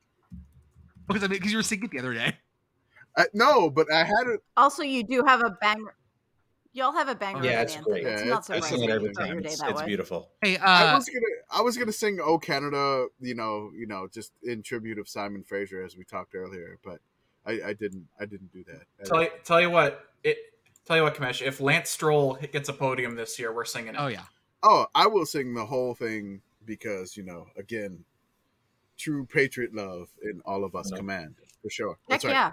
S1: Because I mean, because you were singing it the other day.
S3: I, no, but I had it.
S7: Also, you do have a banger. Y'all have a banger.
S6: Yeah,
S7: of an
S6: it's
S7: anthem.
S6: great.
S7: It's
S3: Yeah, it's-
S7: not
S3: I
S7: surprising.
S3: sing it every
S7: to start your day
S6: It's,
S7: that
S6: it's
S7: way.
S6: beautiful.
S1: Hey, uh,
S3: I was gonna, I was gonna sing "Oh Canada," you know, you know, just in tribute of Simon Fraser, as we talked earlier, but I, I didn't, I didn't do that. I-
S2: Tell you, tell you what, it. Tell you what, Kamesh. If Lance Stroll gets a podium this year, we're singing it.
S1: oh yeah,
S3: Oh, I will sing the whole thing because you know, again, true patriot love in all of us
S6: No.
S3: command for sure.
S7: Heck
S3: That's right.
S7: yeah.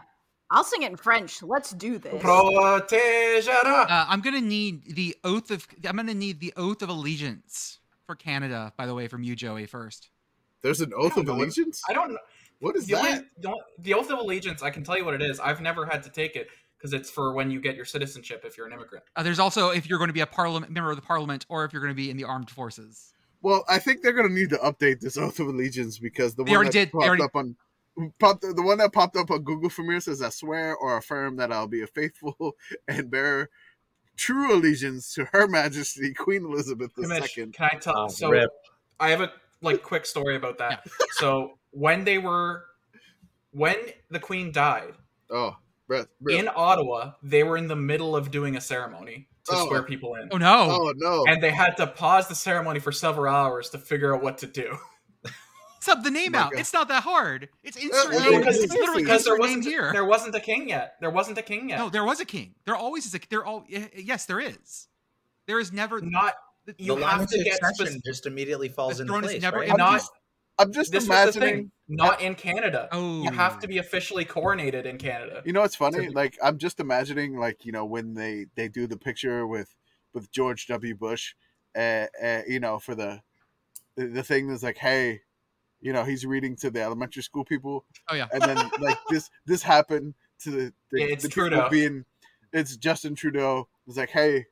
S7: I'll sing it in French. Let's do this.
S2: Protégera.
S1: uh, I'm gonna need the oath of. I'm gonna need the oath of allegiance for Canada. By the way, from you, Joey, first.
S3: There's an oath
S2: don't
S3: of
S2: know what-
S3: allegiance.
S2: I don't know.
S3: What is
S2: The, only,
S3: that?
S2: the, only- the oath of allegiance. I can tell you what it is. I've never had to take it because it's for when you get your citizenship if you're an immigrant.
S1: Uh, there's also if you're going to be a parliament member of the parliament, or if you're going to be in the armed forces.
S3: Well, I think they're gonna need to update this oath of allegiance because the
S1: They
S3: one
S1: already
S3: that
S1: did. They
S3: popped
S1: already-
S3: up on popped, the one that popped up on Google for me says, "I swear or affirm that I'll be a faithful and bear true allegiance to Her Majesty Queen Elizabeth II."
S2: Kamesh, can I tell?
S1: Ah,
S6: Oh,
S2: so
S6: rip.
S2: I have a like quick story about that. so when they were, when the Queen died
S3: Oh, breath, breath.
S2: in Ottawa, they were in the middle of doing a ceremony to
S3: Oh.
S2: swear people in.
S1: Oh no!
S3: oh no!
S2: And they had to pause the ceremony for several hours to figure out what to do.
S1: Sub the name
S3: my
S1: out.
S3: God.
S1: It's not that hard. It's insert
S3: uh,
S1: name.
S2: because-
S1: it's literally
S3: because
S1: insert
S2: there
S1: name
S2: wasn't
S1: here.
S2: there wasn't a king yet. There wasn't a king yet.
S1: No, there was a king. There always is a. There all. y- Yes, there is. There is never.
S2: not you
S1: the
S4: line
S2: have
S4: of
S2: to get
S4: succession
S2: spec-
S4: just immediately falls
S1: The
S4: into
S1: throne is
S4: place.
S1: never
S4: right?
S1: empty.
S2: not
S3: I'm just
S2: this is the
S3: imagining.
S2: thing. Not in Canada.
S1: Oh,
S2: You have to be officially coronated in Canada.
S3: You know, it's funny.
S2: So-
S3: Like I'm just imagining, like you know, when they they do the picture with with George W. Bush, uh, uh, you know, for the the- the thing that's like, hey, you know, he's reading to the elementary school people,
S1: Oh yeah.
S3: and then like this this happened to the, the,
S2: Yeah, it's
S3: the people
S2: Trudeau.
S3: being it's Justin Trudeau. It's like, hey,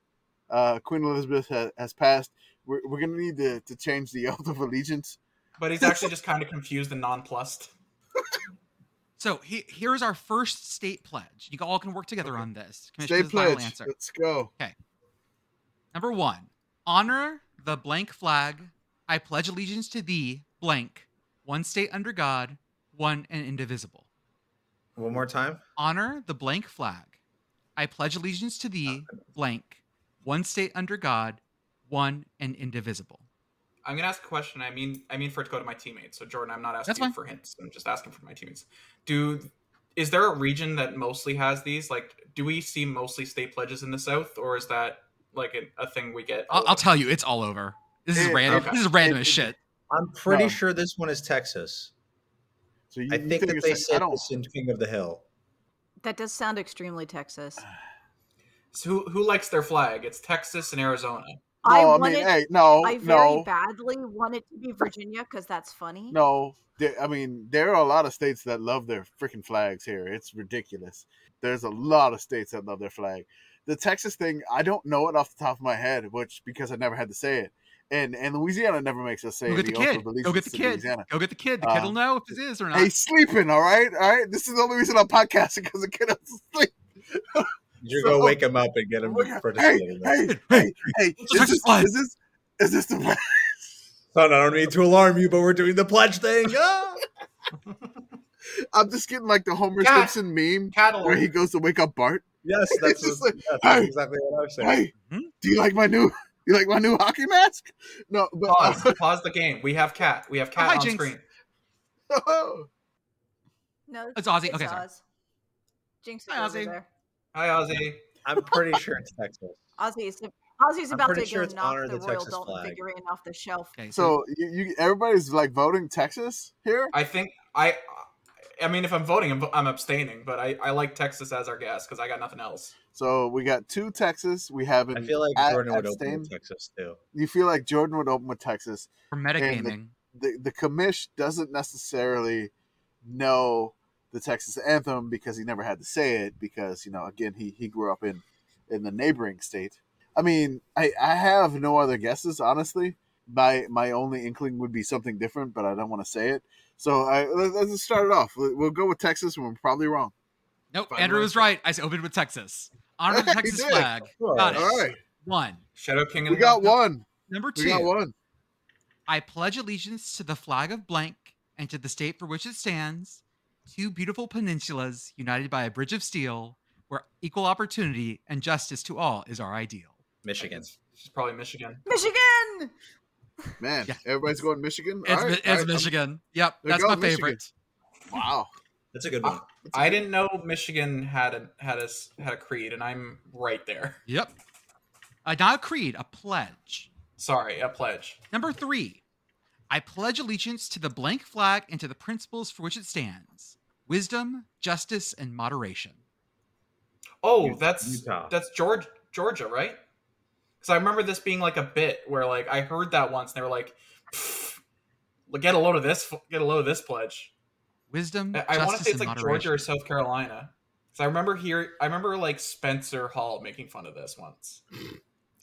S3: uh, Queen Elizabeth has, has passed. We're, we're gonna need to, to change the oath of allegiance.
S2: But he's actually just kind of confused and nonplussed.
S1: So he, here's our first state pledge. You all can work together on this. Commissioner,
S3: Stay
S1: this is the final
S3: pledged.
S1: answer.
S3: Let's go.
S1: Number one, honor the blank flag. I pledge allegiance to thee, blank, one state under God, one and indivisible.
S4: One more time.
S1: Honor the blank flag. I pledge allegiance to thee, blank, one state under God, one and indivisible.
S2: I'm gonna ask a question. I mean, I mean for it to go to my teammates. So Jordan, I'm not asking
S1: That's
S2: you
S1: fine.
S2: for hints. I'm just asking for my teammates. Do is there a region that mostly has these? Like, do we see mostly state pledges in the South, or is that like a, a thing we get?
S1: I'll, I'll tell you, it's all over. This is
S3: It-
S1: random.
S2: okay.
S1: This is random
S3: It-
S1: as
S3: it-
S1: shit.
S4: I'm pretty
S3: No.
S4: sure this one is Texas.
S3: So you,
S4: I
S3: you
S4: think, that
S3: it's
S4: they
S3: like- I
S4: said
S3: don't-
S4: this in King of the Hill.
S7: That does sound extremely Texas.
S2: So who who likes their flag? It's Texas and Arizona.
S3: No,
S7: I
S3: I,
S7: wanted,
S3: mean, hey, no,
S7: I very
S3: no,
S7: badly want it to be Virginia because that's funny.
S1: Mm-hmm.
S3: no. There, I mean, there are a lot of states that love their freaking flags here. It's ridiculous. There's a lot of states that love their flag. The Texas thing, I don't know it off the top of my head, which because I never had to say it. And and Louisiana never makes us say
S1: Go get the
S3: oath of
S1: kid. Go
S3: allegiance
S1: get the
S3: to
S1: kid.
S3: Louisiana.
S1: Go get the kid. The kid
S3: Uh,
S1: will know if it is or not.
S3: Hey, sleeping, all right, all right. This is the only reason I'm podcasting because the kid is asleep.
S4: You're
S3: So-
S4: gonna wake him up and get him
S3: Look
S4: to
S3: at-
S4: participate.
S3: Hey,
S4: in that.
S3: hey, hey, hey!
S1: It's a
S3: Is
S1: Texas
S3: this,
S1: flag.
S3: is this is this the
S4: Son, I don't mean to alarm you, but we're doing the pledge thing. Ah!
S3: I'm just getting like the Homer
S2: Yeah.
S3: Simpson meme
S2: Cattle.
S3: where he goes to wake up Bart.
S4: yes,
S3: It's
S4: that's,
S3: just
S4: what-
S3: like,
S4: yes, that's
S3: hey,
S4: exactly what I was saying.
S3: Hey,
S1: Mhm.
S3: do you like my new? You like my new hockey mask? No, but
S2: Pause. pause the game. We have cat. We have cat
S1: Oh, hi,
S2: on
S1: Jinx.
S2: screen.
S4: Oh.
S7: No,
S1: It's Aussie. Okay, sorry.
S7: Oz. Jinx is
S1: Hi,
S7: over
S1: Ozzy.
S7: there.
S2: Hi, Ozzy.
S4: I'm pretty sure it's Texas.
S7: Ozzy is, Ozzy's
S4: I'm
S7: about to
S4: pretty
S7: go
S4: sure it's
S7: knock
S4: honor
S7: the,
S4: the
S7: Royal
S4: Texas
S7: Dalton
S4: flag.
S7: figurine off the shelf.
S1: Okay, so,
S3: so you, you everybody's like voting Texas here.
S2: I think I. I mean, if I'm voting, I'm, I'm abstaining. But I, I like Texas as our guest because I got nothing else.
S3: So we got two Texas. We have
S4: I
S3: an.
S4: feel like
S3: Ab-
S4: Jordan would open
S3: abstain?
S4: with Texas too.
S3: you feel like Jordan would open with Texas.
S1: for
S3: and the-
S1: metagaming,
S3: The the commish doesn't necessarily know the Texas anthem because he never had to say it because you know again he he grew up in in the neighboring state. I mean, I I have no other guesses honestly. My my only inkling would be something different, but I don't want to say it. So I, let- let's just start it off. We'll we'll go with Texas, and we're probably wrong.
S1: nope,
S3: final
S1: Andrew was
S3: answer.
S1: right. I s- opened with Texas. Honor the
S3: He
S1: Texas
S3: did.
S1: flag. Got it.
S3: All right,
S1: One.
S2: Shadow King.
S3: we
S2: and
S3: got one.
S1: Number
S3: We
S1: two.
S3: got one.
S1: I pledge allegiance to the flag of blank and to the state for which it stands, two beautiful peninsulas united by a bridge of steel, where equal opportunity and justice to all is our ideal.
S4: Michigan.
S2: She's probably Michigan.
S7: Michigan.
S3: Man,
S1: Yeah.
S3: everybody's going Michigan.
S1: It's,
S3: All
S1: Mi-
S3: right,
S1: it's
S3: all right, I'm-
S1: Michigan. Yep,
S3: There you
S1: that's
S3: go,
S1: my
S3: Michigan.
S1: favorite.
S3: Wow.
S4: That's a good one.
S2: I didn't know Michigan had a had a s- had a creed, and I'm right there.
S1: Yep. Uh, not a creed, a pledge.
S2: Sorry, a pledge.
S1: Number three, I pledge allegiance to the blank flag and to the principles for which it stands wisdom, justice, and moderation.
S2: Oh,
S4: U-
S2: that's
S4: Utah.
S2: that's George Georgia, right? Because I remember this being like a bit where like I heard that once, and they were like, "Pfft, "Look, "Get a load of this, get a load of this pledge."
S1: Wisdom,
S2: I, I want to
S1: justice,
S2: say
S1: and
S2: it's like
S1: moderation.
S2: Georgia or South Carolina. So I remember here, I remember like Spencer Hall making fun of this once.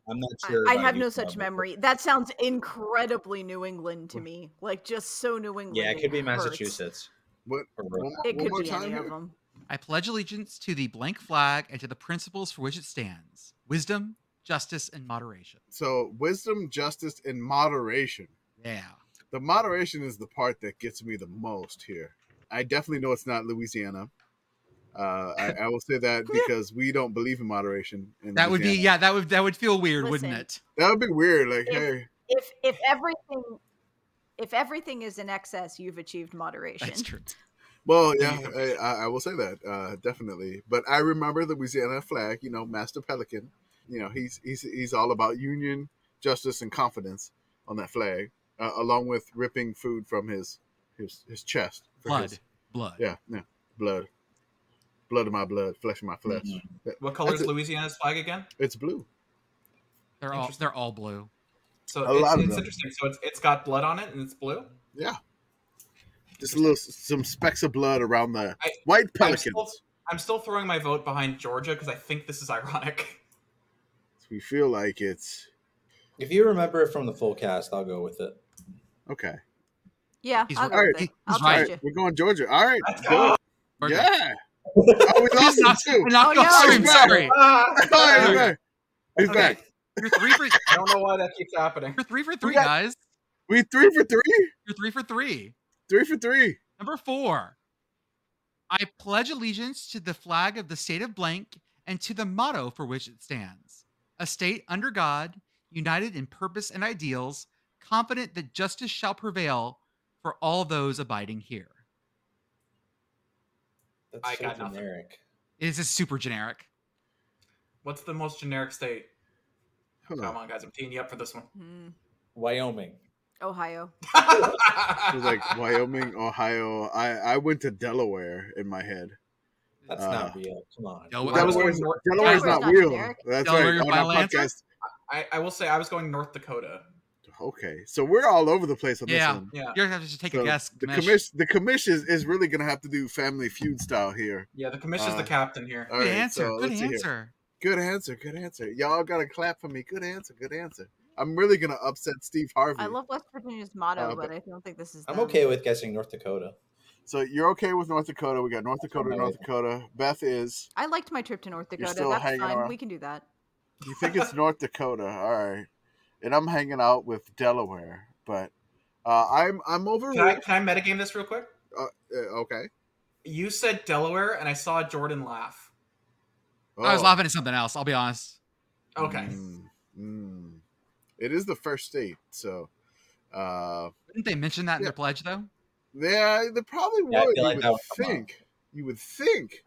S4: I'm not
S7: I-
S4: sure.
S7: I,
S4: about
S7: have no
S4: Utah,
S7: such
S4: but- Hmm.
S7: memory. That sounds incredibly New England to me. Like just so New England.
S4: Yeah, it could be
S7: hurts.
S4: Massachusetts.
S3: What-
S4: Or
S3: One,
S4: Rhode
S3: more-
S7: It
S3: one
S7: could
S3: more
S7: be
S3: time
S7: any
S3: here.
S7: of them.
S1: I pledge allegiance to the blank flag and to the principles for which it stands wisdom, justice, and moderation.
S3: So, wisdom, justice, and moderation.
S1: Yeah.
S3: The moderation is the part that gets me the most here. I definitely know it's not Louisiana. Uh, I, I will say that because we don't believe in moderation. In
S1: That would be,
S3: Louisiana.
S1: yeah, that would that would feel weird,
S7: Listen.
S1: wouldn't it?
S3: that would be weird. Like,
S7: If-
S3: hey,
S7: If if everything if everything is in excess, you've achieved moderation.
S1: That's true.
S3: Well,
S2: Yeah,
S3: yeah,
S2: you
S3: I, I- I will say that uh, definitely. But I remember the Louisiana flag. You know, Master Pelican. You know, he's he's he's all about union, justice, and confidence on that flag, uh, along with ripping food from his his his chest. for
S1: Blood.
S3: his-
S1: Blood.
S3: yeah, yeah, blood, blood of my blood, flesh of my flesh.
S4: Mhm.
S2: What color
S3: That's
S2: is
S3: it.
S2: Louisiana's flag again?
S3: It's blue.
S1: They're all
S2: Interesting.
S1: they're all blue.
S2: So
S3: A
S2: it's,
S3: lot of
S2: it's
S3: them.
S2: interesting. So it's, it's got blood on it and it's blue.
S3: Just a little some specks of blood around the
S2: I-
S3: white
S2: I'm
S3: pelicans.
S2: still- I'm still throwing my vote behind Georgia because I think this is ironic.
S3: We feel like it's
S6: If you remember it from the full cast, I'll go with it.
S3: okay.
S7: Yeah,
S1: He's
S7: I'll
S1: right.
S7: go with
S3: Alright,
S7: it. I'll
S1: he's
S7: trust
S1: right.
S7: you.
S3: We're going Georgia. All right,
S2: Let's
S3: go.
S2: go.
S1: Or-
S3: yeah. Oh, we lost him
S1: not-
S3: too.
S1: Knock
S7: Oh,
S1: off
S7: no.
S1: stream,
S3: Sorry.
S1: sorry.
S2: Ah!
S3: Sorry, he's back. He's
S1: Okay.
S3: back.
S1: You're three for
S2: I don't know why that keeps happening.
S1: you're three for three,
S3: got-
S1: guys.
S3: We three for three.
S1: You're three for three.
S3: Three for three.
S1: Number four. I pledge allegiance to the flag of the state of blank and to the motto for which it stands. A state under God, united in purpose and ideals, confident that justice shall prevail for all those abiding here.
S6: That's
S2: I
S6: so
S2: got nothing.
S6: generic.
S1: This is super generic.
S2: What's the most generic state? Come
S3: Huh.
S2: on, guys, I'm teeing you up for this one.
S7: Hmm.
S6: Wyoming.
S7: Ohio.
S3: It was like Wyoming, Ohio. I, I went to Delaware in my head.
S6: That's
S3: Uh,
S6: not real. Come on.
S1: Del-
S2: I was
S3: Delaware
S2: going
S3: is
S2: North-
S3: Delaware is
S7: Delaware's
S3: not
S7: not
S3: real.
S7: generic.
S3: That's
S1: Delaware,
S3: right. On
S1: my
S3: our
S1: Lancer?
S3: podcast.
S2: I, I will say I was going North Dakota.
S3: Okay, so we're all over the place on
S1: Yeah.
S3: this one.
S2: Yeah,
S1: You're gonna have to take
S3: So
S1: a guess.
S3: The
S1: Ganesh.
S3: commission, the commission is, is really gonna have to do Family Feud style here.
S2: yeah. The commission's
S3: Uh,
S2: the captain here.
S3: All
S1: Good
S3: right,
S1: answer.
S3: so
S1: good
S3: let's see here.
S1: answer.
S3: Good answer. Good answer. Y'all gotta clap for me. Good answer. Good answer. I'm really gonna upset Steve Harvey.
S7: I love West Virginia's motto,
S3: Uh, but-
S7: but, I don't think this is.
S6: I'm
S7: them.
S6: okay with guessing North Dakota.
S3: so you're okay with North Dakota? We got North Dakota,
S6: my
S3: North Dakota. Beth is
S7: I liked my trip to North Dakota.
S3: still
S7: That's
S3: hanging
S7: fine.
S3: around.
S7: We can do that.
S3: You think it's North Dakota? All right, and I'm hanging out with Delaware, but uh, I'm I'm over.
S2: Can I can I metagame this real quick?
S3: uh, okay,
S2: You said Delaware, and I saw Jordan laugh.
S1: I was
S3: Oh.
S1: laughing at something else. I'll be honest.
S2: Okay,
S3: Mm, mm. It is the first state, so uh,
S1: Didn't they mention that in
S3: Yeah.
S1: their pledge though?
S3: yeah, they probably would.
S6: Yeah, I feel
S3: you
S6: like
S3: would
S6: that would come up.
S3: think you would think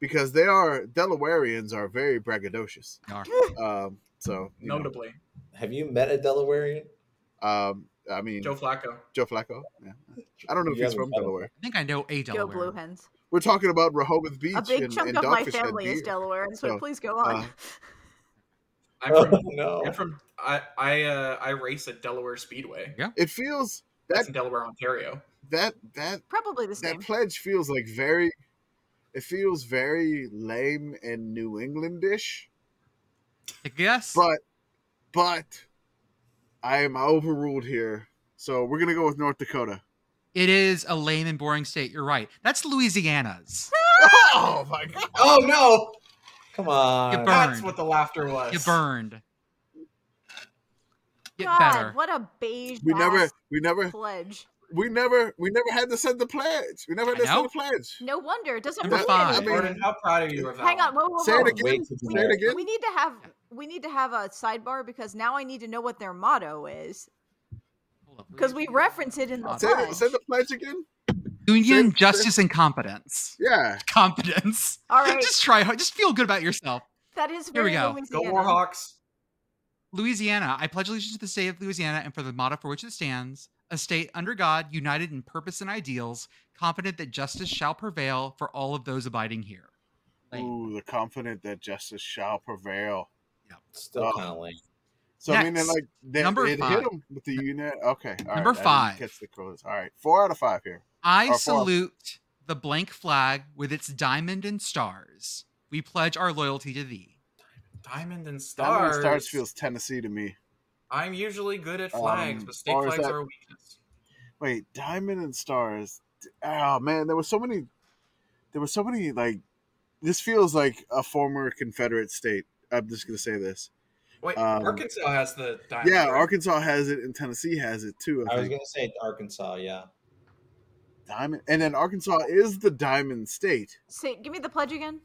S3: because they are Delawareans are very braggadocious.
S1: They are.
S3: Um, so you know,
S2: notably
S6: Have you met a Delawarean?
S3: um, I mean
S2: Joe
S3: Joe,
S2: Flacco.
S3: Flacco. Yeah. I don't know if
S6: You
S3: he's
S6: haven't
S3: from
S6: met him.
S3: Delaware.
S1: I think I know a
S7: Go
S1: Delaware.
S7: Blue Hens.
S3: We're talking about Rehoboth Beach
S7: A big
S3: and,
S7: chunk
S3: and
S7: of my
S3: Dogfish Head
S7: family is
S3: Beer.
S7: Delaware, and so
S3: So,
S7: please go on.
S3: uh,
S2: I'm
S6: Oh
S2: from
S6: no.
S2: I'm from I I uh, I race at Delaware Speedway.
S3: It feels
S2: That's
S3: That-
S2: in Delaware, Ontario.
S3: that that
S7: Probably the same.
S3: that pledge feels like very it feels very lame and new englandish
S1: I guess.
S3: but but i am overruled here so we're gonna go with north dakota
S1: It is a lame and boring state. You're right. That's Louisiana's.
S3: oh my god
S2: Oh no!
S6: Come on.
S1: Get burned.
S2: That's what the laughter was.
S1: You burned. Get
S7: God,
S1: better.
S7: what a beige
S3: we never
S7: ass
S3: we never
S7: pledge.
S3: we never we never had to send the pledge. We never had
S1: I
S3: to send
S1: know.
S3: the pledge.
S7: No wonder. It doesn't
S1: Number
S7: work.
S1: five.
S3: I mean-
S2: Jordan, how proud are you of that?
S7: Hang
S2: one?
S7: on. Whoa, whoa,
S3: Say
S7: whoa.
S3: it again.
S6: Way too
S3: Say it
S6: generic.
S3: again.
S7: We need to have we need to have a sidebar because now I need to know what their motto is
S1: Hold up,
S7: because we reference it in the
S3: Say,
S1: Motto.
S7: pledge.
S3: say the pledge again.
S1: union
S3: Same-
S1: justice and competence.
S3: Yeah.
S1: Competence.
S7: All right,
S1: Just try hard. Just feel good about yourself.
S7: that is
S1: here we
S7: very
S1: go.
S2: Go
S7: Louisiana.
S2: Warhawks.
S1: Louisiana, I pledge allegiance to the state of Louisiana and for the motto for which it stands, a state under God, united in purpose and ideals, confident that justice shall prevail for all of those abiding here. Like,
S3: Ooh, the confident that justice shall prevail.
S6: Still
S3: Oh.
S6: kind of lame.
S3: So I mean, they're
S1: Next.
S3: like they,
S1: Number
S3: it
S1: five.
S3: hit them with the unit. Okay, all right,
S1: Number
S3: I didn't
S1: five.
S3: Catch the close. All right, four out of five here.
S1: I
S3: Our forum.
S1: salute the blank flag with its diamond and stars. We pledge our loyalty to thee.
S2: Diamond and stars.
S3: Diamond and Stars feels Tennessee to me.
S2: I'm usually good at flags,
S3: Um,
S2: but state
S3: or is
S2: flags
S3: that-
S2: are a weakness.
S3: Wait, Diamond and Stars. Oh man, there were so many. There were so many like. This feels like a former Confederate state. I'm just gonna say this.
S2: Wait,
S3: Um,
S2: Arkansas has the diamond.
S3: Yeah,
S2: right?
S3: Arkansas has it, and Tennessee has it too. I
S6: I was
S3: think.
S6: gonna say Arkansas. Yeah.
S3: Diamond, and then Arkansas is the Diamond State.
S7: Say, give me the pledge again.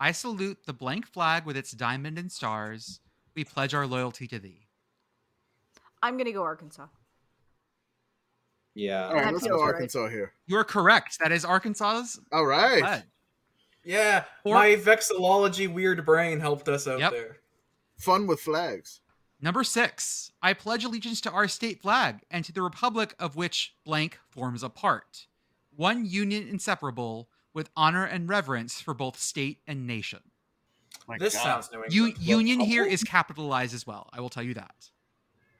S1: I salute the blank flag with its diamond and stars. We pledge our loyalty to thee.
S7: I'm gonna go Arkansas.
S3: All
S6: Yeah.
S3: right,
S7: That
S3: let's
S7: feels
S3: go
S7: right.
S3: Arkansas here.
S1: You are correct. That is Arkansas's
S3: All right.
S1: pledge.
S2: Yeah,
S1: Or-
S2: my vexillology weird brain helped us out
S1: Yep.
S2: there.
S3: Fun with flags.
S1: Number six, I pledge allegiance to our state flag and to the republic of which blank forms a part. One union inseparable with honor and reverence for both state and nation.
S3: My
S2: this
S3: God.
S2: sounds New
S1: U-
S2: England.
S1: union here is capitalized as well. I will tell you that.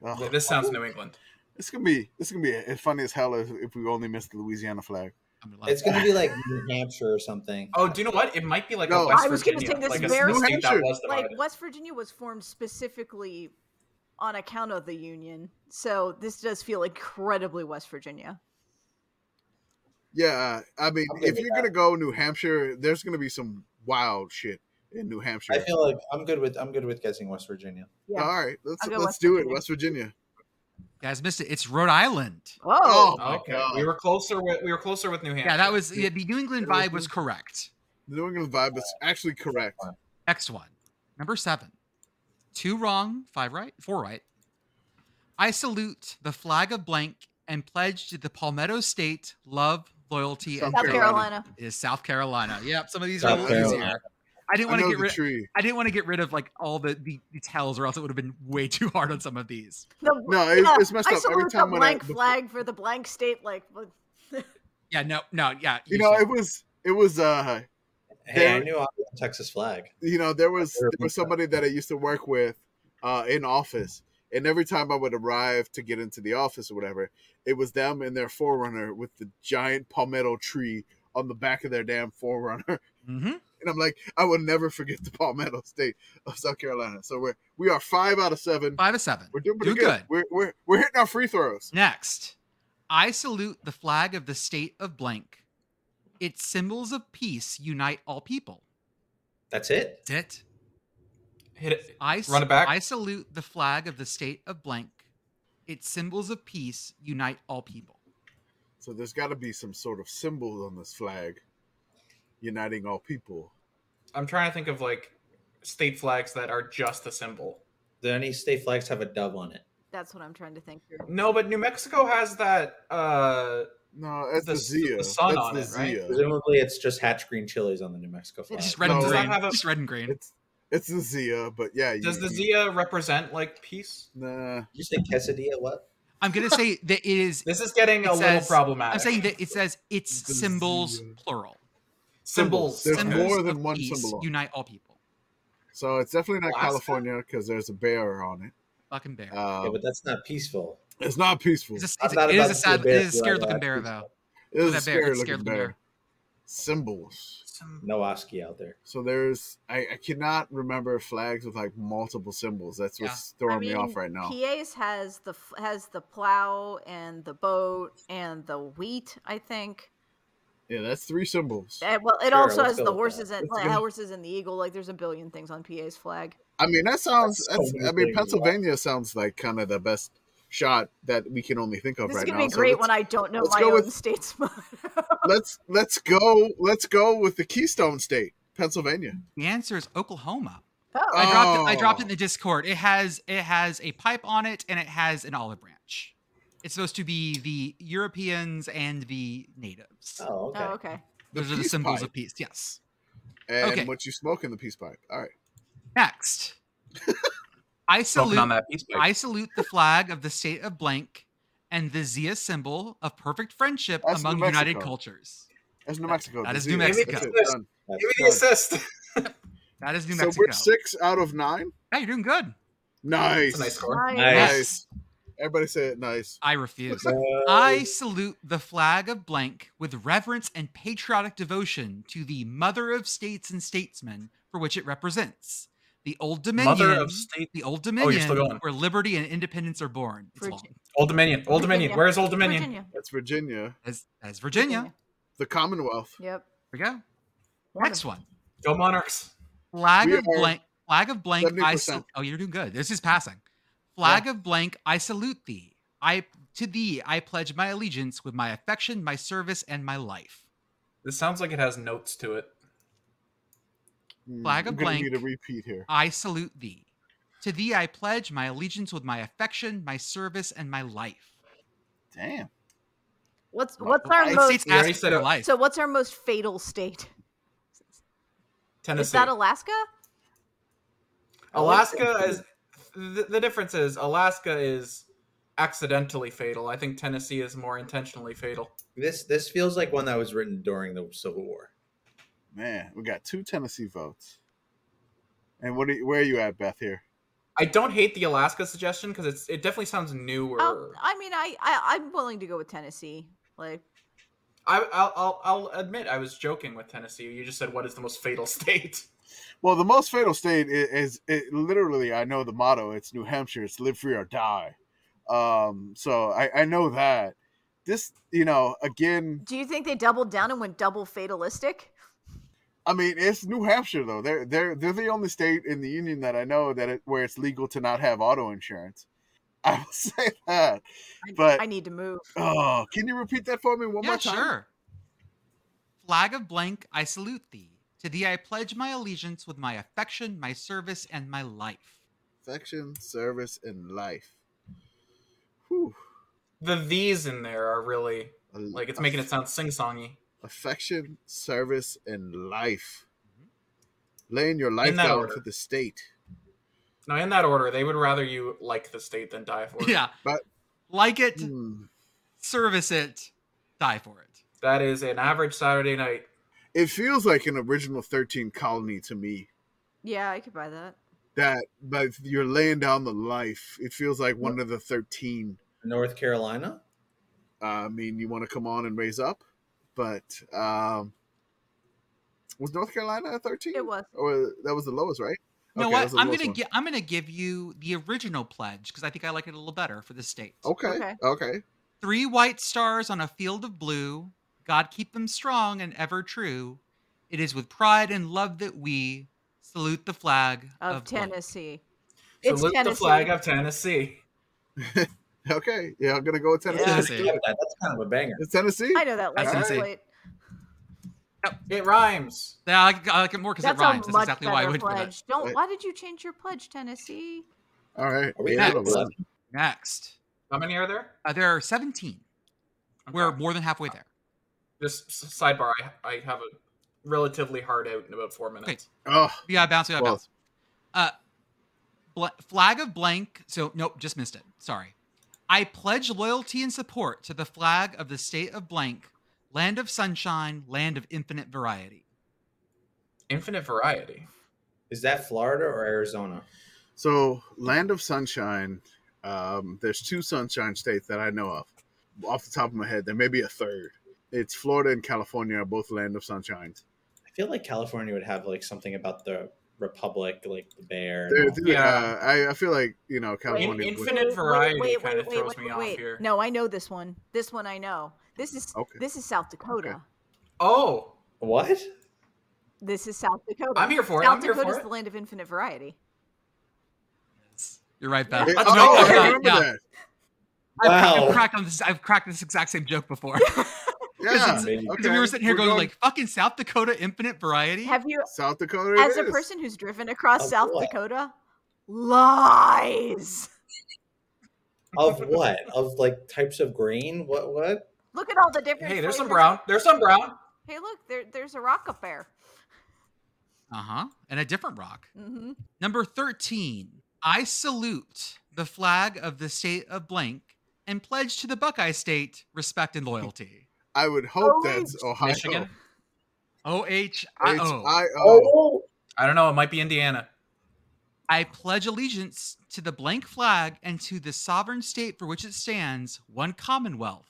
S3: Ugh.
S2: Yeah, this sounds New England.
S3: It's gonna be it's gonna be as funny as hell as if we only missed the Louisiana flag.
S1: I'm gonna let
S6: It's gonna be like New Hampshire or something.
S2: Oh, do you know what? It might be like
S3: No.
S2: a West
S7: I was gonna
S2: Virginia,
S7: say this
S2: like a
S7: very-
S2: state that
S3: Hampshire.
S2: was
S7: Like
S2: divided.
S7: West Virginia was formed specifically on account of the Union, so this does feel incredibly West Virginia.
S3: Yeah, I mean,
S6: I'm good
S3: if
S6: with
S3: you're gonna go New Hampshire, there's gonna be some wild shit in New Hampshire.
S6: I feel like I'm good with I'm good with guessing West Virginia.
S7: Yeah.
S3: All right, let's
S7: I'll go
S3: let's
S7: West
S3: do it,
S7: Virginia.
S3: West Virginia.
S1: you guys missed it. It's Rhode Island.
S3: Oh,
S7: Oh,
S3: my
S2: okay,
S3: God.
S2: we were closer with we were closer with New Hampshire.
S1: Yeah, that was yeah, the New England vibe was correct.
S3: The New England vibe is actually correct.
S1: Next one. Number seven. Two wrong, five right, four right. I salute the flag of blank and pledge to the Palmetto State love, loyalty,
S3: South
S1: and
S7: South
S1: freedom.
S7: Carolina.
S1: It is South Carolina. Yep, some of these
S6: South
S1: are a little
S3: Carolina.
S1: easier. I didn't
S3: I
S1: want to
S3: know
S1: get
S3: the
S1: rid.
S3: tree.
S1: I didn't want to get rid of like all the, the the tells, or else it would have been way too hard on some of these.
S7: The-
S3: No, it's,
S7: yeah,
S3: it's messed
S7: I
S3: up every
S7: salute
S3: time
S7: the
S3: when I,
S7: blank flag for the blank state. Like, what-
S1: Yeah, no, no, yeah.
S3: you know,
S1: said-
S3: it was it was uh
S6: Hey, I
S3: There-
S6: knew I was a Texas flag.
S3: you know, there was
S6: Never
S3: there was
S6: picked up.
S3: somebody that I used to work with uh, in office, and every time I would arrive to get into the office or whatever, it was them and their forerunner with the giant palmetto tree on the back of their damn forerunner. And
S1: Mhm.
S3: I'm like, I will never forget the palmetto state of South Carolina. So we're we are five out of seven.
S1: five of seven.
S3: We're doing pretty
S1: Do
S3: good.
S1: good.
S3: We're, we're we're hitting our free throws.
S1: Next, I salute the flag of the state of blank. Its symbols of peace unite all people.
S6: That's it.
S1: That's it.
S2: Hit it.
S1: I s-
S2: Run it back.
S1: I salute the flag of the state of blank. Its symbols of peace unite all people.
S3: So there's got to be some sort of symbol on this flag, uniting all people.
S2: I'm trying to think of like state flags that are just the symbol.
S6: Do any state flags have a dove on it?
S7: that's what I'm trying to think. here.
S2: No, but New Mexico has that. uh
S3: No, that's the,
S2: The s- the
S3: Zia.
S2: sun
S3: that's
S2: on
S3: the
S2: it, right?
S3: Zia.
S6: Presumably, it's just hatch green chilies on the New Mexico flag.
S1: It's just red and
S3: No. Does that
S1: green.
S2: have a-
S1: Just red and green.
S3: It's it's the Zia, but yeah. you-
S2: Does the
S3: you-
S2: Zia represent like peace?
S3: Nah.
S6: Did you say quesadilla? What?
S1: I'm gonna say that it is.
S2: This is getting
S1: It
S2: a little
S1: says-
S2: problematic.
S1: I'm saying that it says its
S3: The
S1: symbols
S3: zeal.
S1: plural.
S2: symbols.
S3: There's
S1: symbols
S3: more
S1: of
S3: than one
S1: peace
S3: symbol on it.
S1: Unite all people.
S3: So it's definitely not
S2: Alaska?
S3: California because there's a bear on it.
S1: Fucking bear.
S3: Um,
S6: yeah, but that's not peaceful.
S3: it's not peaceful.
S1: it's a,
S6: I'm
S1: it's a,
S6: not
S1: it is
S6: about to see a
S1: a sad,
S6: bear
S1: it is a
S6: throughout
S1: scared looking
S6: that
S1: bear
S6: peaceful.
S1: though.
S3: it
S1: that
S3: is a
S1: bear,
S3: scary
S1: it's a
S3: looking
S1: scared
S3: bear.
S1: looking bear.
S3: Symbols.
S6: No Oski out there.
S3: So there's I, I cannot remember flags with like multiple symbols. That's what's
S7: I
S3: throwing me
S7: mean,
S3: off right now.
S7: PA's has the f- has the plow and the boat and the wheat. I think.
S3: Yeah, that's three symbols.
S7: And, well, it
S6: Sure,
S7: also
S6: let's
S7: has
S6: go
S7: the
S6: with that.
S7: horses and
S3: Let's
S7: the
S3: go.
S7: horses and the eagle. Like, there's a billion things on PA's flag.
S3: I mean, that sounds.
S6: That's so many
S3: That's, I mean,
S6: things, right?
S3: Pennsylvania sounds like kind of the best shot that we can only think of
S7: This
S3: right
S7: is gonna
S3: now.
S7: be
S3: So
S7: great
S3: let's-
S7: when I don't know
S3: let's
S7: my
S3: go
S7: own
S3: with- Oh,
S7: state's motto.
S3: let's let's go let's go with the Keystone State, Pennsylvania.
S1: The answer is Oklahoma.
S7: Oh,
S1: I dropped it, I dropped it
S3: Oh.
S1: in the Discord. It has it has a pipe on it and it has an olive branch. It's supposed to be the Europeans and the natives.
S6: Oh, okay.
S7: oh, okay.
S3: The
S1: Those are the
S3: peace
S1: symbols
S3: pipe.
S1: of peace. Yes.
S3: and
S1: Okay.
S3: what you smoke in the peace pipe. All right.
S1: Next. I
S2: Smoking
S1: salute
S2: on that piece.
S1: I salute the flag of the state of blank and the Zia symbol of perfect friendship
S3: That's
S1: among
S3: New
S1: United
S3: Mexico.
S1: cultures.
S3: That's New
S1: That-
S3: Mexico.
S1: that
S3: the
S1: is New
S3: zoo. That's
S1: Mexico.
S3: it, done.
S6: That's
S2: Give me the
S6: done.
S2: assist.
S1: That is New
S3: So
S1: Mexico.
S3: we're six out of nine.
S1: Hey, you're doing good.
S3: Nice.
S2: That's a nice score.
S7: Nice.
S6: Nice.
S1: Yes.
S3: Everybody say it nice.
S1: I refuse.
S6: No.
S1: I salute the flag of blank with reverence and patriotic devotion to the mother of states and statesmen for which it represents. The Old Dominion,
S2: Mother of state.
S1: the Old
S2: you're
S1: Dominion,
S2: still going.
S1: where liberty and independence are born. It's
S7: Virgi-
S1: long.
S2: Old Dominion. Old Dominion.
S7: Virginia.
S2: Where's Old Dominion?
S7: Virginia.
S3: That's Virginia,
S1: As, as Virginia.
S3: the Commonwealth.
S7: Yep.
S1: Here we go.
S7: Wonderful.
S1: Next one.
S2: Go Monarchs.
S1: Flag
S3: We
S1: of
S3: are
S1: blank. Flag of blank. I
S3: 70%.
S1: sal- oh, you're doing good. This is passing. Flag of blank. I salute thee. I to thee I pledge my allegiance with my affection, my service, and my life.
S2: This sounds like it has notes to it.
S3: Hmm,
S1: Flag of
S3: I'm gonna Need a
S1: blank.
S3: repeat here.
S1: I salute thee. To thee I pledge my allegiance with my affection, my service, and my life.
S3: Damn.
S7: What's what's our
S1: It
S7: most
S1: states
S2: You already
S1: asking
S2: said
S1: for
S2: it.
S1: life.
S7: so what's our most fatal state?
S2: Tennessee.
S7: Is that Alaska?
S2: Alaska is the, the difference is Alaska is accidentally fatal. I think Tennessee is more intentionally fatal.
S6: This this feels like one that was written during the Civil War.
S3: Man, we got two Tennessee votes. And what? Are you, where are you at, Beth? Here.
S2: I don't hate the Alaska suggestion because it's it definitely sounds newer.
S7: Oh, I mean, I, I I'm willing to go with Tennessee. Like,
S2: I, I'll, I'll I'll admit I was joking with Tennessee. You just said what is the most fatal state?
S3: Well, the most fatal state i- is, it, literally, I know the motto. It's New Hampshire. It's live free or die. Um, so I, I know that. This, you know, again,
S7: do you think they doubled down and went double fatalistic?
S3: I mean, it's New Hampshire though. They're they're they're the only state in the union that I know that it, where it's legal to not have auto insurance. I will say that.
S7: I,
S3: But-
S7: I need to move.
S3: Oh, can you repeat that for me one
S1: yeah,
S3: more time?
S1: sure. Flag of blank, I salute thee. To thee I pledge my allegiance with my affection, my service, and my life.
S3: Affection, service, and life. Whew.
S2: The these in there are really
S3: A-
S2: like it's making it sound sing songy.
S3: affection, service, and life. Laying your life
S2: Mm-hmm. that
S3: down
S2: order.
S3: for the state.
S2: Now in that order, they would rather you like the state than die for it.
S1: Yeah.
S3: But-
S1: like it,
S3: Hmm.
S1: service it, die for it.
S2: That is an average Saturday night.
S3: It feels like an original thirteen colony to me.
S7: Yeah, I could buy that.
S3: That, but you're laying down the life. It feels like one of the thirteen
S6: North Carolina.
S3: I mean, you want to come on and raise up, but um, was North Carolina at thirteen?
S7: It was.
S3: Or that was the lowest, right?
S1: You know
S3: Okay, that was
S1: what?
S3: the
S1: I'm
S3: lowest
S1: gonna
S3: one.
S1: gi- I'm gonna give you the original pledge because I think I like it a little better for the state.
S3: Okay.
S7: Okay.
S3: Okay.
S1: Three white stars on a field of blue. God keep them strong and ever true. It is with pride and love that we salute the flag
S7: Of,
S1: of, blank.
S7: Tennessee.
S2: So
S7: It's
S2: look at the
S7: Tennessee.
S2: flag of Tennessee.
S3: Okay. Yeah, I'm gonna go with Tennessee.
S7: Yeah.
S3: Let's
S1: Tennessee.
S3: do it.
S6: That- That's kind of a banger.
S3: It's Tennessee.
S7: I know that
S1: That's
S3: insane.
S7: legislate.
S2: It rhymes.
S1: Yeah, I like, I like it more because it
S7: That's
S1: rhymes.
S7: a
S1: That's
S7: much
S1: exactly
S7: better
S1: why I went for that.
S7: pledge. Don't.
S3: Right.
S7: Why did you change your pledge, Tennessee?
S3: All right.
S6: Are we
S3: Yeah,
S6: at
S3: that was-
S6: eleven?
S1: Next,
S2: How many are there?
S1: uh, there are 17. We're more than
S3: Uh,
S1: halfway there.
S2: Just s- sidebar. I, I have a relatively hard out in about four minutes.
S3: Oh,
S1: We gotta bounce. We gotta
S3: Well-
S1: bounce. Uh, bl- flag of blank. So nope, just missed it. Sorry. I pledge loyalty and support to the flag of the state of blank, land of sunshine, land of infinite variety.
S2: Infinite variety.
S6: Is that Florida or Arizona?
S3: so land of sunshine. Um, there's two sunshine states that I know of, off the top of my head. There may be a third. It's Florida and California are both land of sunshines.
S6: I feel like California would have like something about the Republic, like the bear. and
S3: They're,
S6: all.
S3: yeah,
S2: Yeah.
S3: I, I feel like you know California. would-
S2: infinite variety kinda throws me off here.
S7: No, I know this one. This one I know. This is
S3: Oh, Okay.
S7: this is South Dakota.
S2: Oh,
S6: What?
S7: This is South Dakota.
S2: I'm here for it.
S7: South
S2: I'm here
S7: Dakota
S2: for
S7: is
S2: it.
S7: the land of infinite variety.
S1: You're right, Beth.
S3: It-
S1: That's
S2: Oh,
S1: right.
S2: I
S1: That's right.
S3: remember
S1: Yeah.
S3: that.
S1: I've,
S6: Wow.
S1: cracked on this. I've cracked this exact same joke before.
S3: Yeah.
S6: Amazing.
S1: Because we were sitting here
S3: we're
S1: going, like fucking South Dakota infinite variety.
S7: Have you,
S3: South Dakota. it
S7: as a
S3: is.
S7: person who's driven across
S6: Of
S7: South
S6: what?
S7: Dakota, lies.
S6: of what? Of like types of grain? What? What?
S7: Look at all the different.
S2: Hey, there's some
S7: flavors.
S2: brown. There's some brown.
S7: Hey, look, there, there's a rock up there.
S1: Uh huh. And a different rock.
S7: hmm
S1: Number 13. I salute the flag of the state of blank and pledge to the Buckeye State respect and loyalty.
S3: I would hope
S7: Oh,
S3: that's Ohio.
S2: Michigan.
S1: O H I O.
S7: Oh.
S3: H-I-O.
S2: I don't know. It might be Indiana.
S1: I pledge allegiance to the blank flag and to the sovereign state for which it stands, one commonwealth,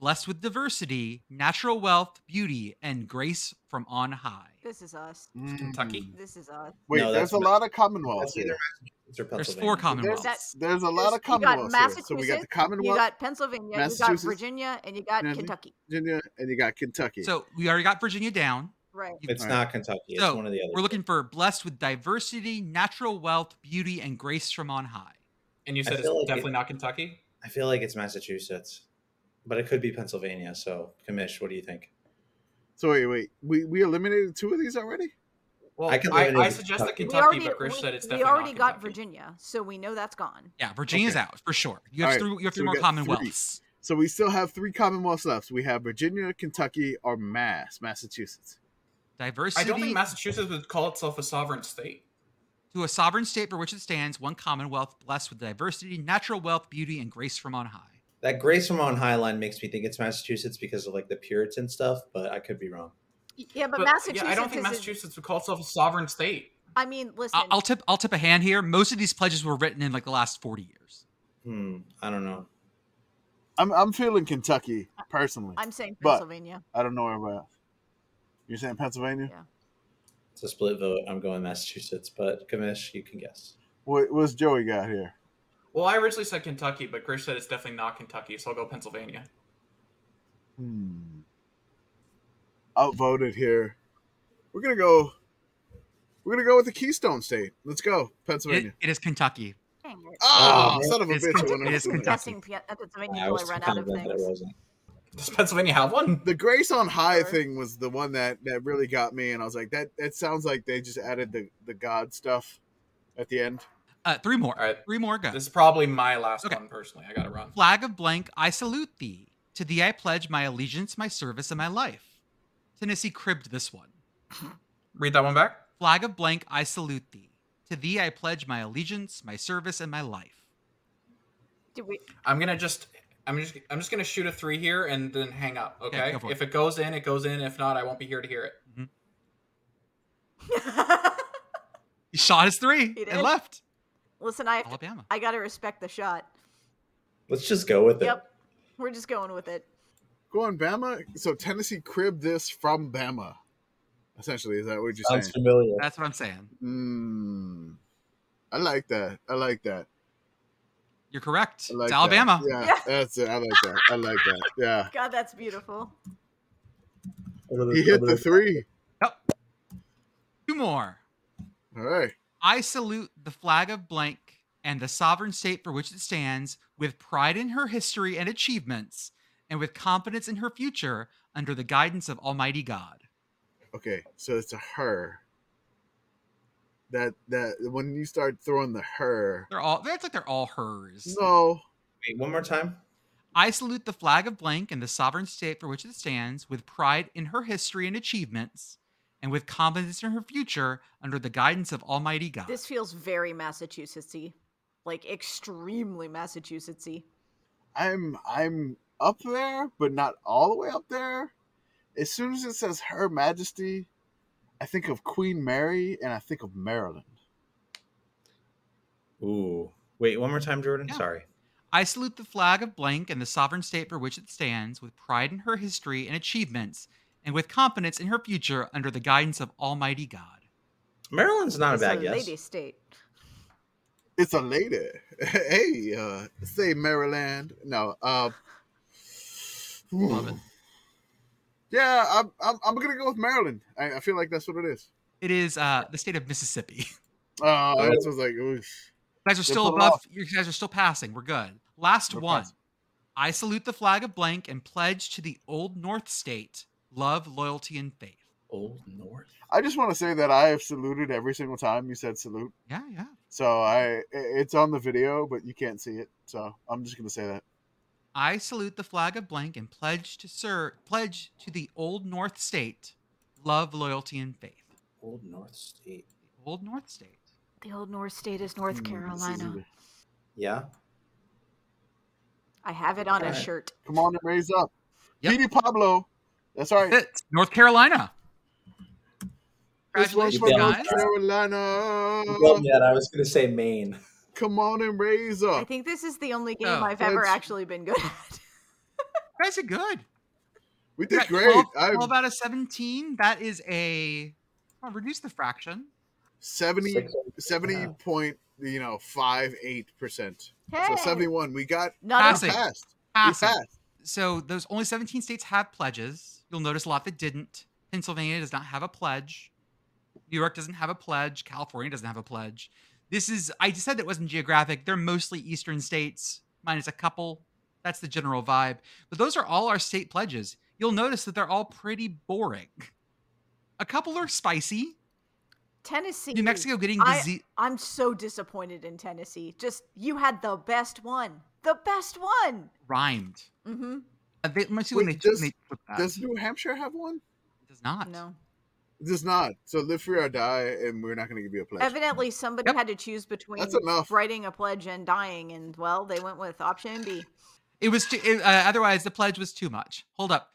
S1: blessed with diversity, natural wealth, beauty, and grace from on high.
S7: This is us.
S1: Mm.
S6: Mm.
S2: Kentucky.
S7: This is us.
S3: Wait,
S6: No,
S3: there's
S6: that's
S3: a
S6: Ma-
S3: lot of Commonwealths
S6: That's either
S3: here.
S6: Massachusetts or
S1: There's
S6: Pennsylvania.
S1: four commonwealths.
S7: That's-
S3: There's a lot of
S7: You got
S3: Commonwealths here. So we got the
S7: Massachusetts, You
S3: Commonwealth,
S7: got Pennsylvania, you got
S3: Massachusetts,
S7: Virginia, and you got
S3: Maryland.
S7: Kentucky.
S3: Virginia, and you got Kentucky.
S1: So we already got Virginia down.
S7: Right.
S6: It's
S3: All right.
S6: not Kentucky. It's
S1: So,
S6: one of the other.
S1: We're looking for blessed with diversity, natural wealth, beauty, and grace from on high.
S2: And you
S6: I
S2: said it's
S6: feel like it-
S2: definitely not Kentucky.
S6: I feel like it's Massachusetts, but it could be Pennsylvania. So, Kamish, what do you think?
S3: So wait, wait, we we eliminated two of these already.
S2: Well,
S6: I can
S2: I,
S6: eliminate
S2: I suggest that
S6: Kentucky.
S2: Kentucky, but Chris
S7: we-
S2: said it's
S7: we
S2: definitely
S7: already
S2: not
S7: got
S2: Kentucky.
S7: Virginia, so we know that's gone.
S1: Yeah, Virginia's out for sure. You have
S3: All right,
S1: three. You have
S3: so
S1: three
S3: we
S1: more
S3: got three.
S1: commonwealths.
S3: So we still have three Commonwealths left. We have Virginia, Kentucky, or Mass, Massachusetts.
S1: Diversity.
S2: I don't think Massachusetts would call itself a sovereign state.
S1: to a sovereign state for which it stands, one commonwealth blessed with diversity, natural wealth, beauty, and grace from on high.
S6: That Grace from on High line makes me think it's Massachusetts because of like the Puritan stuff, but I could be wrong.
S7: Yeah, but,
S2: But,
S7: Massachusetts.
S2: yeah, I don't think
S7: is in-
S2: Massachusetts would call itself a sovereign state.
S7: I mean, listen.
S1: I- I'll tip. I'll tip a hand here. Most of these pledges were written in like the last forty years.
S6: Hmm. I don't know.
S3: I'm I'm feeling Kentucky personally.
S7: I'm saying
S3: but-
S7: Pennsylvania.
S3: I don't know where. else. You're saying Pennsylvania?
S7: Yeah.
S6: It's a split vote. I'm going Massachusetts, but Kamish, you can guess.
S3: What what's Joey got here?
S2: Well, I originally said Kentucky, but Chris said it's definitely not Kentucky, so I'll go Pennsylvania.
S3: Hmm. Outvoted here. We're gonna go. We're gonna go with the Keystone State. Let's go,
S1: It,
S3: Pennsylvania.
S1: it is Kentucky.
S7: Dang it.
S3: Ah,
S6: Oh,
S3: son of a
S1: it's
S3: bitch!
S1: Kentucky.
S3: I went
S1: It is
S3: over
S1: Kentucky.
S3: there.
S7: Guessing P- at Pennsylvania
S6: I
S7: until
S6: was
S7: I ran out of
S6: confident that it
S7: things.
S6: wasn't.
S2: Does Pennsylvania have one?
S3: The Grace on High
S7: Sure.
S3: thing was the one that that really got me, and I was like, that that sounds like they just added the the God stuff at the end.
S1: Uh, three more.
S2: All right,
S1: Three more go.
S2: this is probably my last
S1: Okay.
S2: one personally. I gotta run.
S1: Flag of blank, I salute thee. To thee I pledge my allegiance, my service, and my life. Tennessee cribbed this one.
S2: Read that one back.
S1: Flag of blank, I salute thee. To thee I pledge my allegiance, my service, and my life.
S7: Did we?
S2: I'm gonna just, I'm just, I'm just gonna shoot a three here and then hang up. Okay.
S1: go for it.
S2: if it goes in, it goes in. If not, I won't be here to hear it.
S1: He shot his three
S7: He
S1: and
S7: did.
S1: left.
S7: listen, I have to,
S1: Alabama.
S7: I gotta respect the shot.
S6: Let's just go with it.
S7: Yep, we're just going with it.
S3: Going Bama. So Tennessee cribbed this from Bama. Essentially, is that what you're
S6: Sounds
S3: saying?
S6: familiar.
S1: That's what I'm saying.
S3: Mm, I like that. I like that.
S1: You're correct.
S3: I like
S1: it's
S3: that.
S1: Alabama.
S3: Yeah,
S7: Yeah.
S3: that's it. I like that. I like that. Yeah.
S7: God, that's beautiful.
S3: He hit the three.
S1: Two more.
S3: All right.
S1: I salute the flag of blank and the sovereign state for which it stands with pride in her history and achievements and with confidence in her future under the guidance of Almighty God.
S3: Okay, so it's a her. That that when you start throwing the her,
S1: They're all that's like they're all hers.
S3: no,
S6: Wait, one more time.
S1: I salute the flag of blank and the sovereign state for which it stands with pride in her history and achievements and with confidence in her future under the guidance of Almighty God.
S7: This feels very Massachusettsy, like extremely Massachusettsy.
S3: I'm I'm up there, but not all the way up there. As soon as it says Her Majesty, I think of Queen Mary and I think of Maryland.
S6: Ooh. Wait, one more time, Jordan.
S1: Yeah.
S6: Sorry.
S1: I salute the flag of blank and the sovereign state for which it stands with pride in her history and achievements and with confidence in her future under the guidance of Almighty God.
S6: Maryland's not a
S7: It's
S6: bad
S7: a
S6: guess.
S7: lady state.
S3: It's a lady. hey, uh, say Maryland. No, uh,
S1: Love it.
S3: yeah, I'm, I'm I'm gonna go with Maryland. I, I feel like that's what it is.
S1: It is uh, the state of Mississippi.
S3: Uh, I was like, oof.
S1: You guys are still
S3: pull it
S1: above.
S3: off.
S1: You guys are still passing. We're good. Last
S3: We're
S1: one.
S3: passing.
S1: I salute the flag of blank and pledge to the Old North State love, loyalty, and faith.
S6: Old North.
S3: I just want to say that I have saluted every single time you said salute.
S1: Yeah, yeah.
S3: So I i- it's on the video, but you can't see it. So I'm just gonna say that.
S1: I salute the flag of blank and pledge to sir pledge to the Old North State love, loyalty, and faith.
S6: Old North State.
S1: The Old North State.
S7: The old North State is North
S3: Hmm, this is
S7: Carolina.
S3: either-
S6: Yeah.
S7: I have it on a
S6: Okay.
S7: shirt.
S3: Come on and raise up.
S1: Yep.
S3: Petey Pablo. That's right.
S1: It's North Carolina.
S3: This one's
S1: Congratulations,
S3: from
S6: You
S1: guys.
S3: North
S6: told
S3: Carolina.
S6: me that I was gonna say Maine.
S3: Come on and raise
S7: I
S3: up.
S7: think this is the only game
S1: Oh.
S7: I've ever
S3: That's-
S7: actually been good at.
S1: You guys are good.
S3: We
S1: You
S3: did
S1: got
S3: great.
S1: 12
S3: I'm
S1: 12 out of 17. That is a. Oh, reduce the fraction.
S3: 70,
S6: Six-
S3: 70
S6: Yeah.
S3: point, you know, five eight percent. So
S7: Hey!
S3: seventy one. We got
S7: Not
S1: Passing.
S7: a,
S3: passed. We
S1: Pass.
S3: passed.
S1: So those only 17 states have pledges. You'll notice a lot that didn't. Pennsylvania does not have a pledge. New York doesn't have a pledge. California doesn't have a pledge. This is I just said that it wasn't geographic. They're mostly eastern states, minus a couple. That's the general vibe. But those are all our state pledges. You'll notice that they're all pretty boring. A couple are spicy.
S7: Tennessee.
S1: New Mexico getting the
S7: I-
S1: Z-
S7: I'm so disappointed in Tennessee. Just you had the best one. The best one.
S1: rhymed.
S7: Mm-hmm.
S1: Uh, they, let me see when
S3: Wait,
S1: they,
S3: does-
S1: when they put that.
S3: Does New Hampshire have one?
S1: it does not.
S7: No.
S3: It does not. So live free or die, and we're not going to give you a pledge.
S7: Evidently somebody
S1: Yep.
S7: had to choose between
S3: That's enough.
S7: writing a pledge and dying, and well, they went with option B.
S1: It was too, it, uh, otherwise the pledge was too much. Hold up,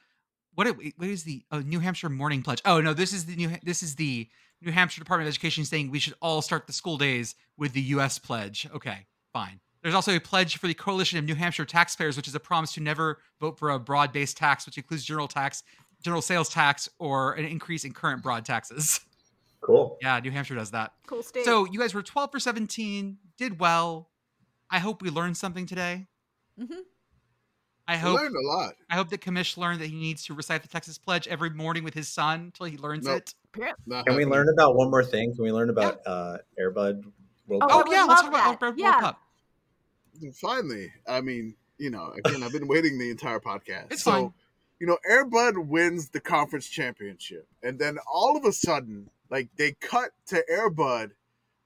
S1: what? it- wait, What is the oh, New Hampshire Morning Pledge? Oh no, this is the new. Ha- This is the New Hampshire Department of Education saying we should all start the school days with the U.S. pledge. Okay, fine. There's also a pledge for the Coalition of New Hampshire Taxpayers, which is a promise to never vote for a broad-based tax, which includes general tax, general sales tax, or an increase in current broad taxes.
S4: Cool.
S1: Yeah, New Hampshire does that.
S7: Cool state.
S1: So you guys were 12 for 17, did well. I hope we learned something today.
S7: Mhm.
S1: I
S3: We
S1: hope
S3: learned a lot.
S1: I hope that Kamish learned that he needs to recite the Texas Pledge every morning with his son until he learns
S3: Nope.
S1: it.
S3: Not
S4: Can we
S3: happening.
S4: learn about one more thing? Can we learn about uh, Airbud? World
S7: Oh,
S1: Oh,
S4: Cup?
S7: I
S1: yeah, let's
S7: would love
S1: talk about
S7: that.
S1: Outbreak
S7: Yeah.
S1: World Cup.
S3: Finally, I mean, you know, again, I've been waiting the entire podcast.
S1: It's
S3: so,
S1: fine.
S3: you know, Airbud wins the conference championship, and then all of a sudden, like they cut to Airbud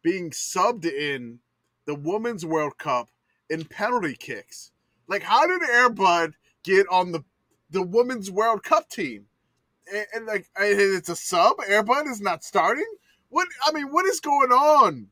S3: being subbed in the Women's World Cup in penalty kicks. Like, how did Airbud get on the the Women's World Cup team? And, and like, and it's a sub. Airbud is not starting. What I mean, what is going on?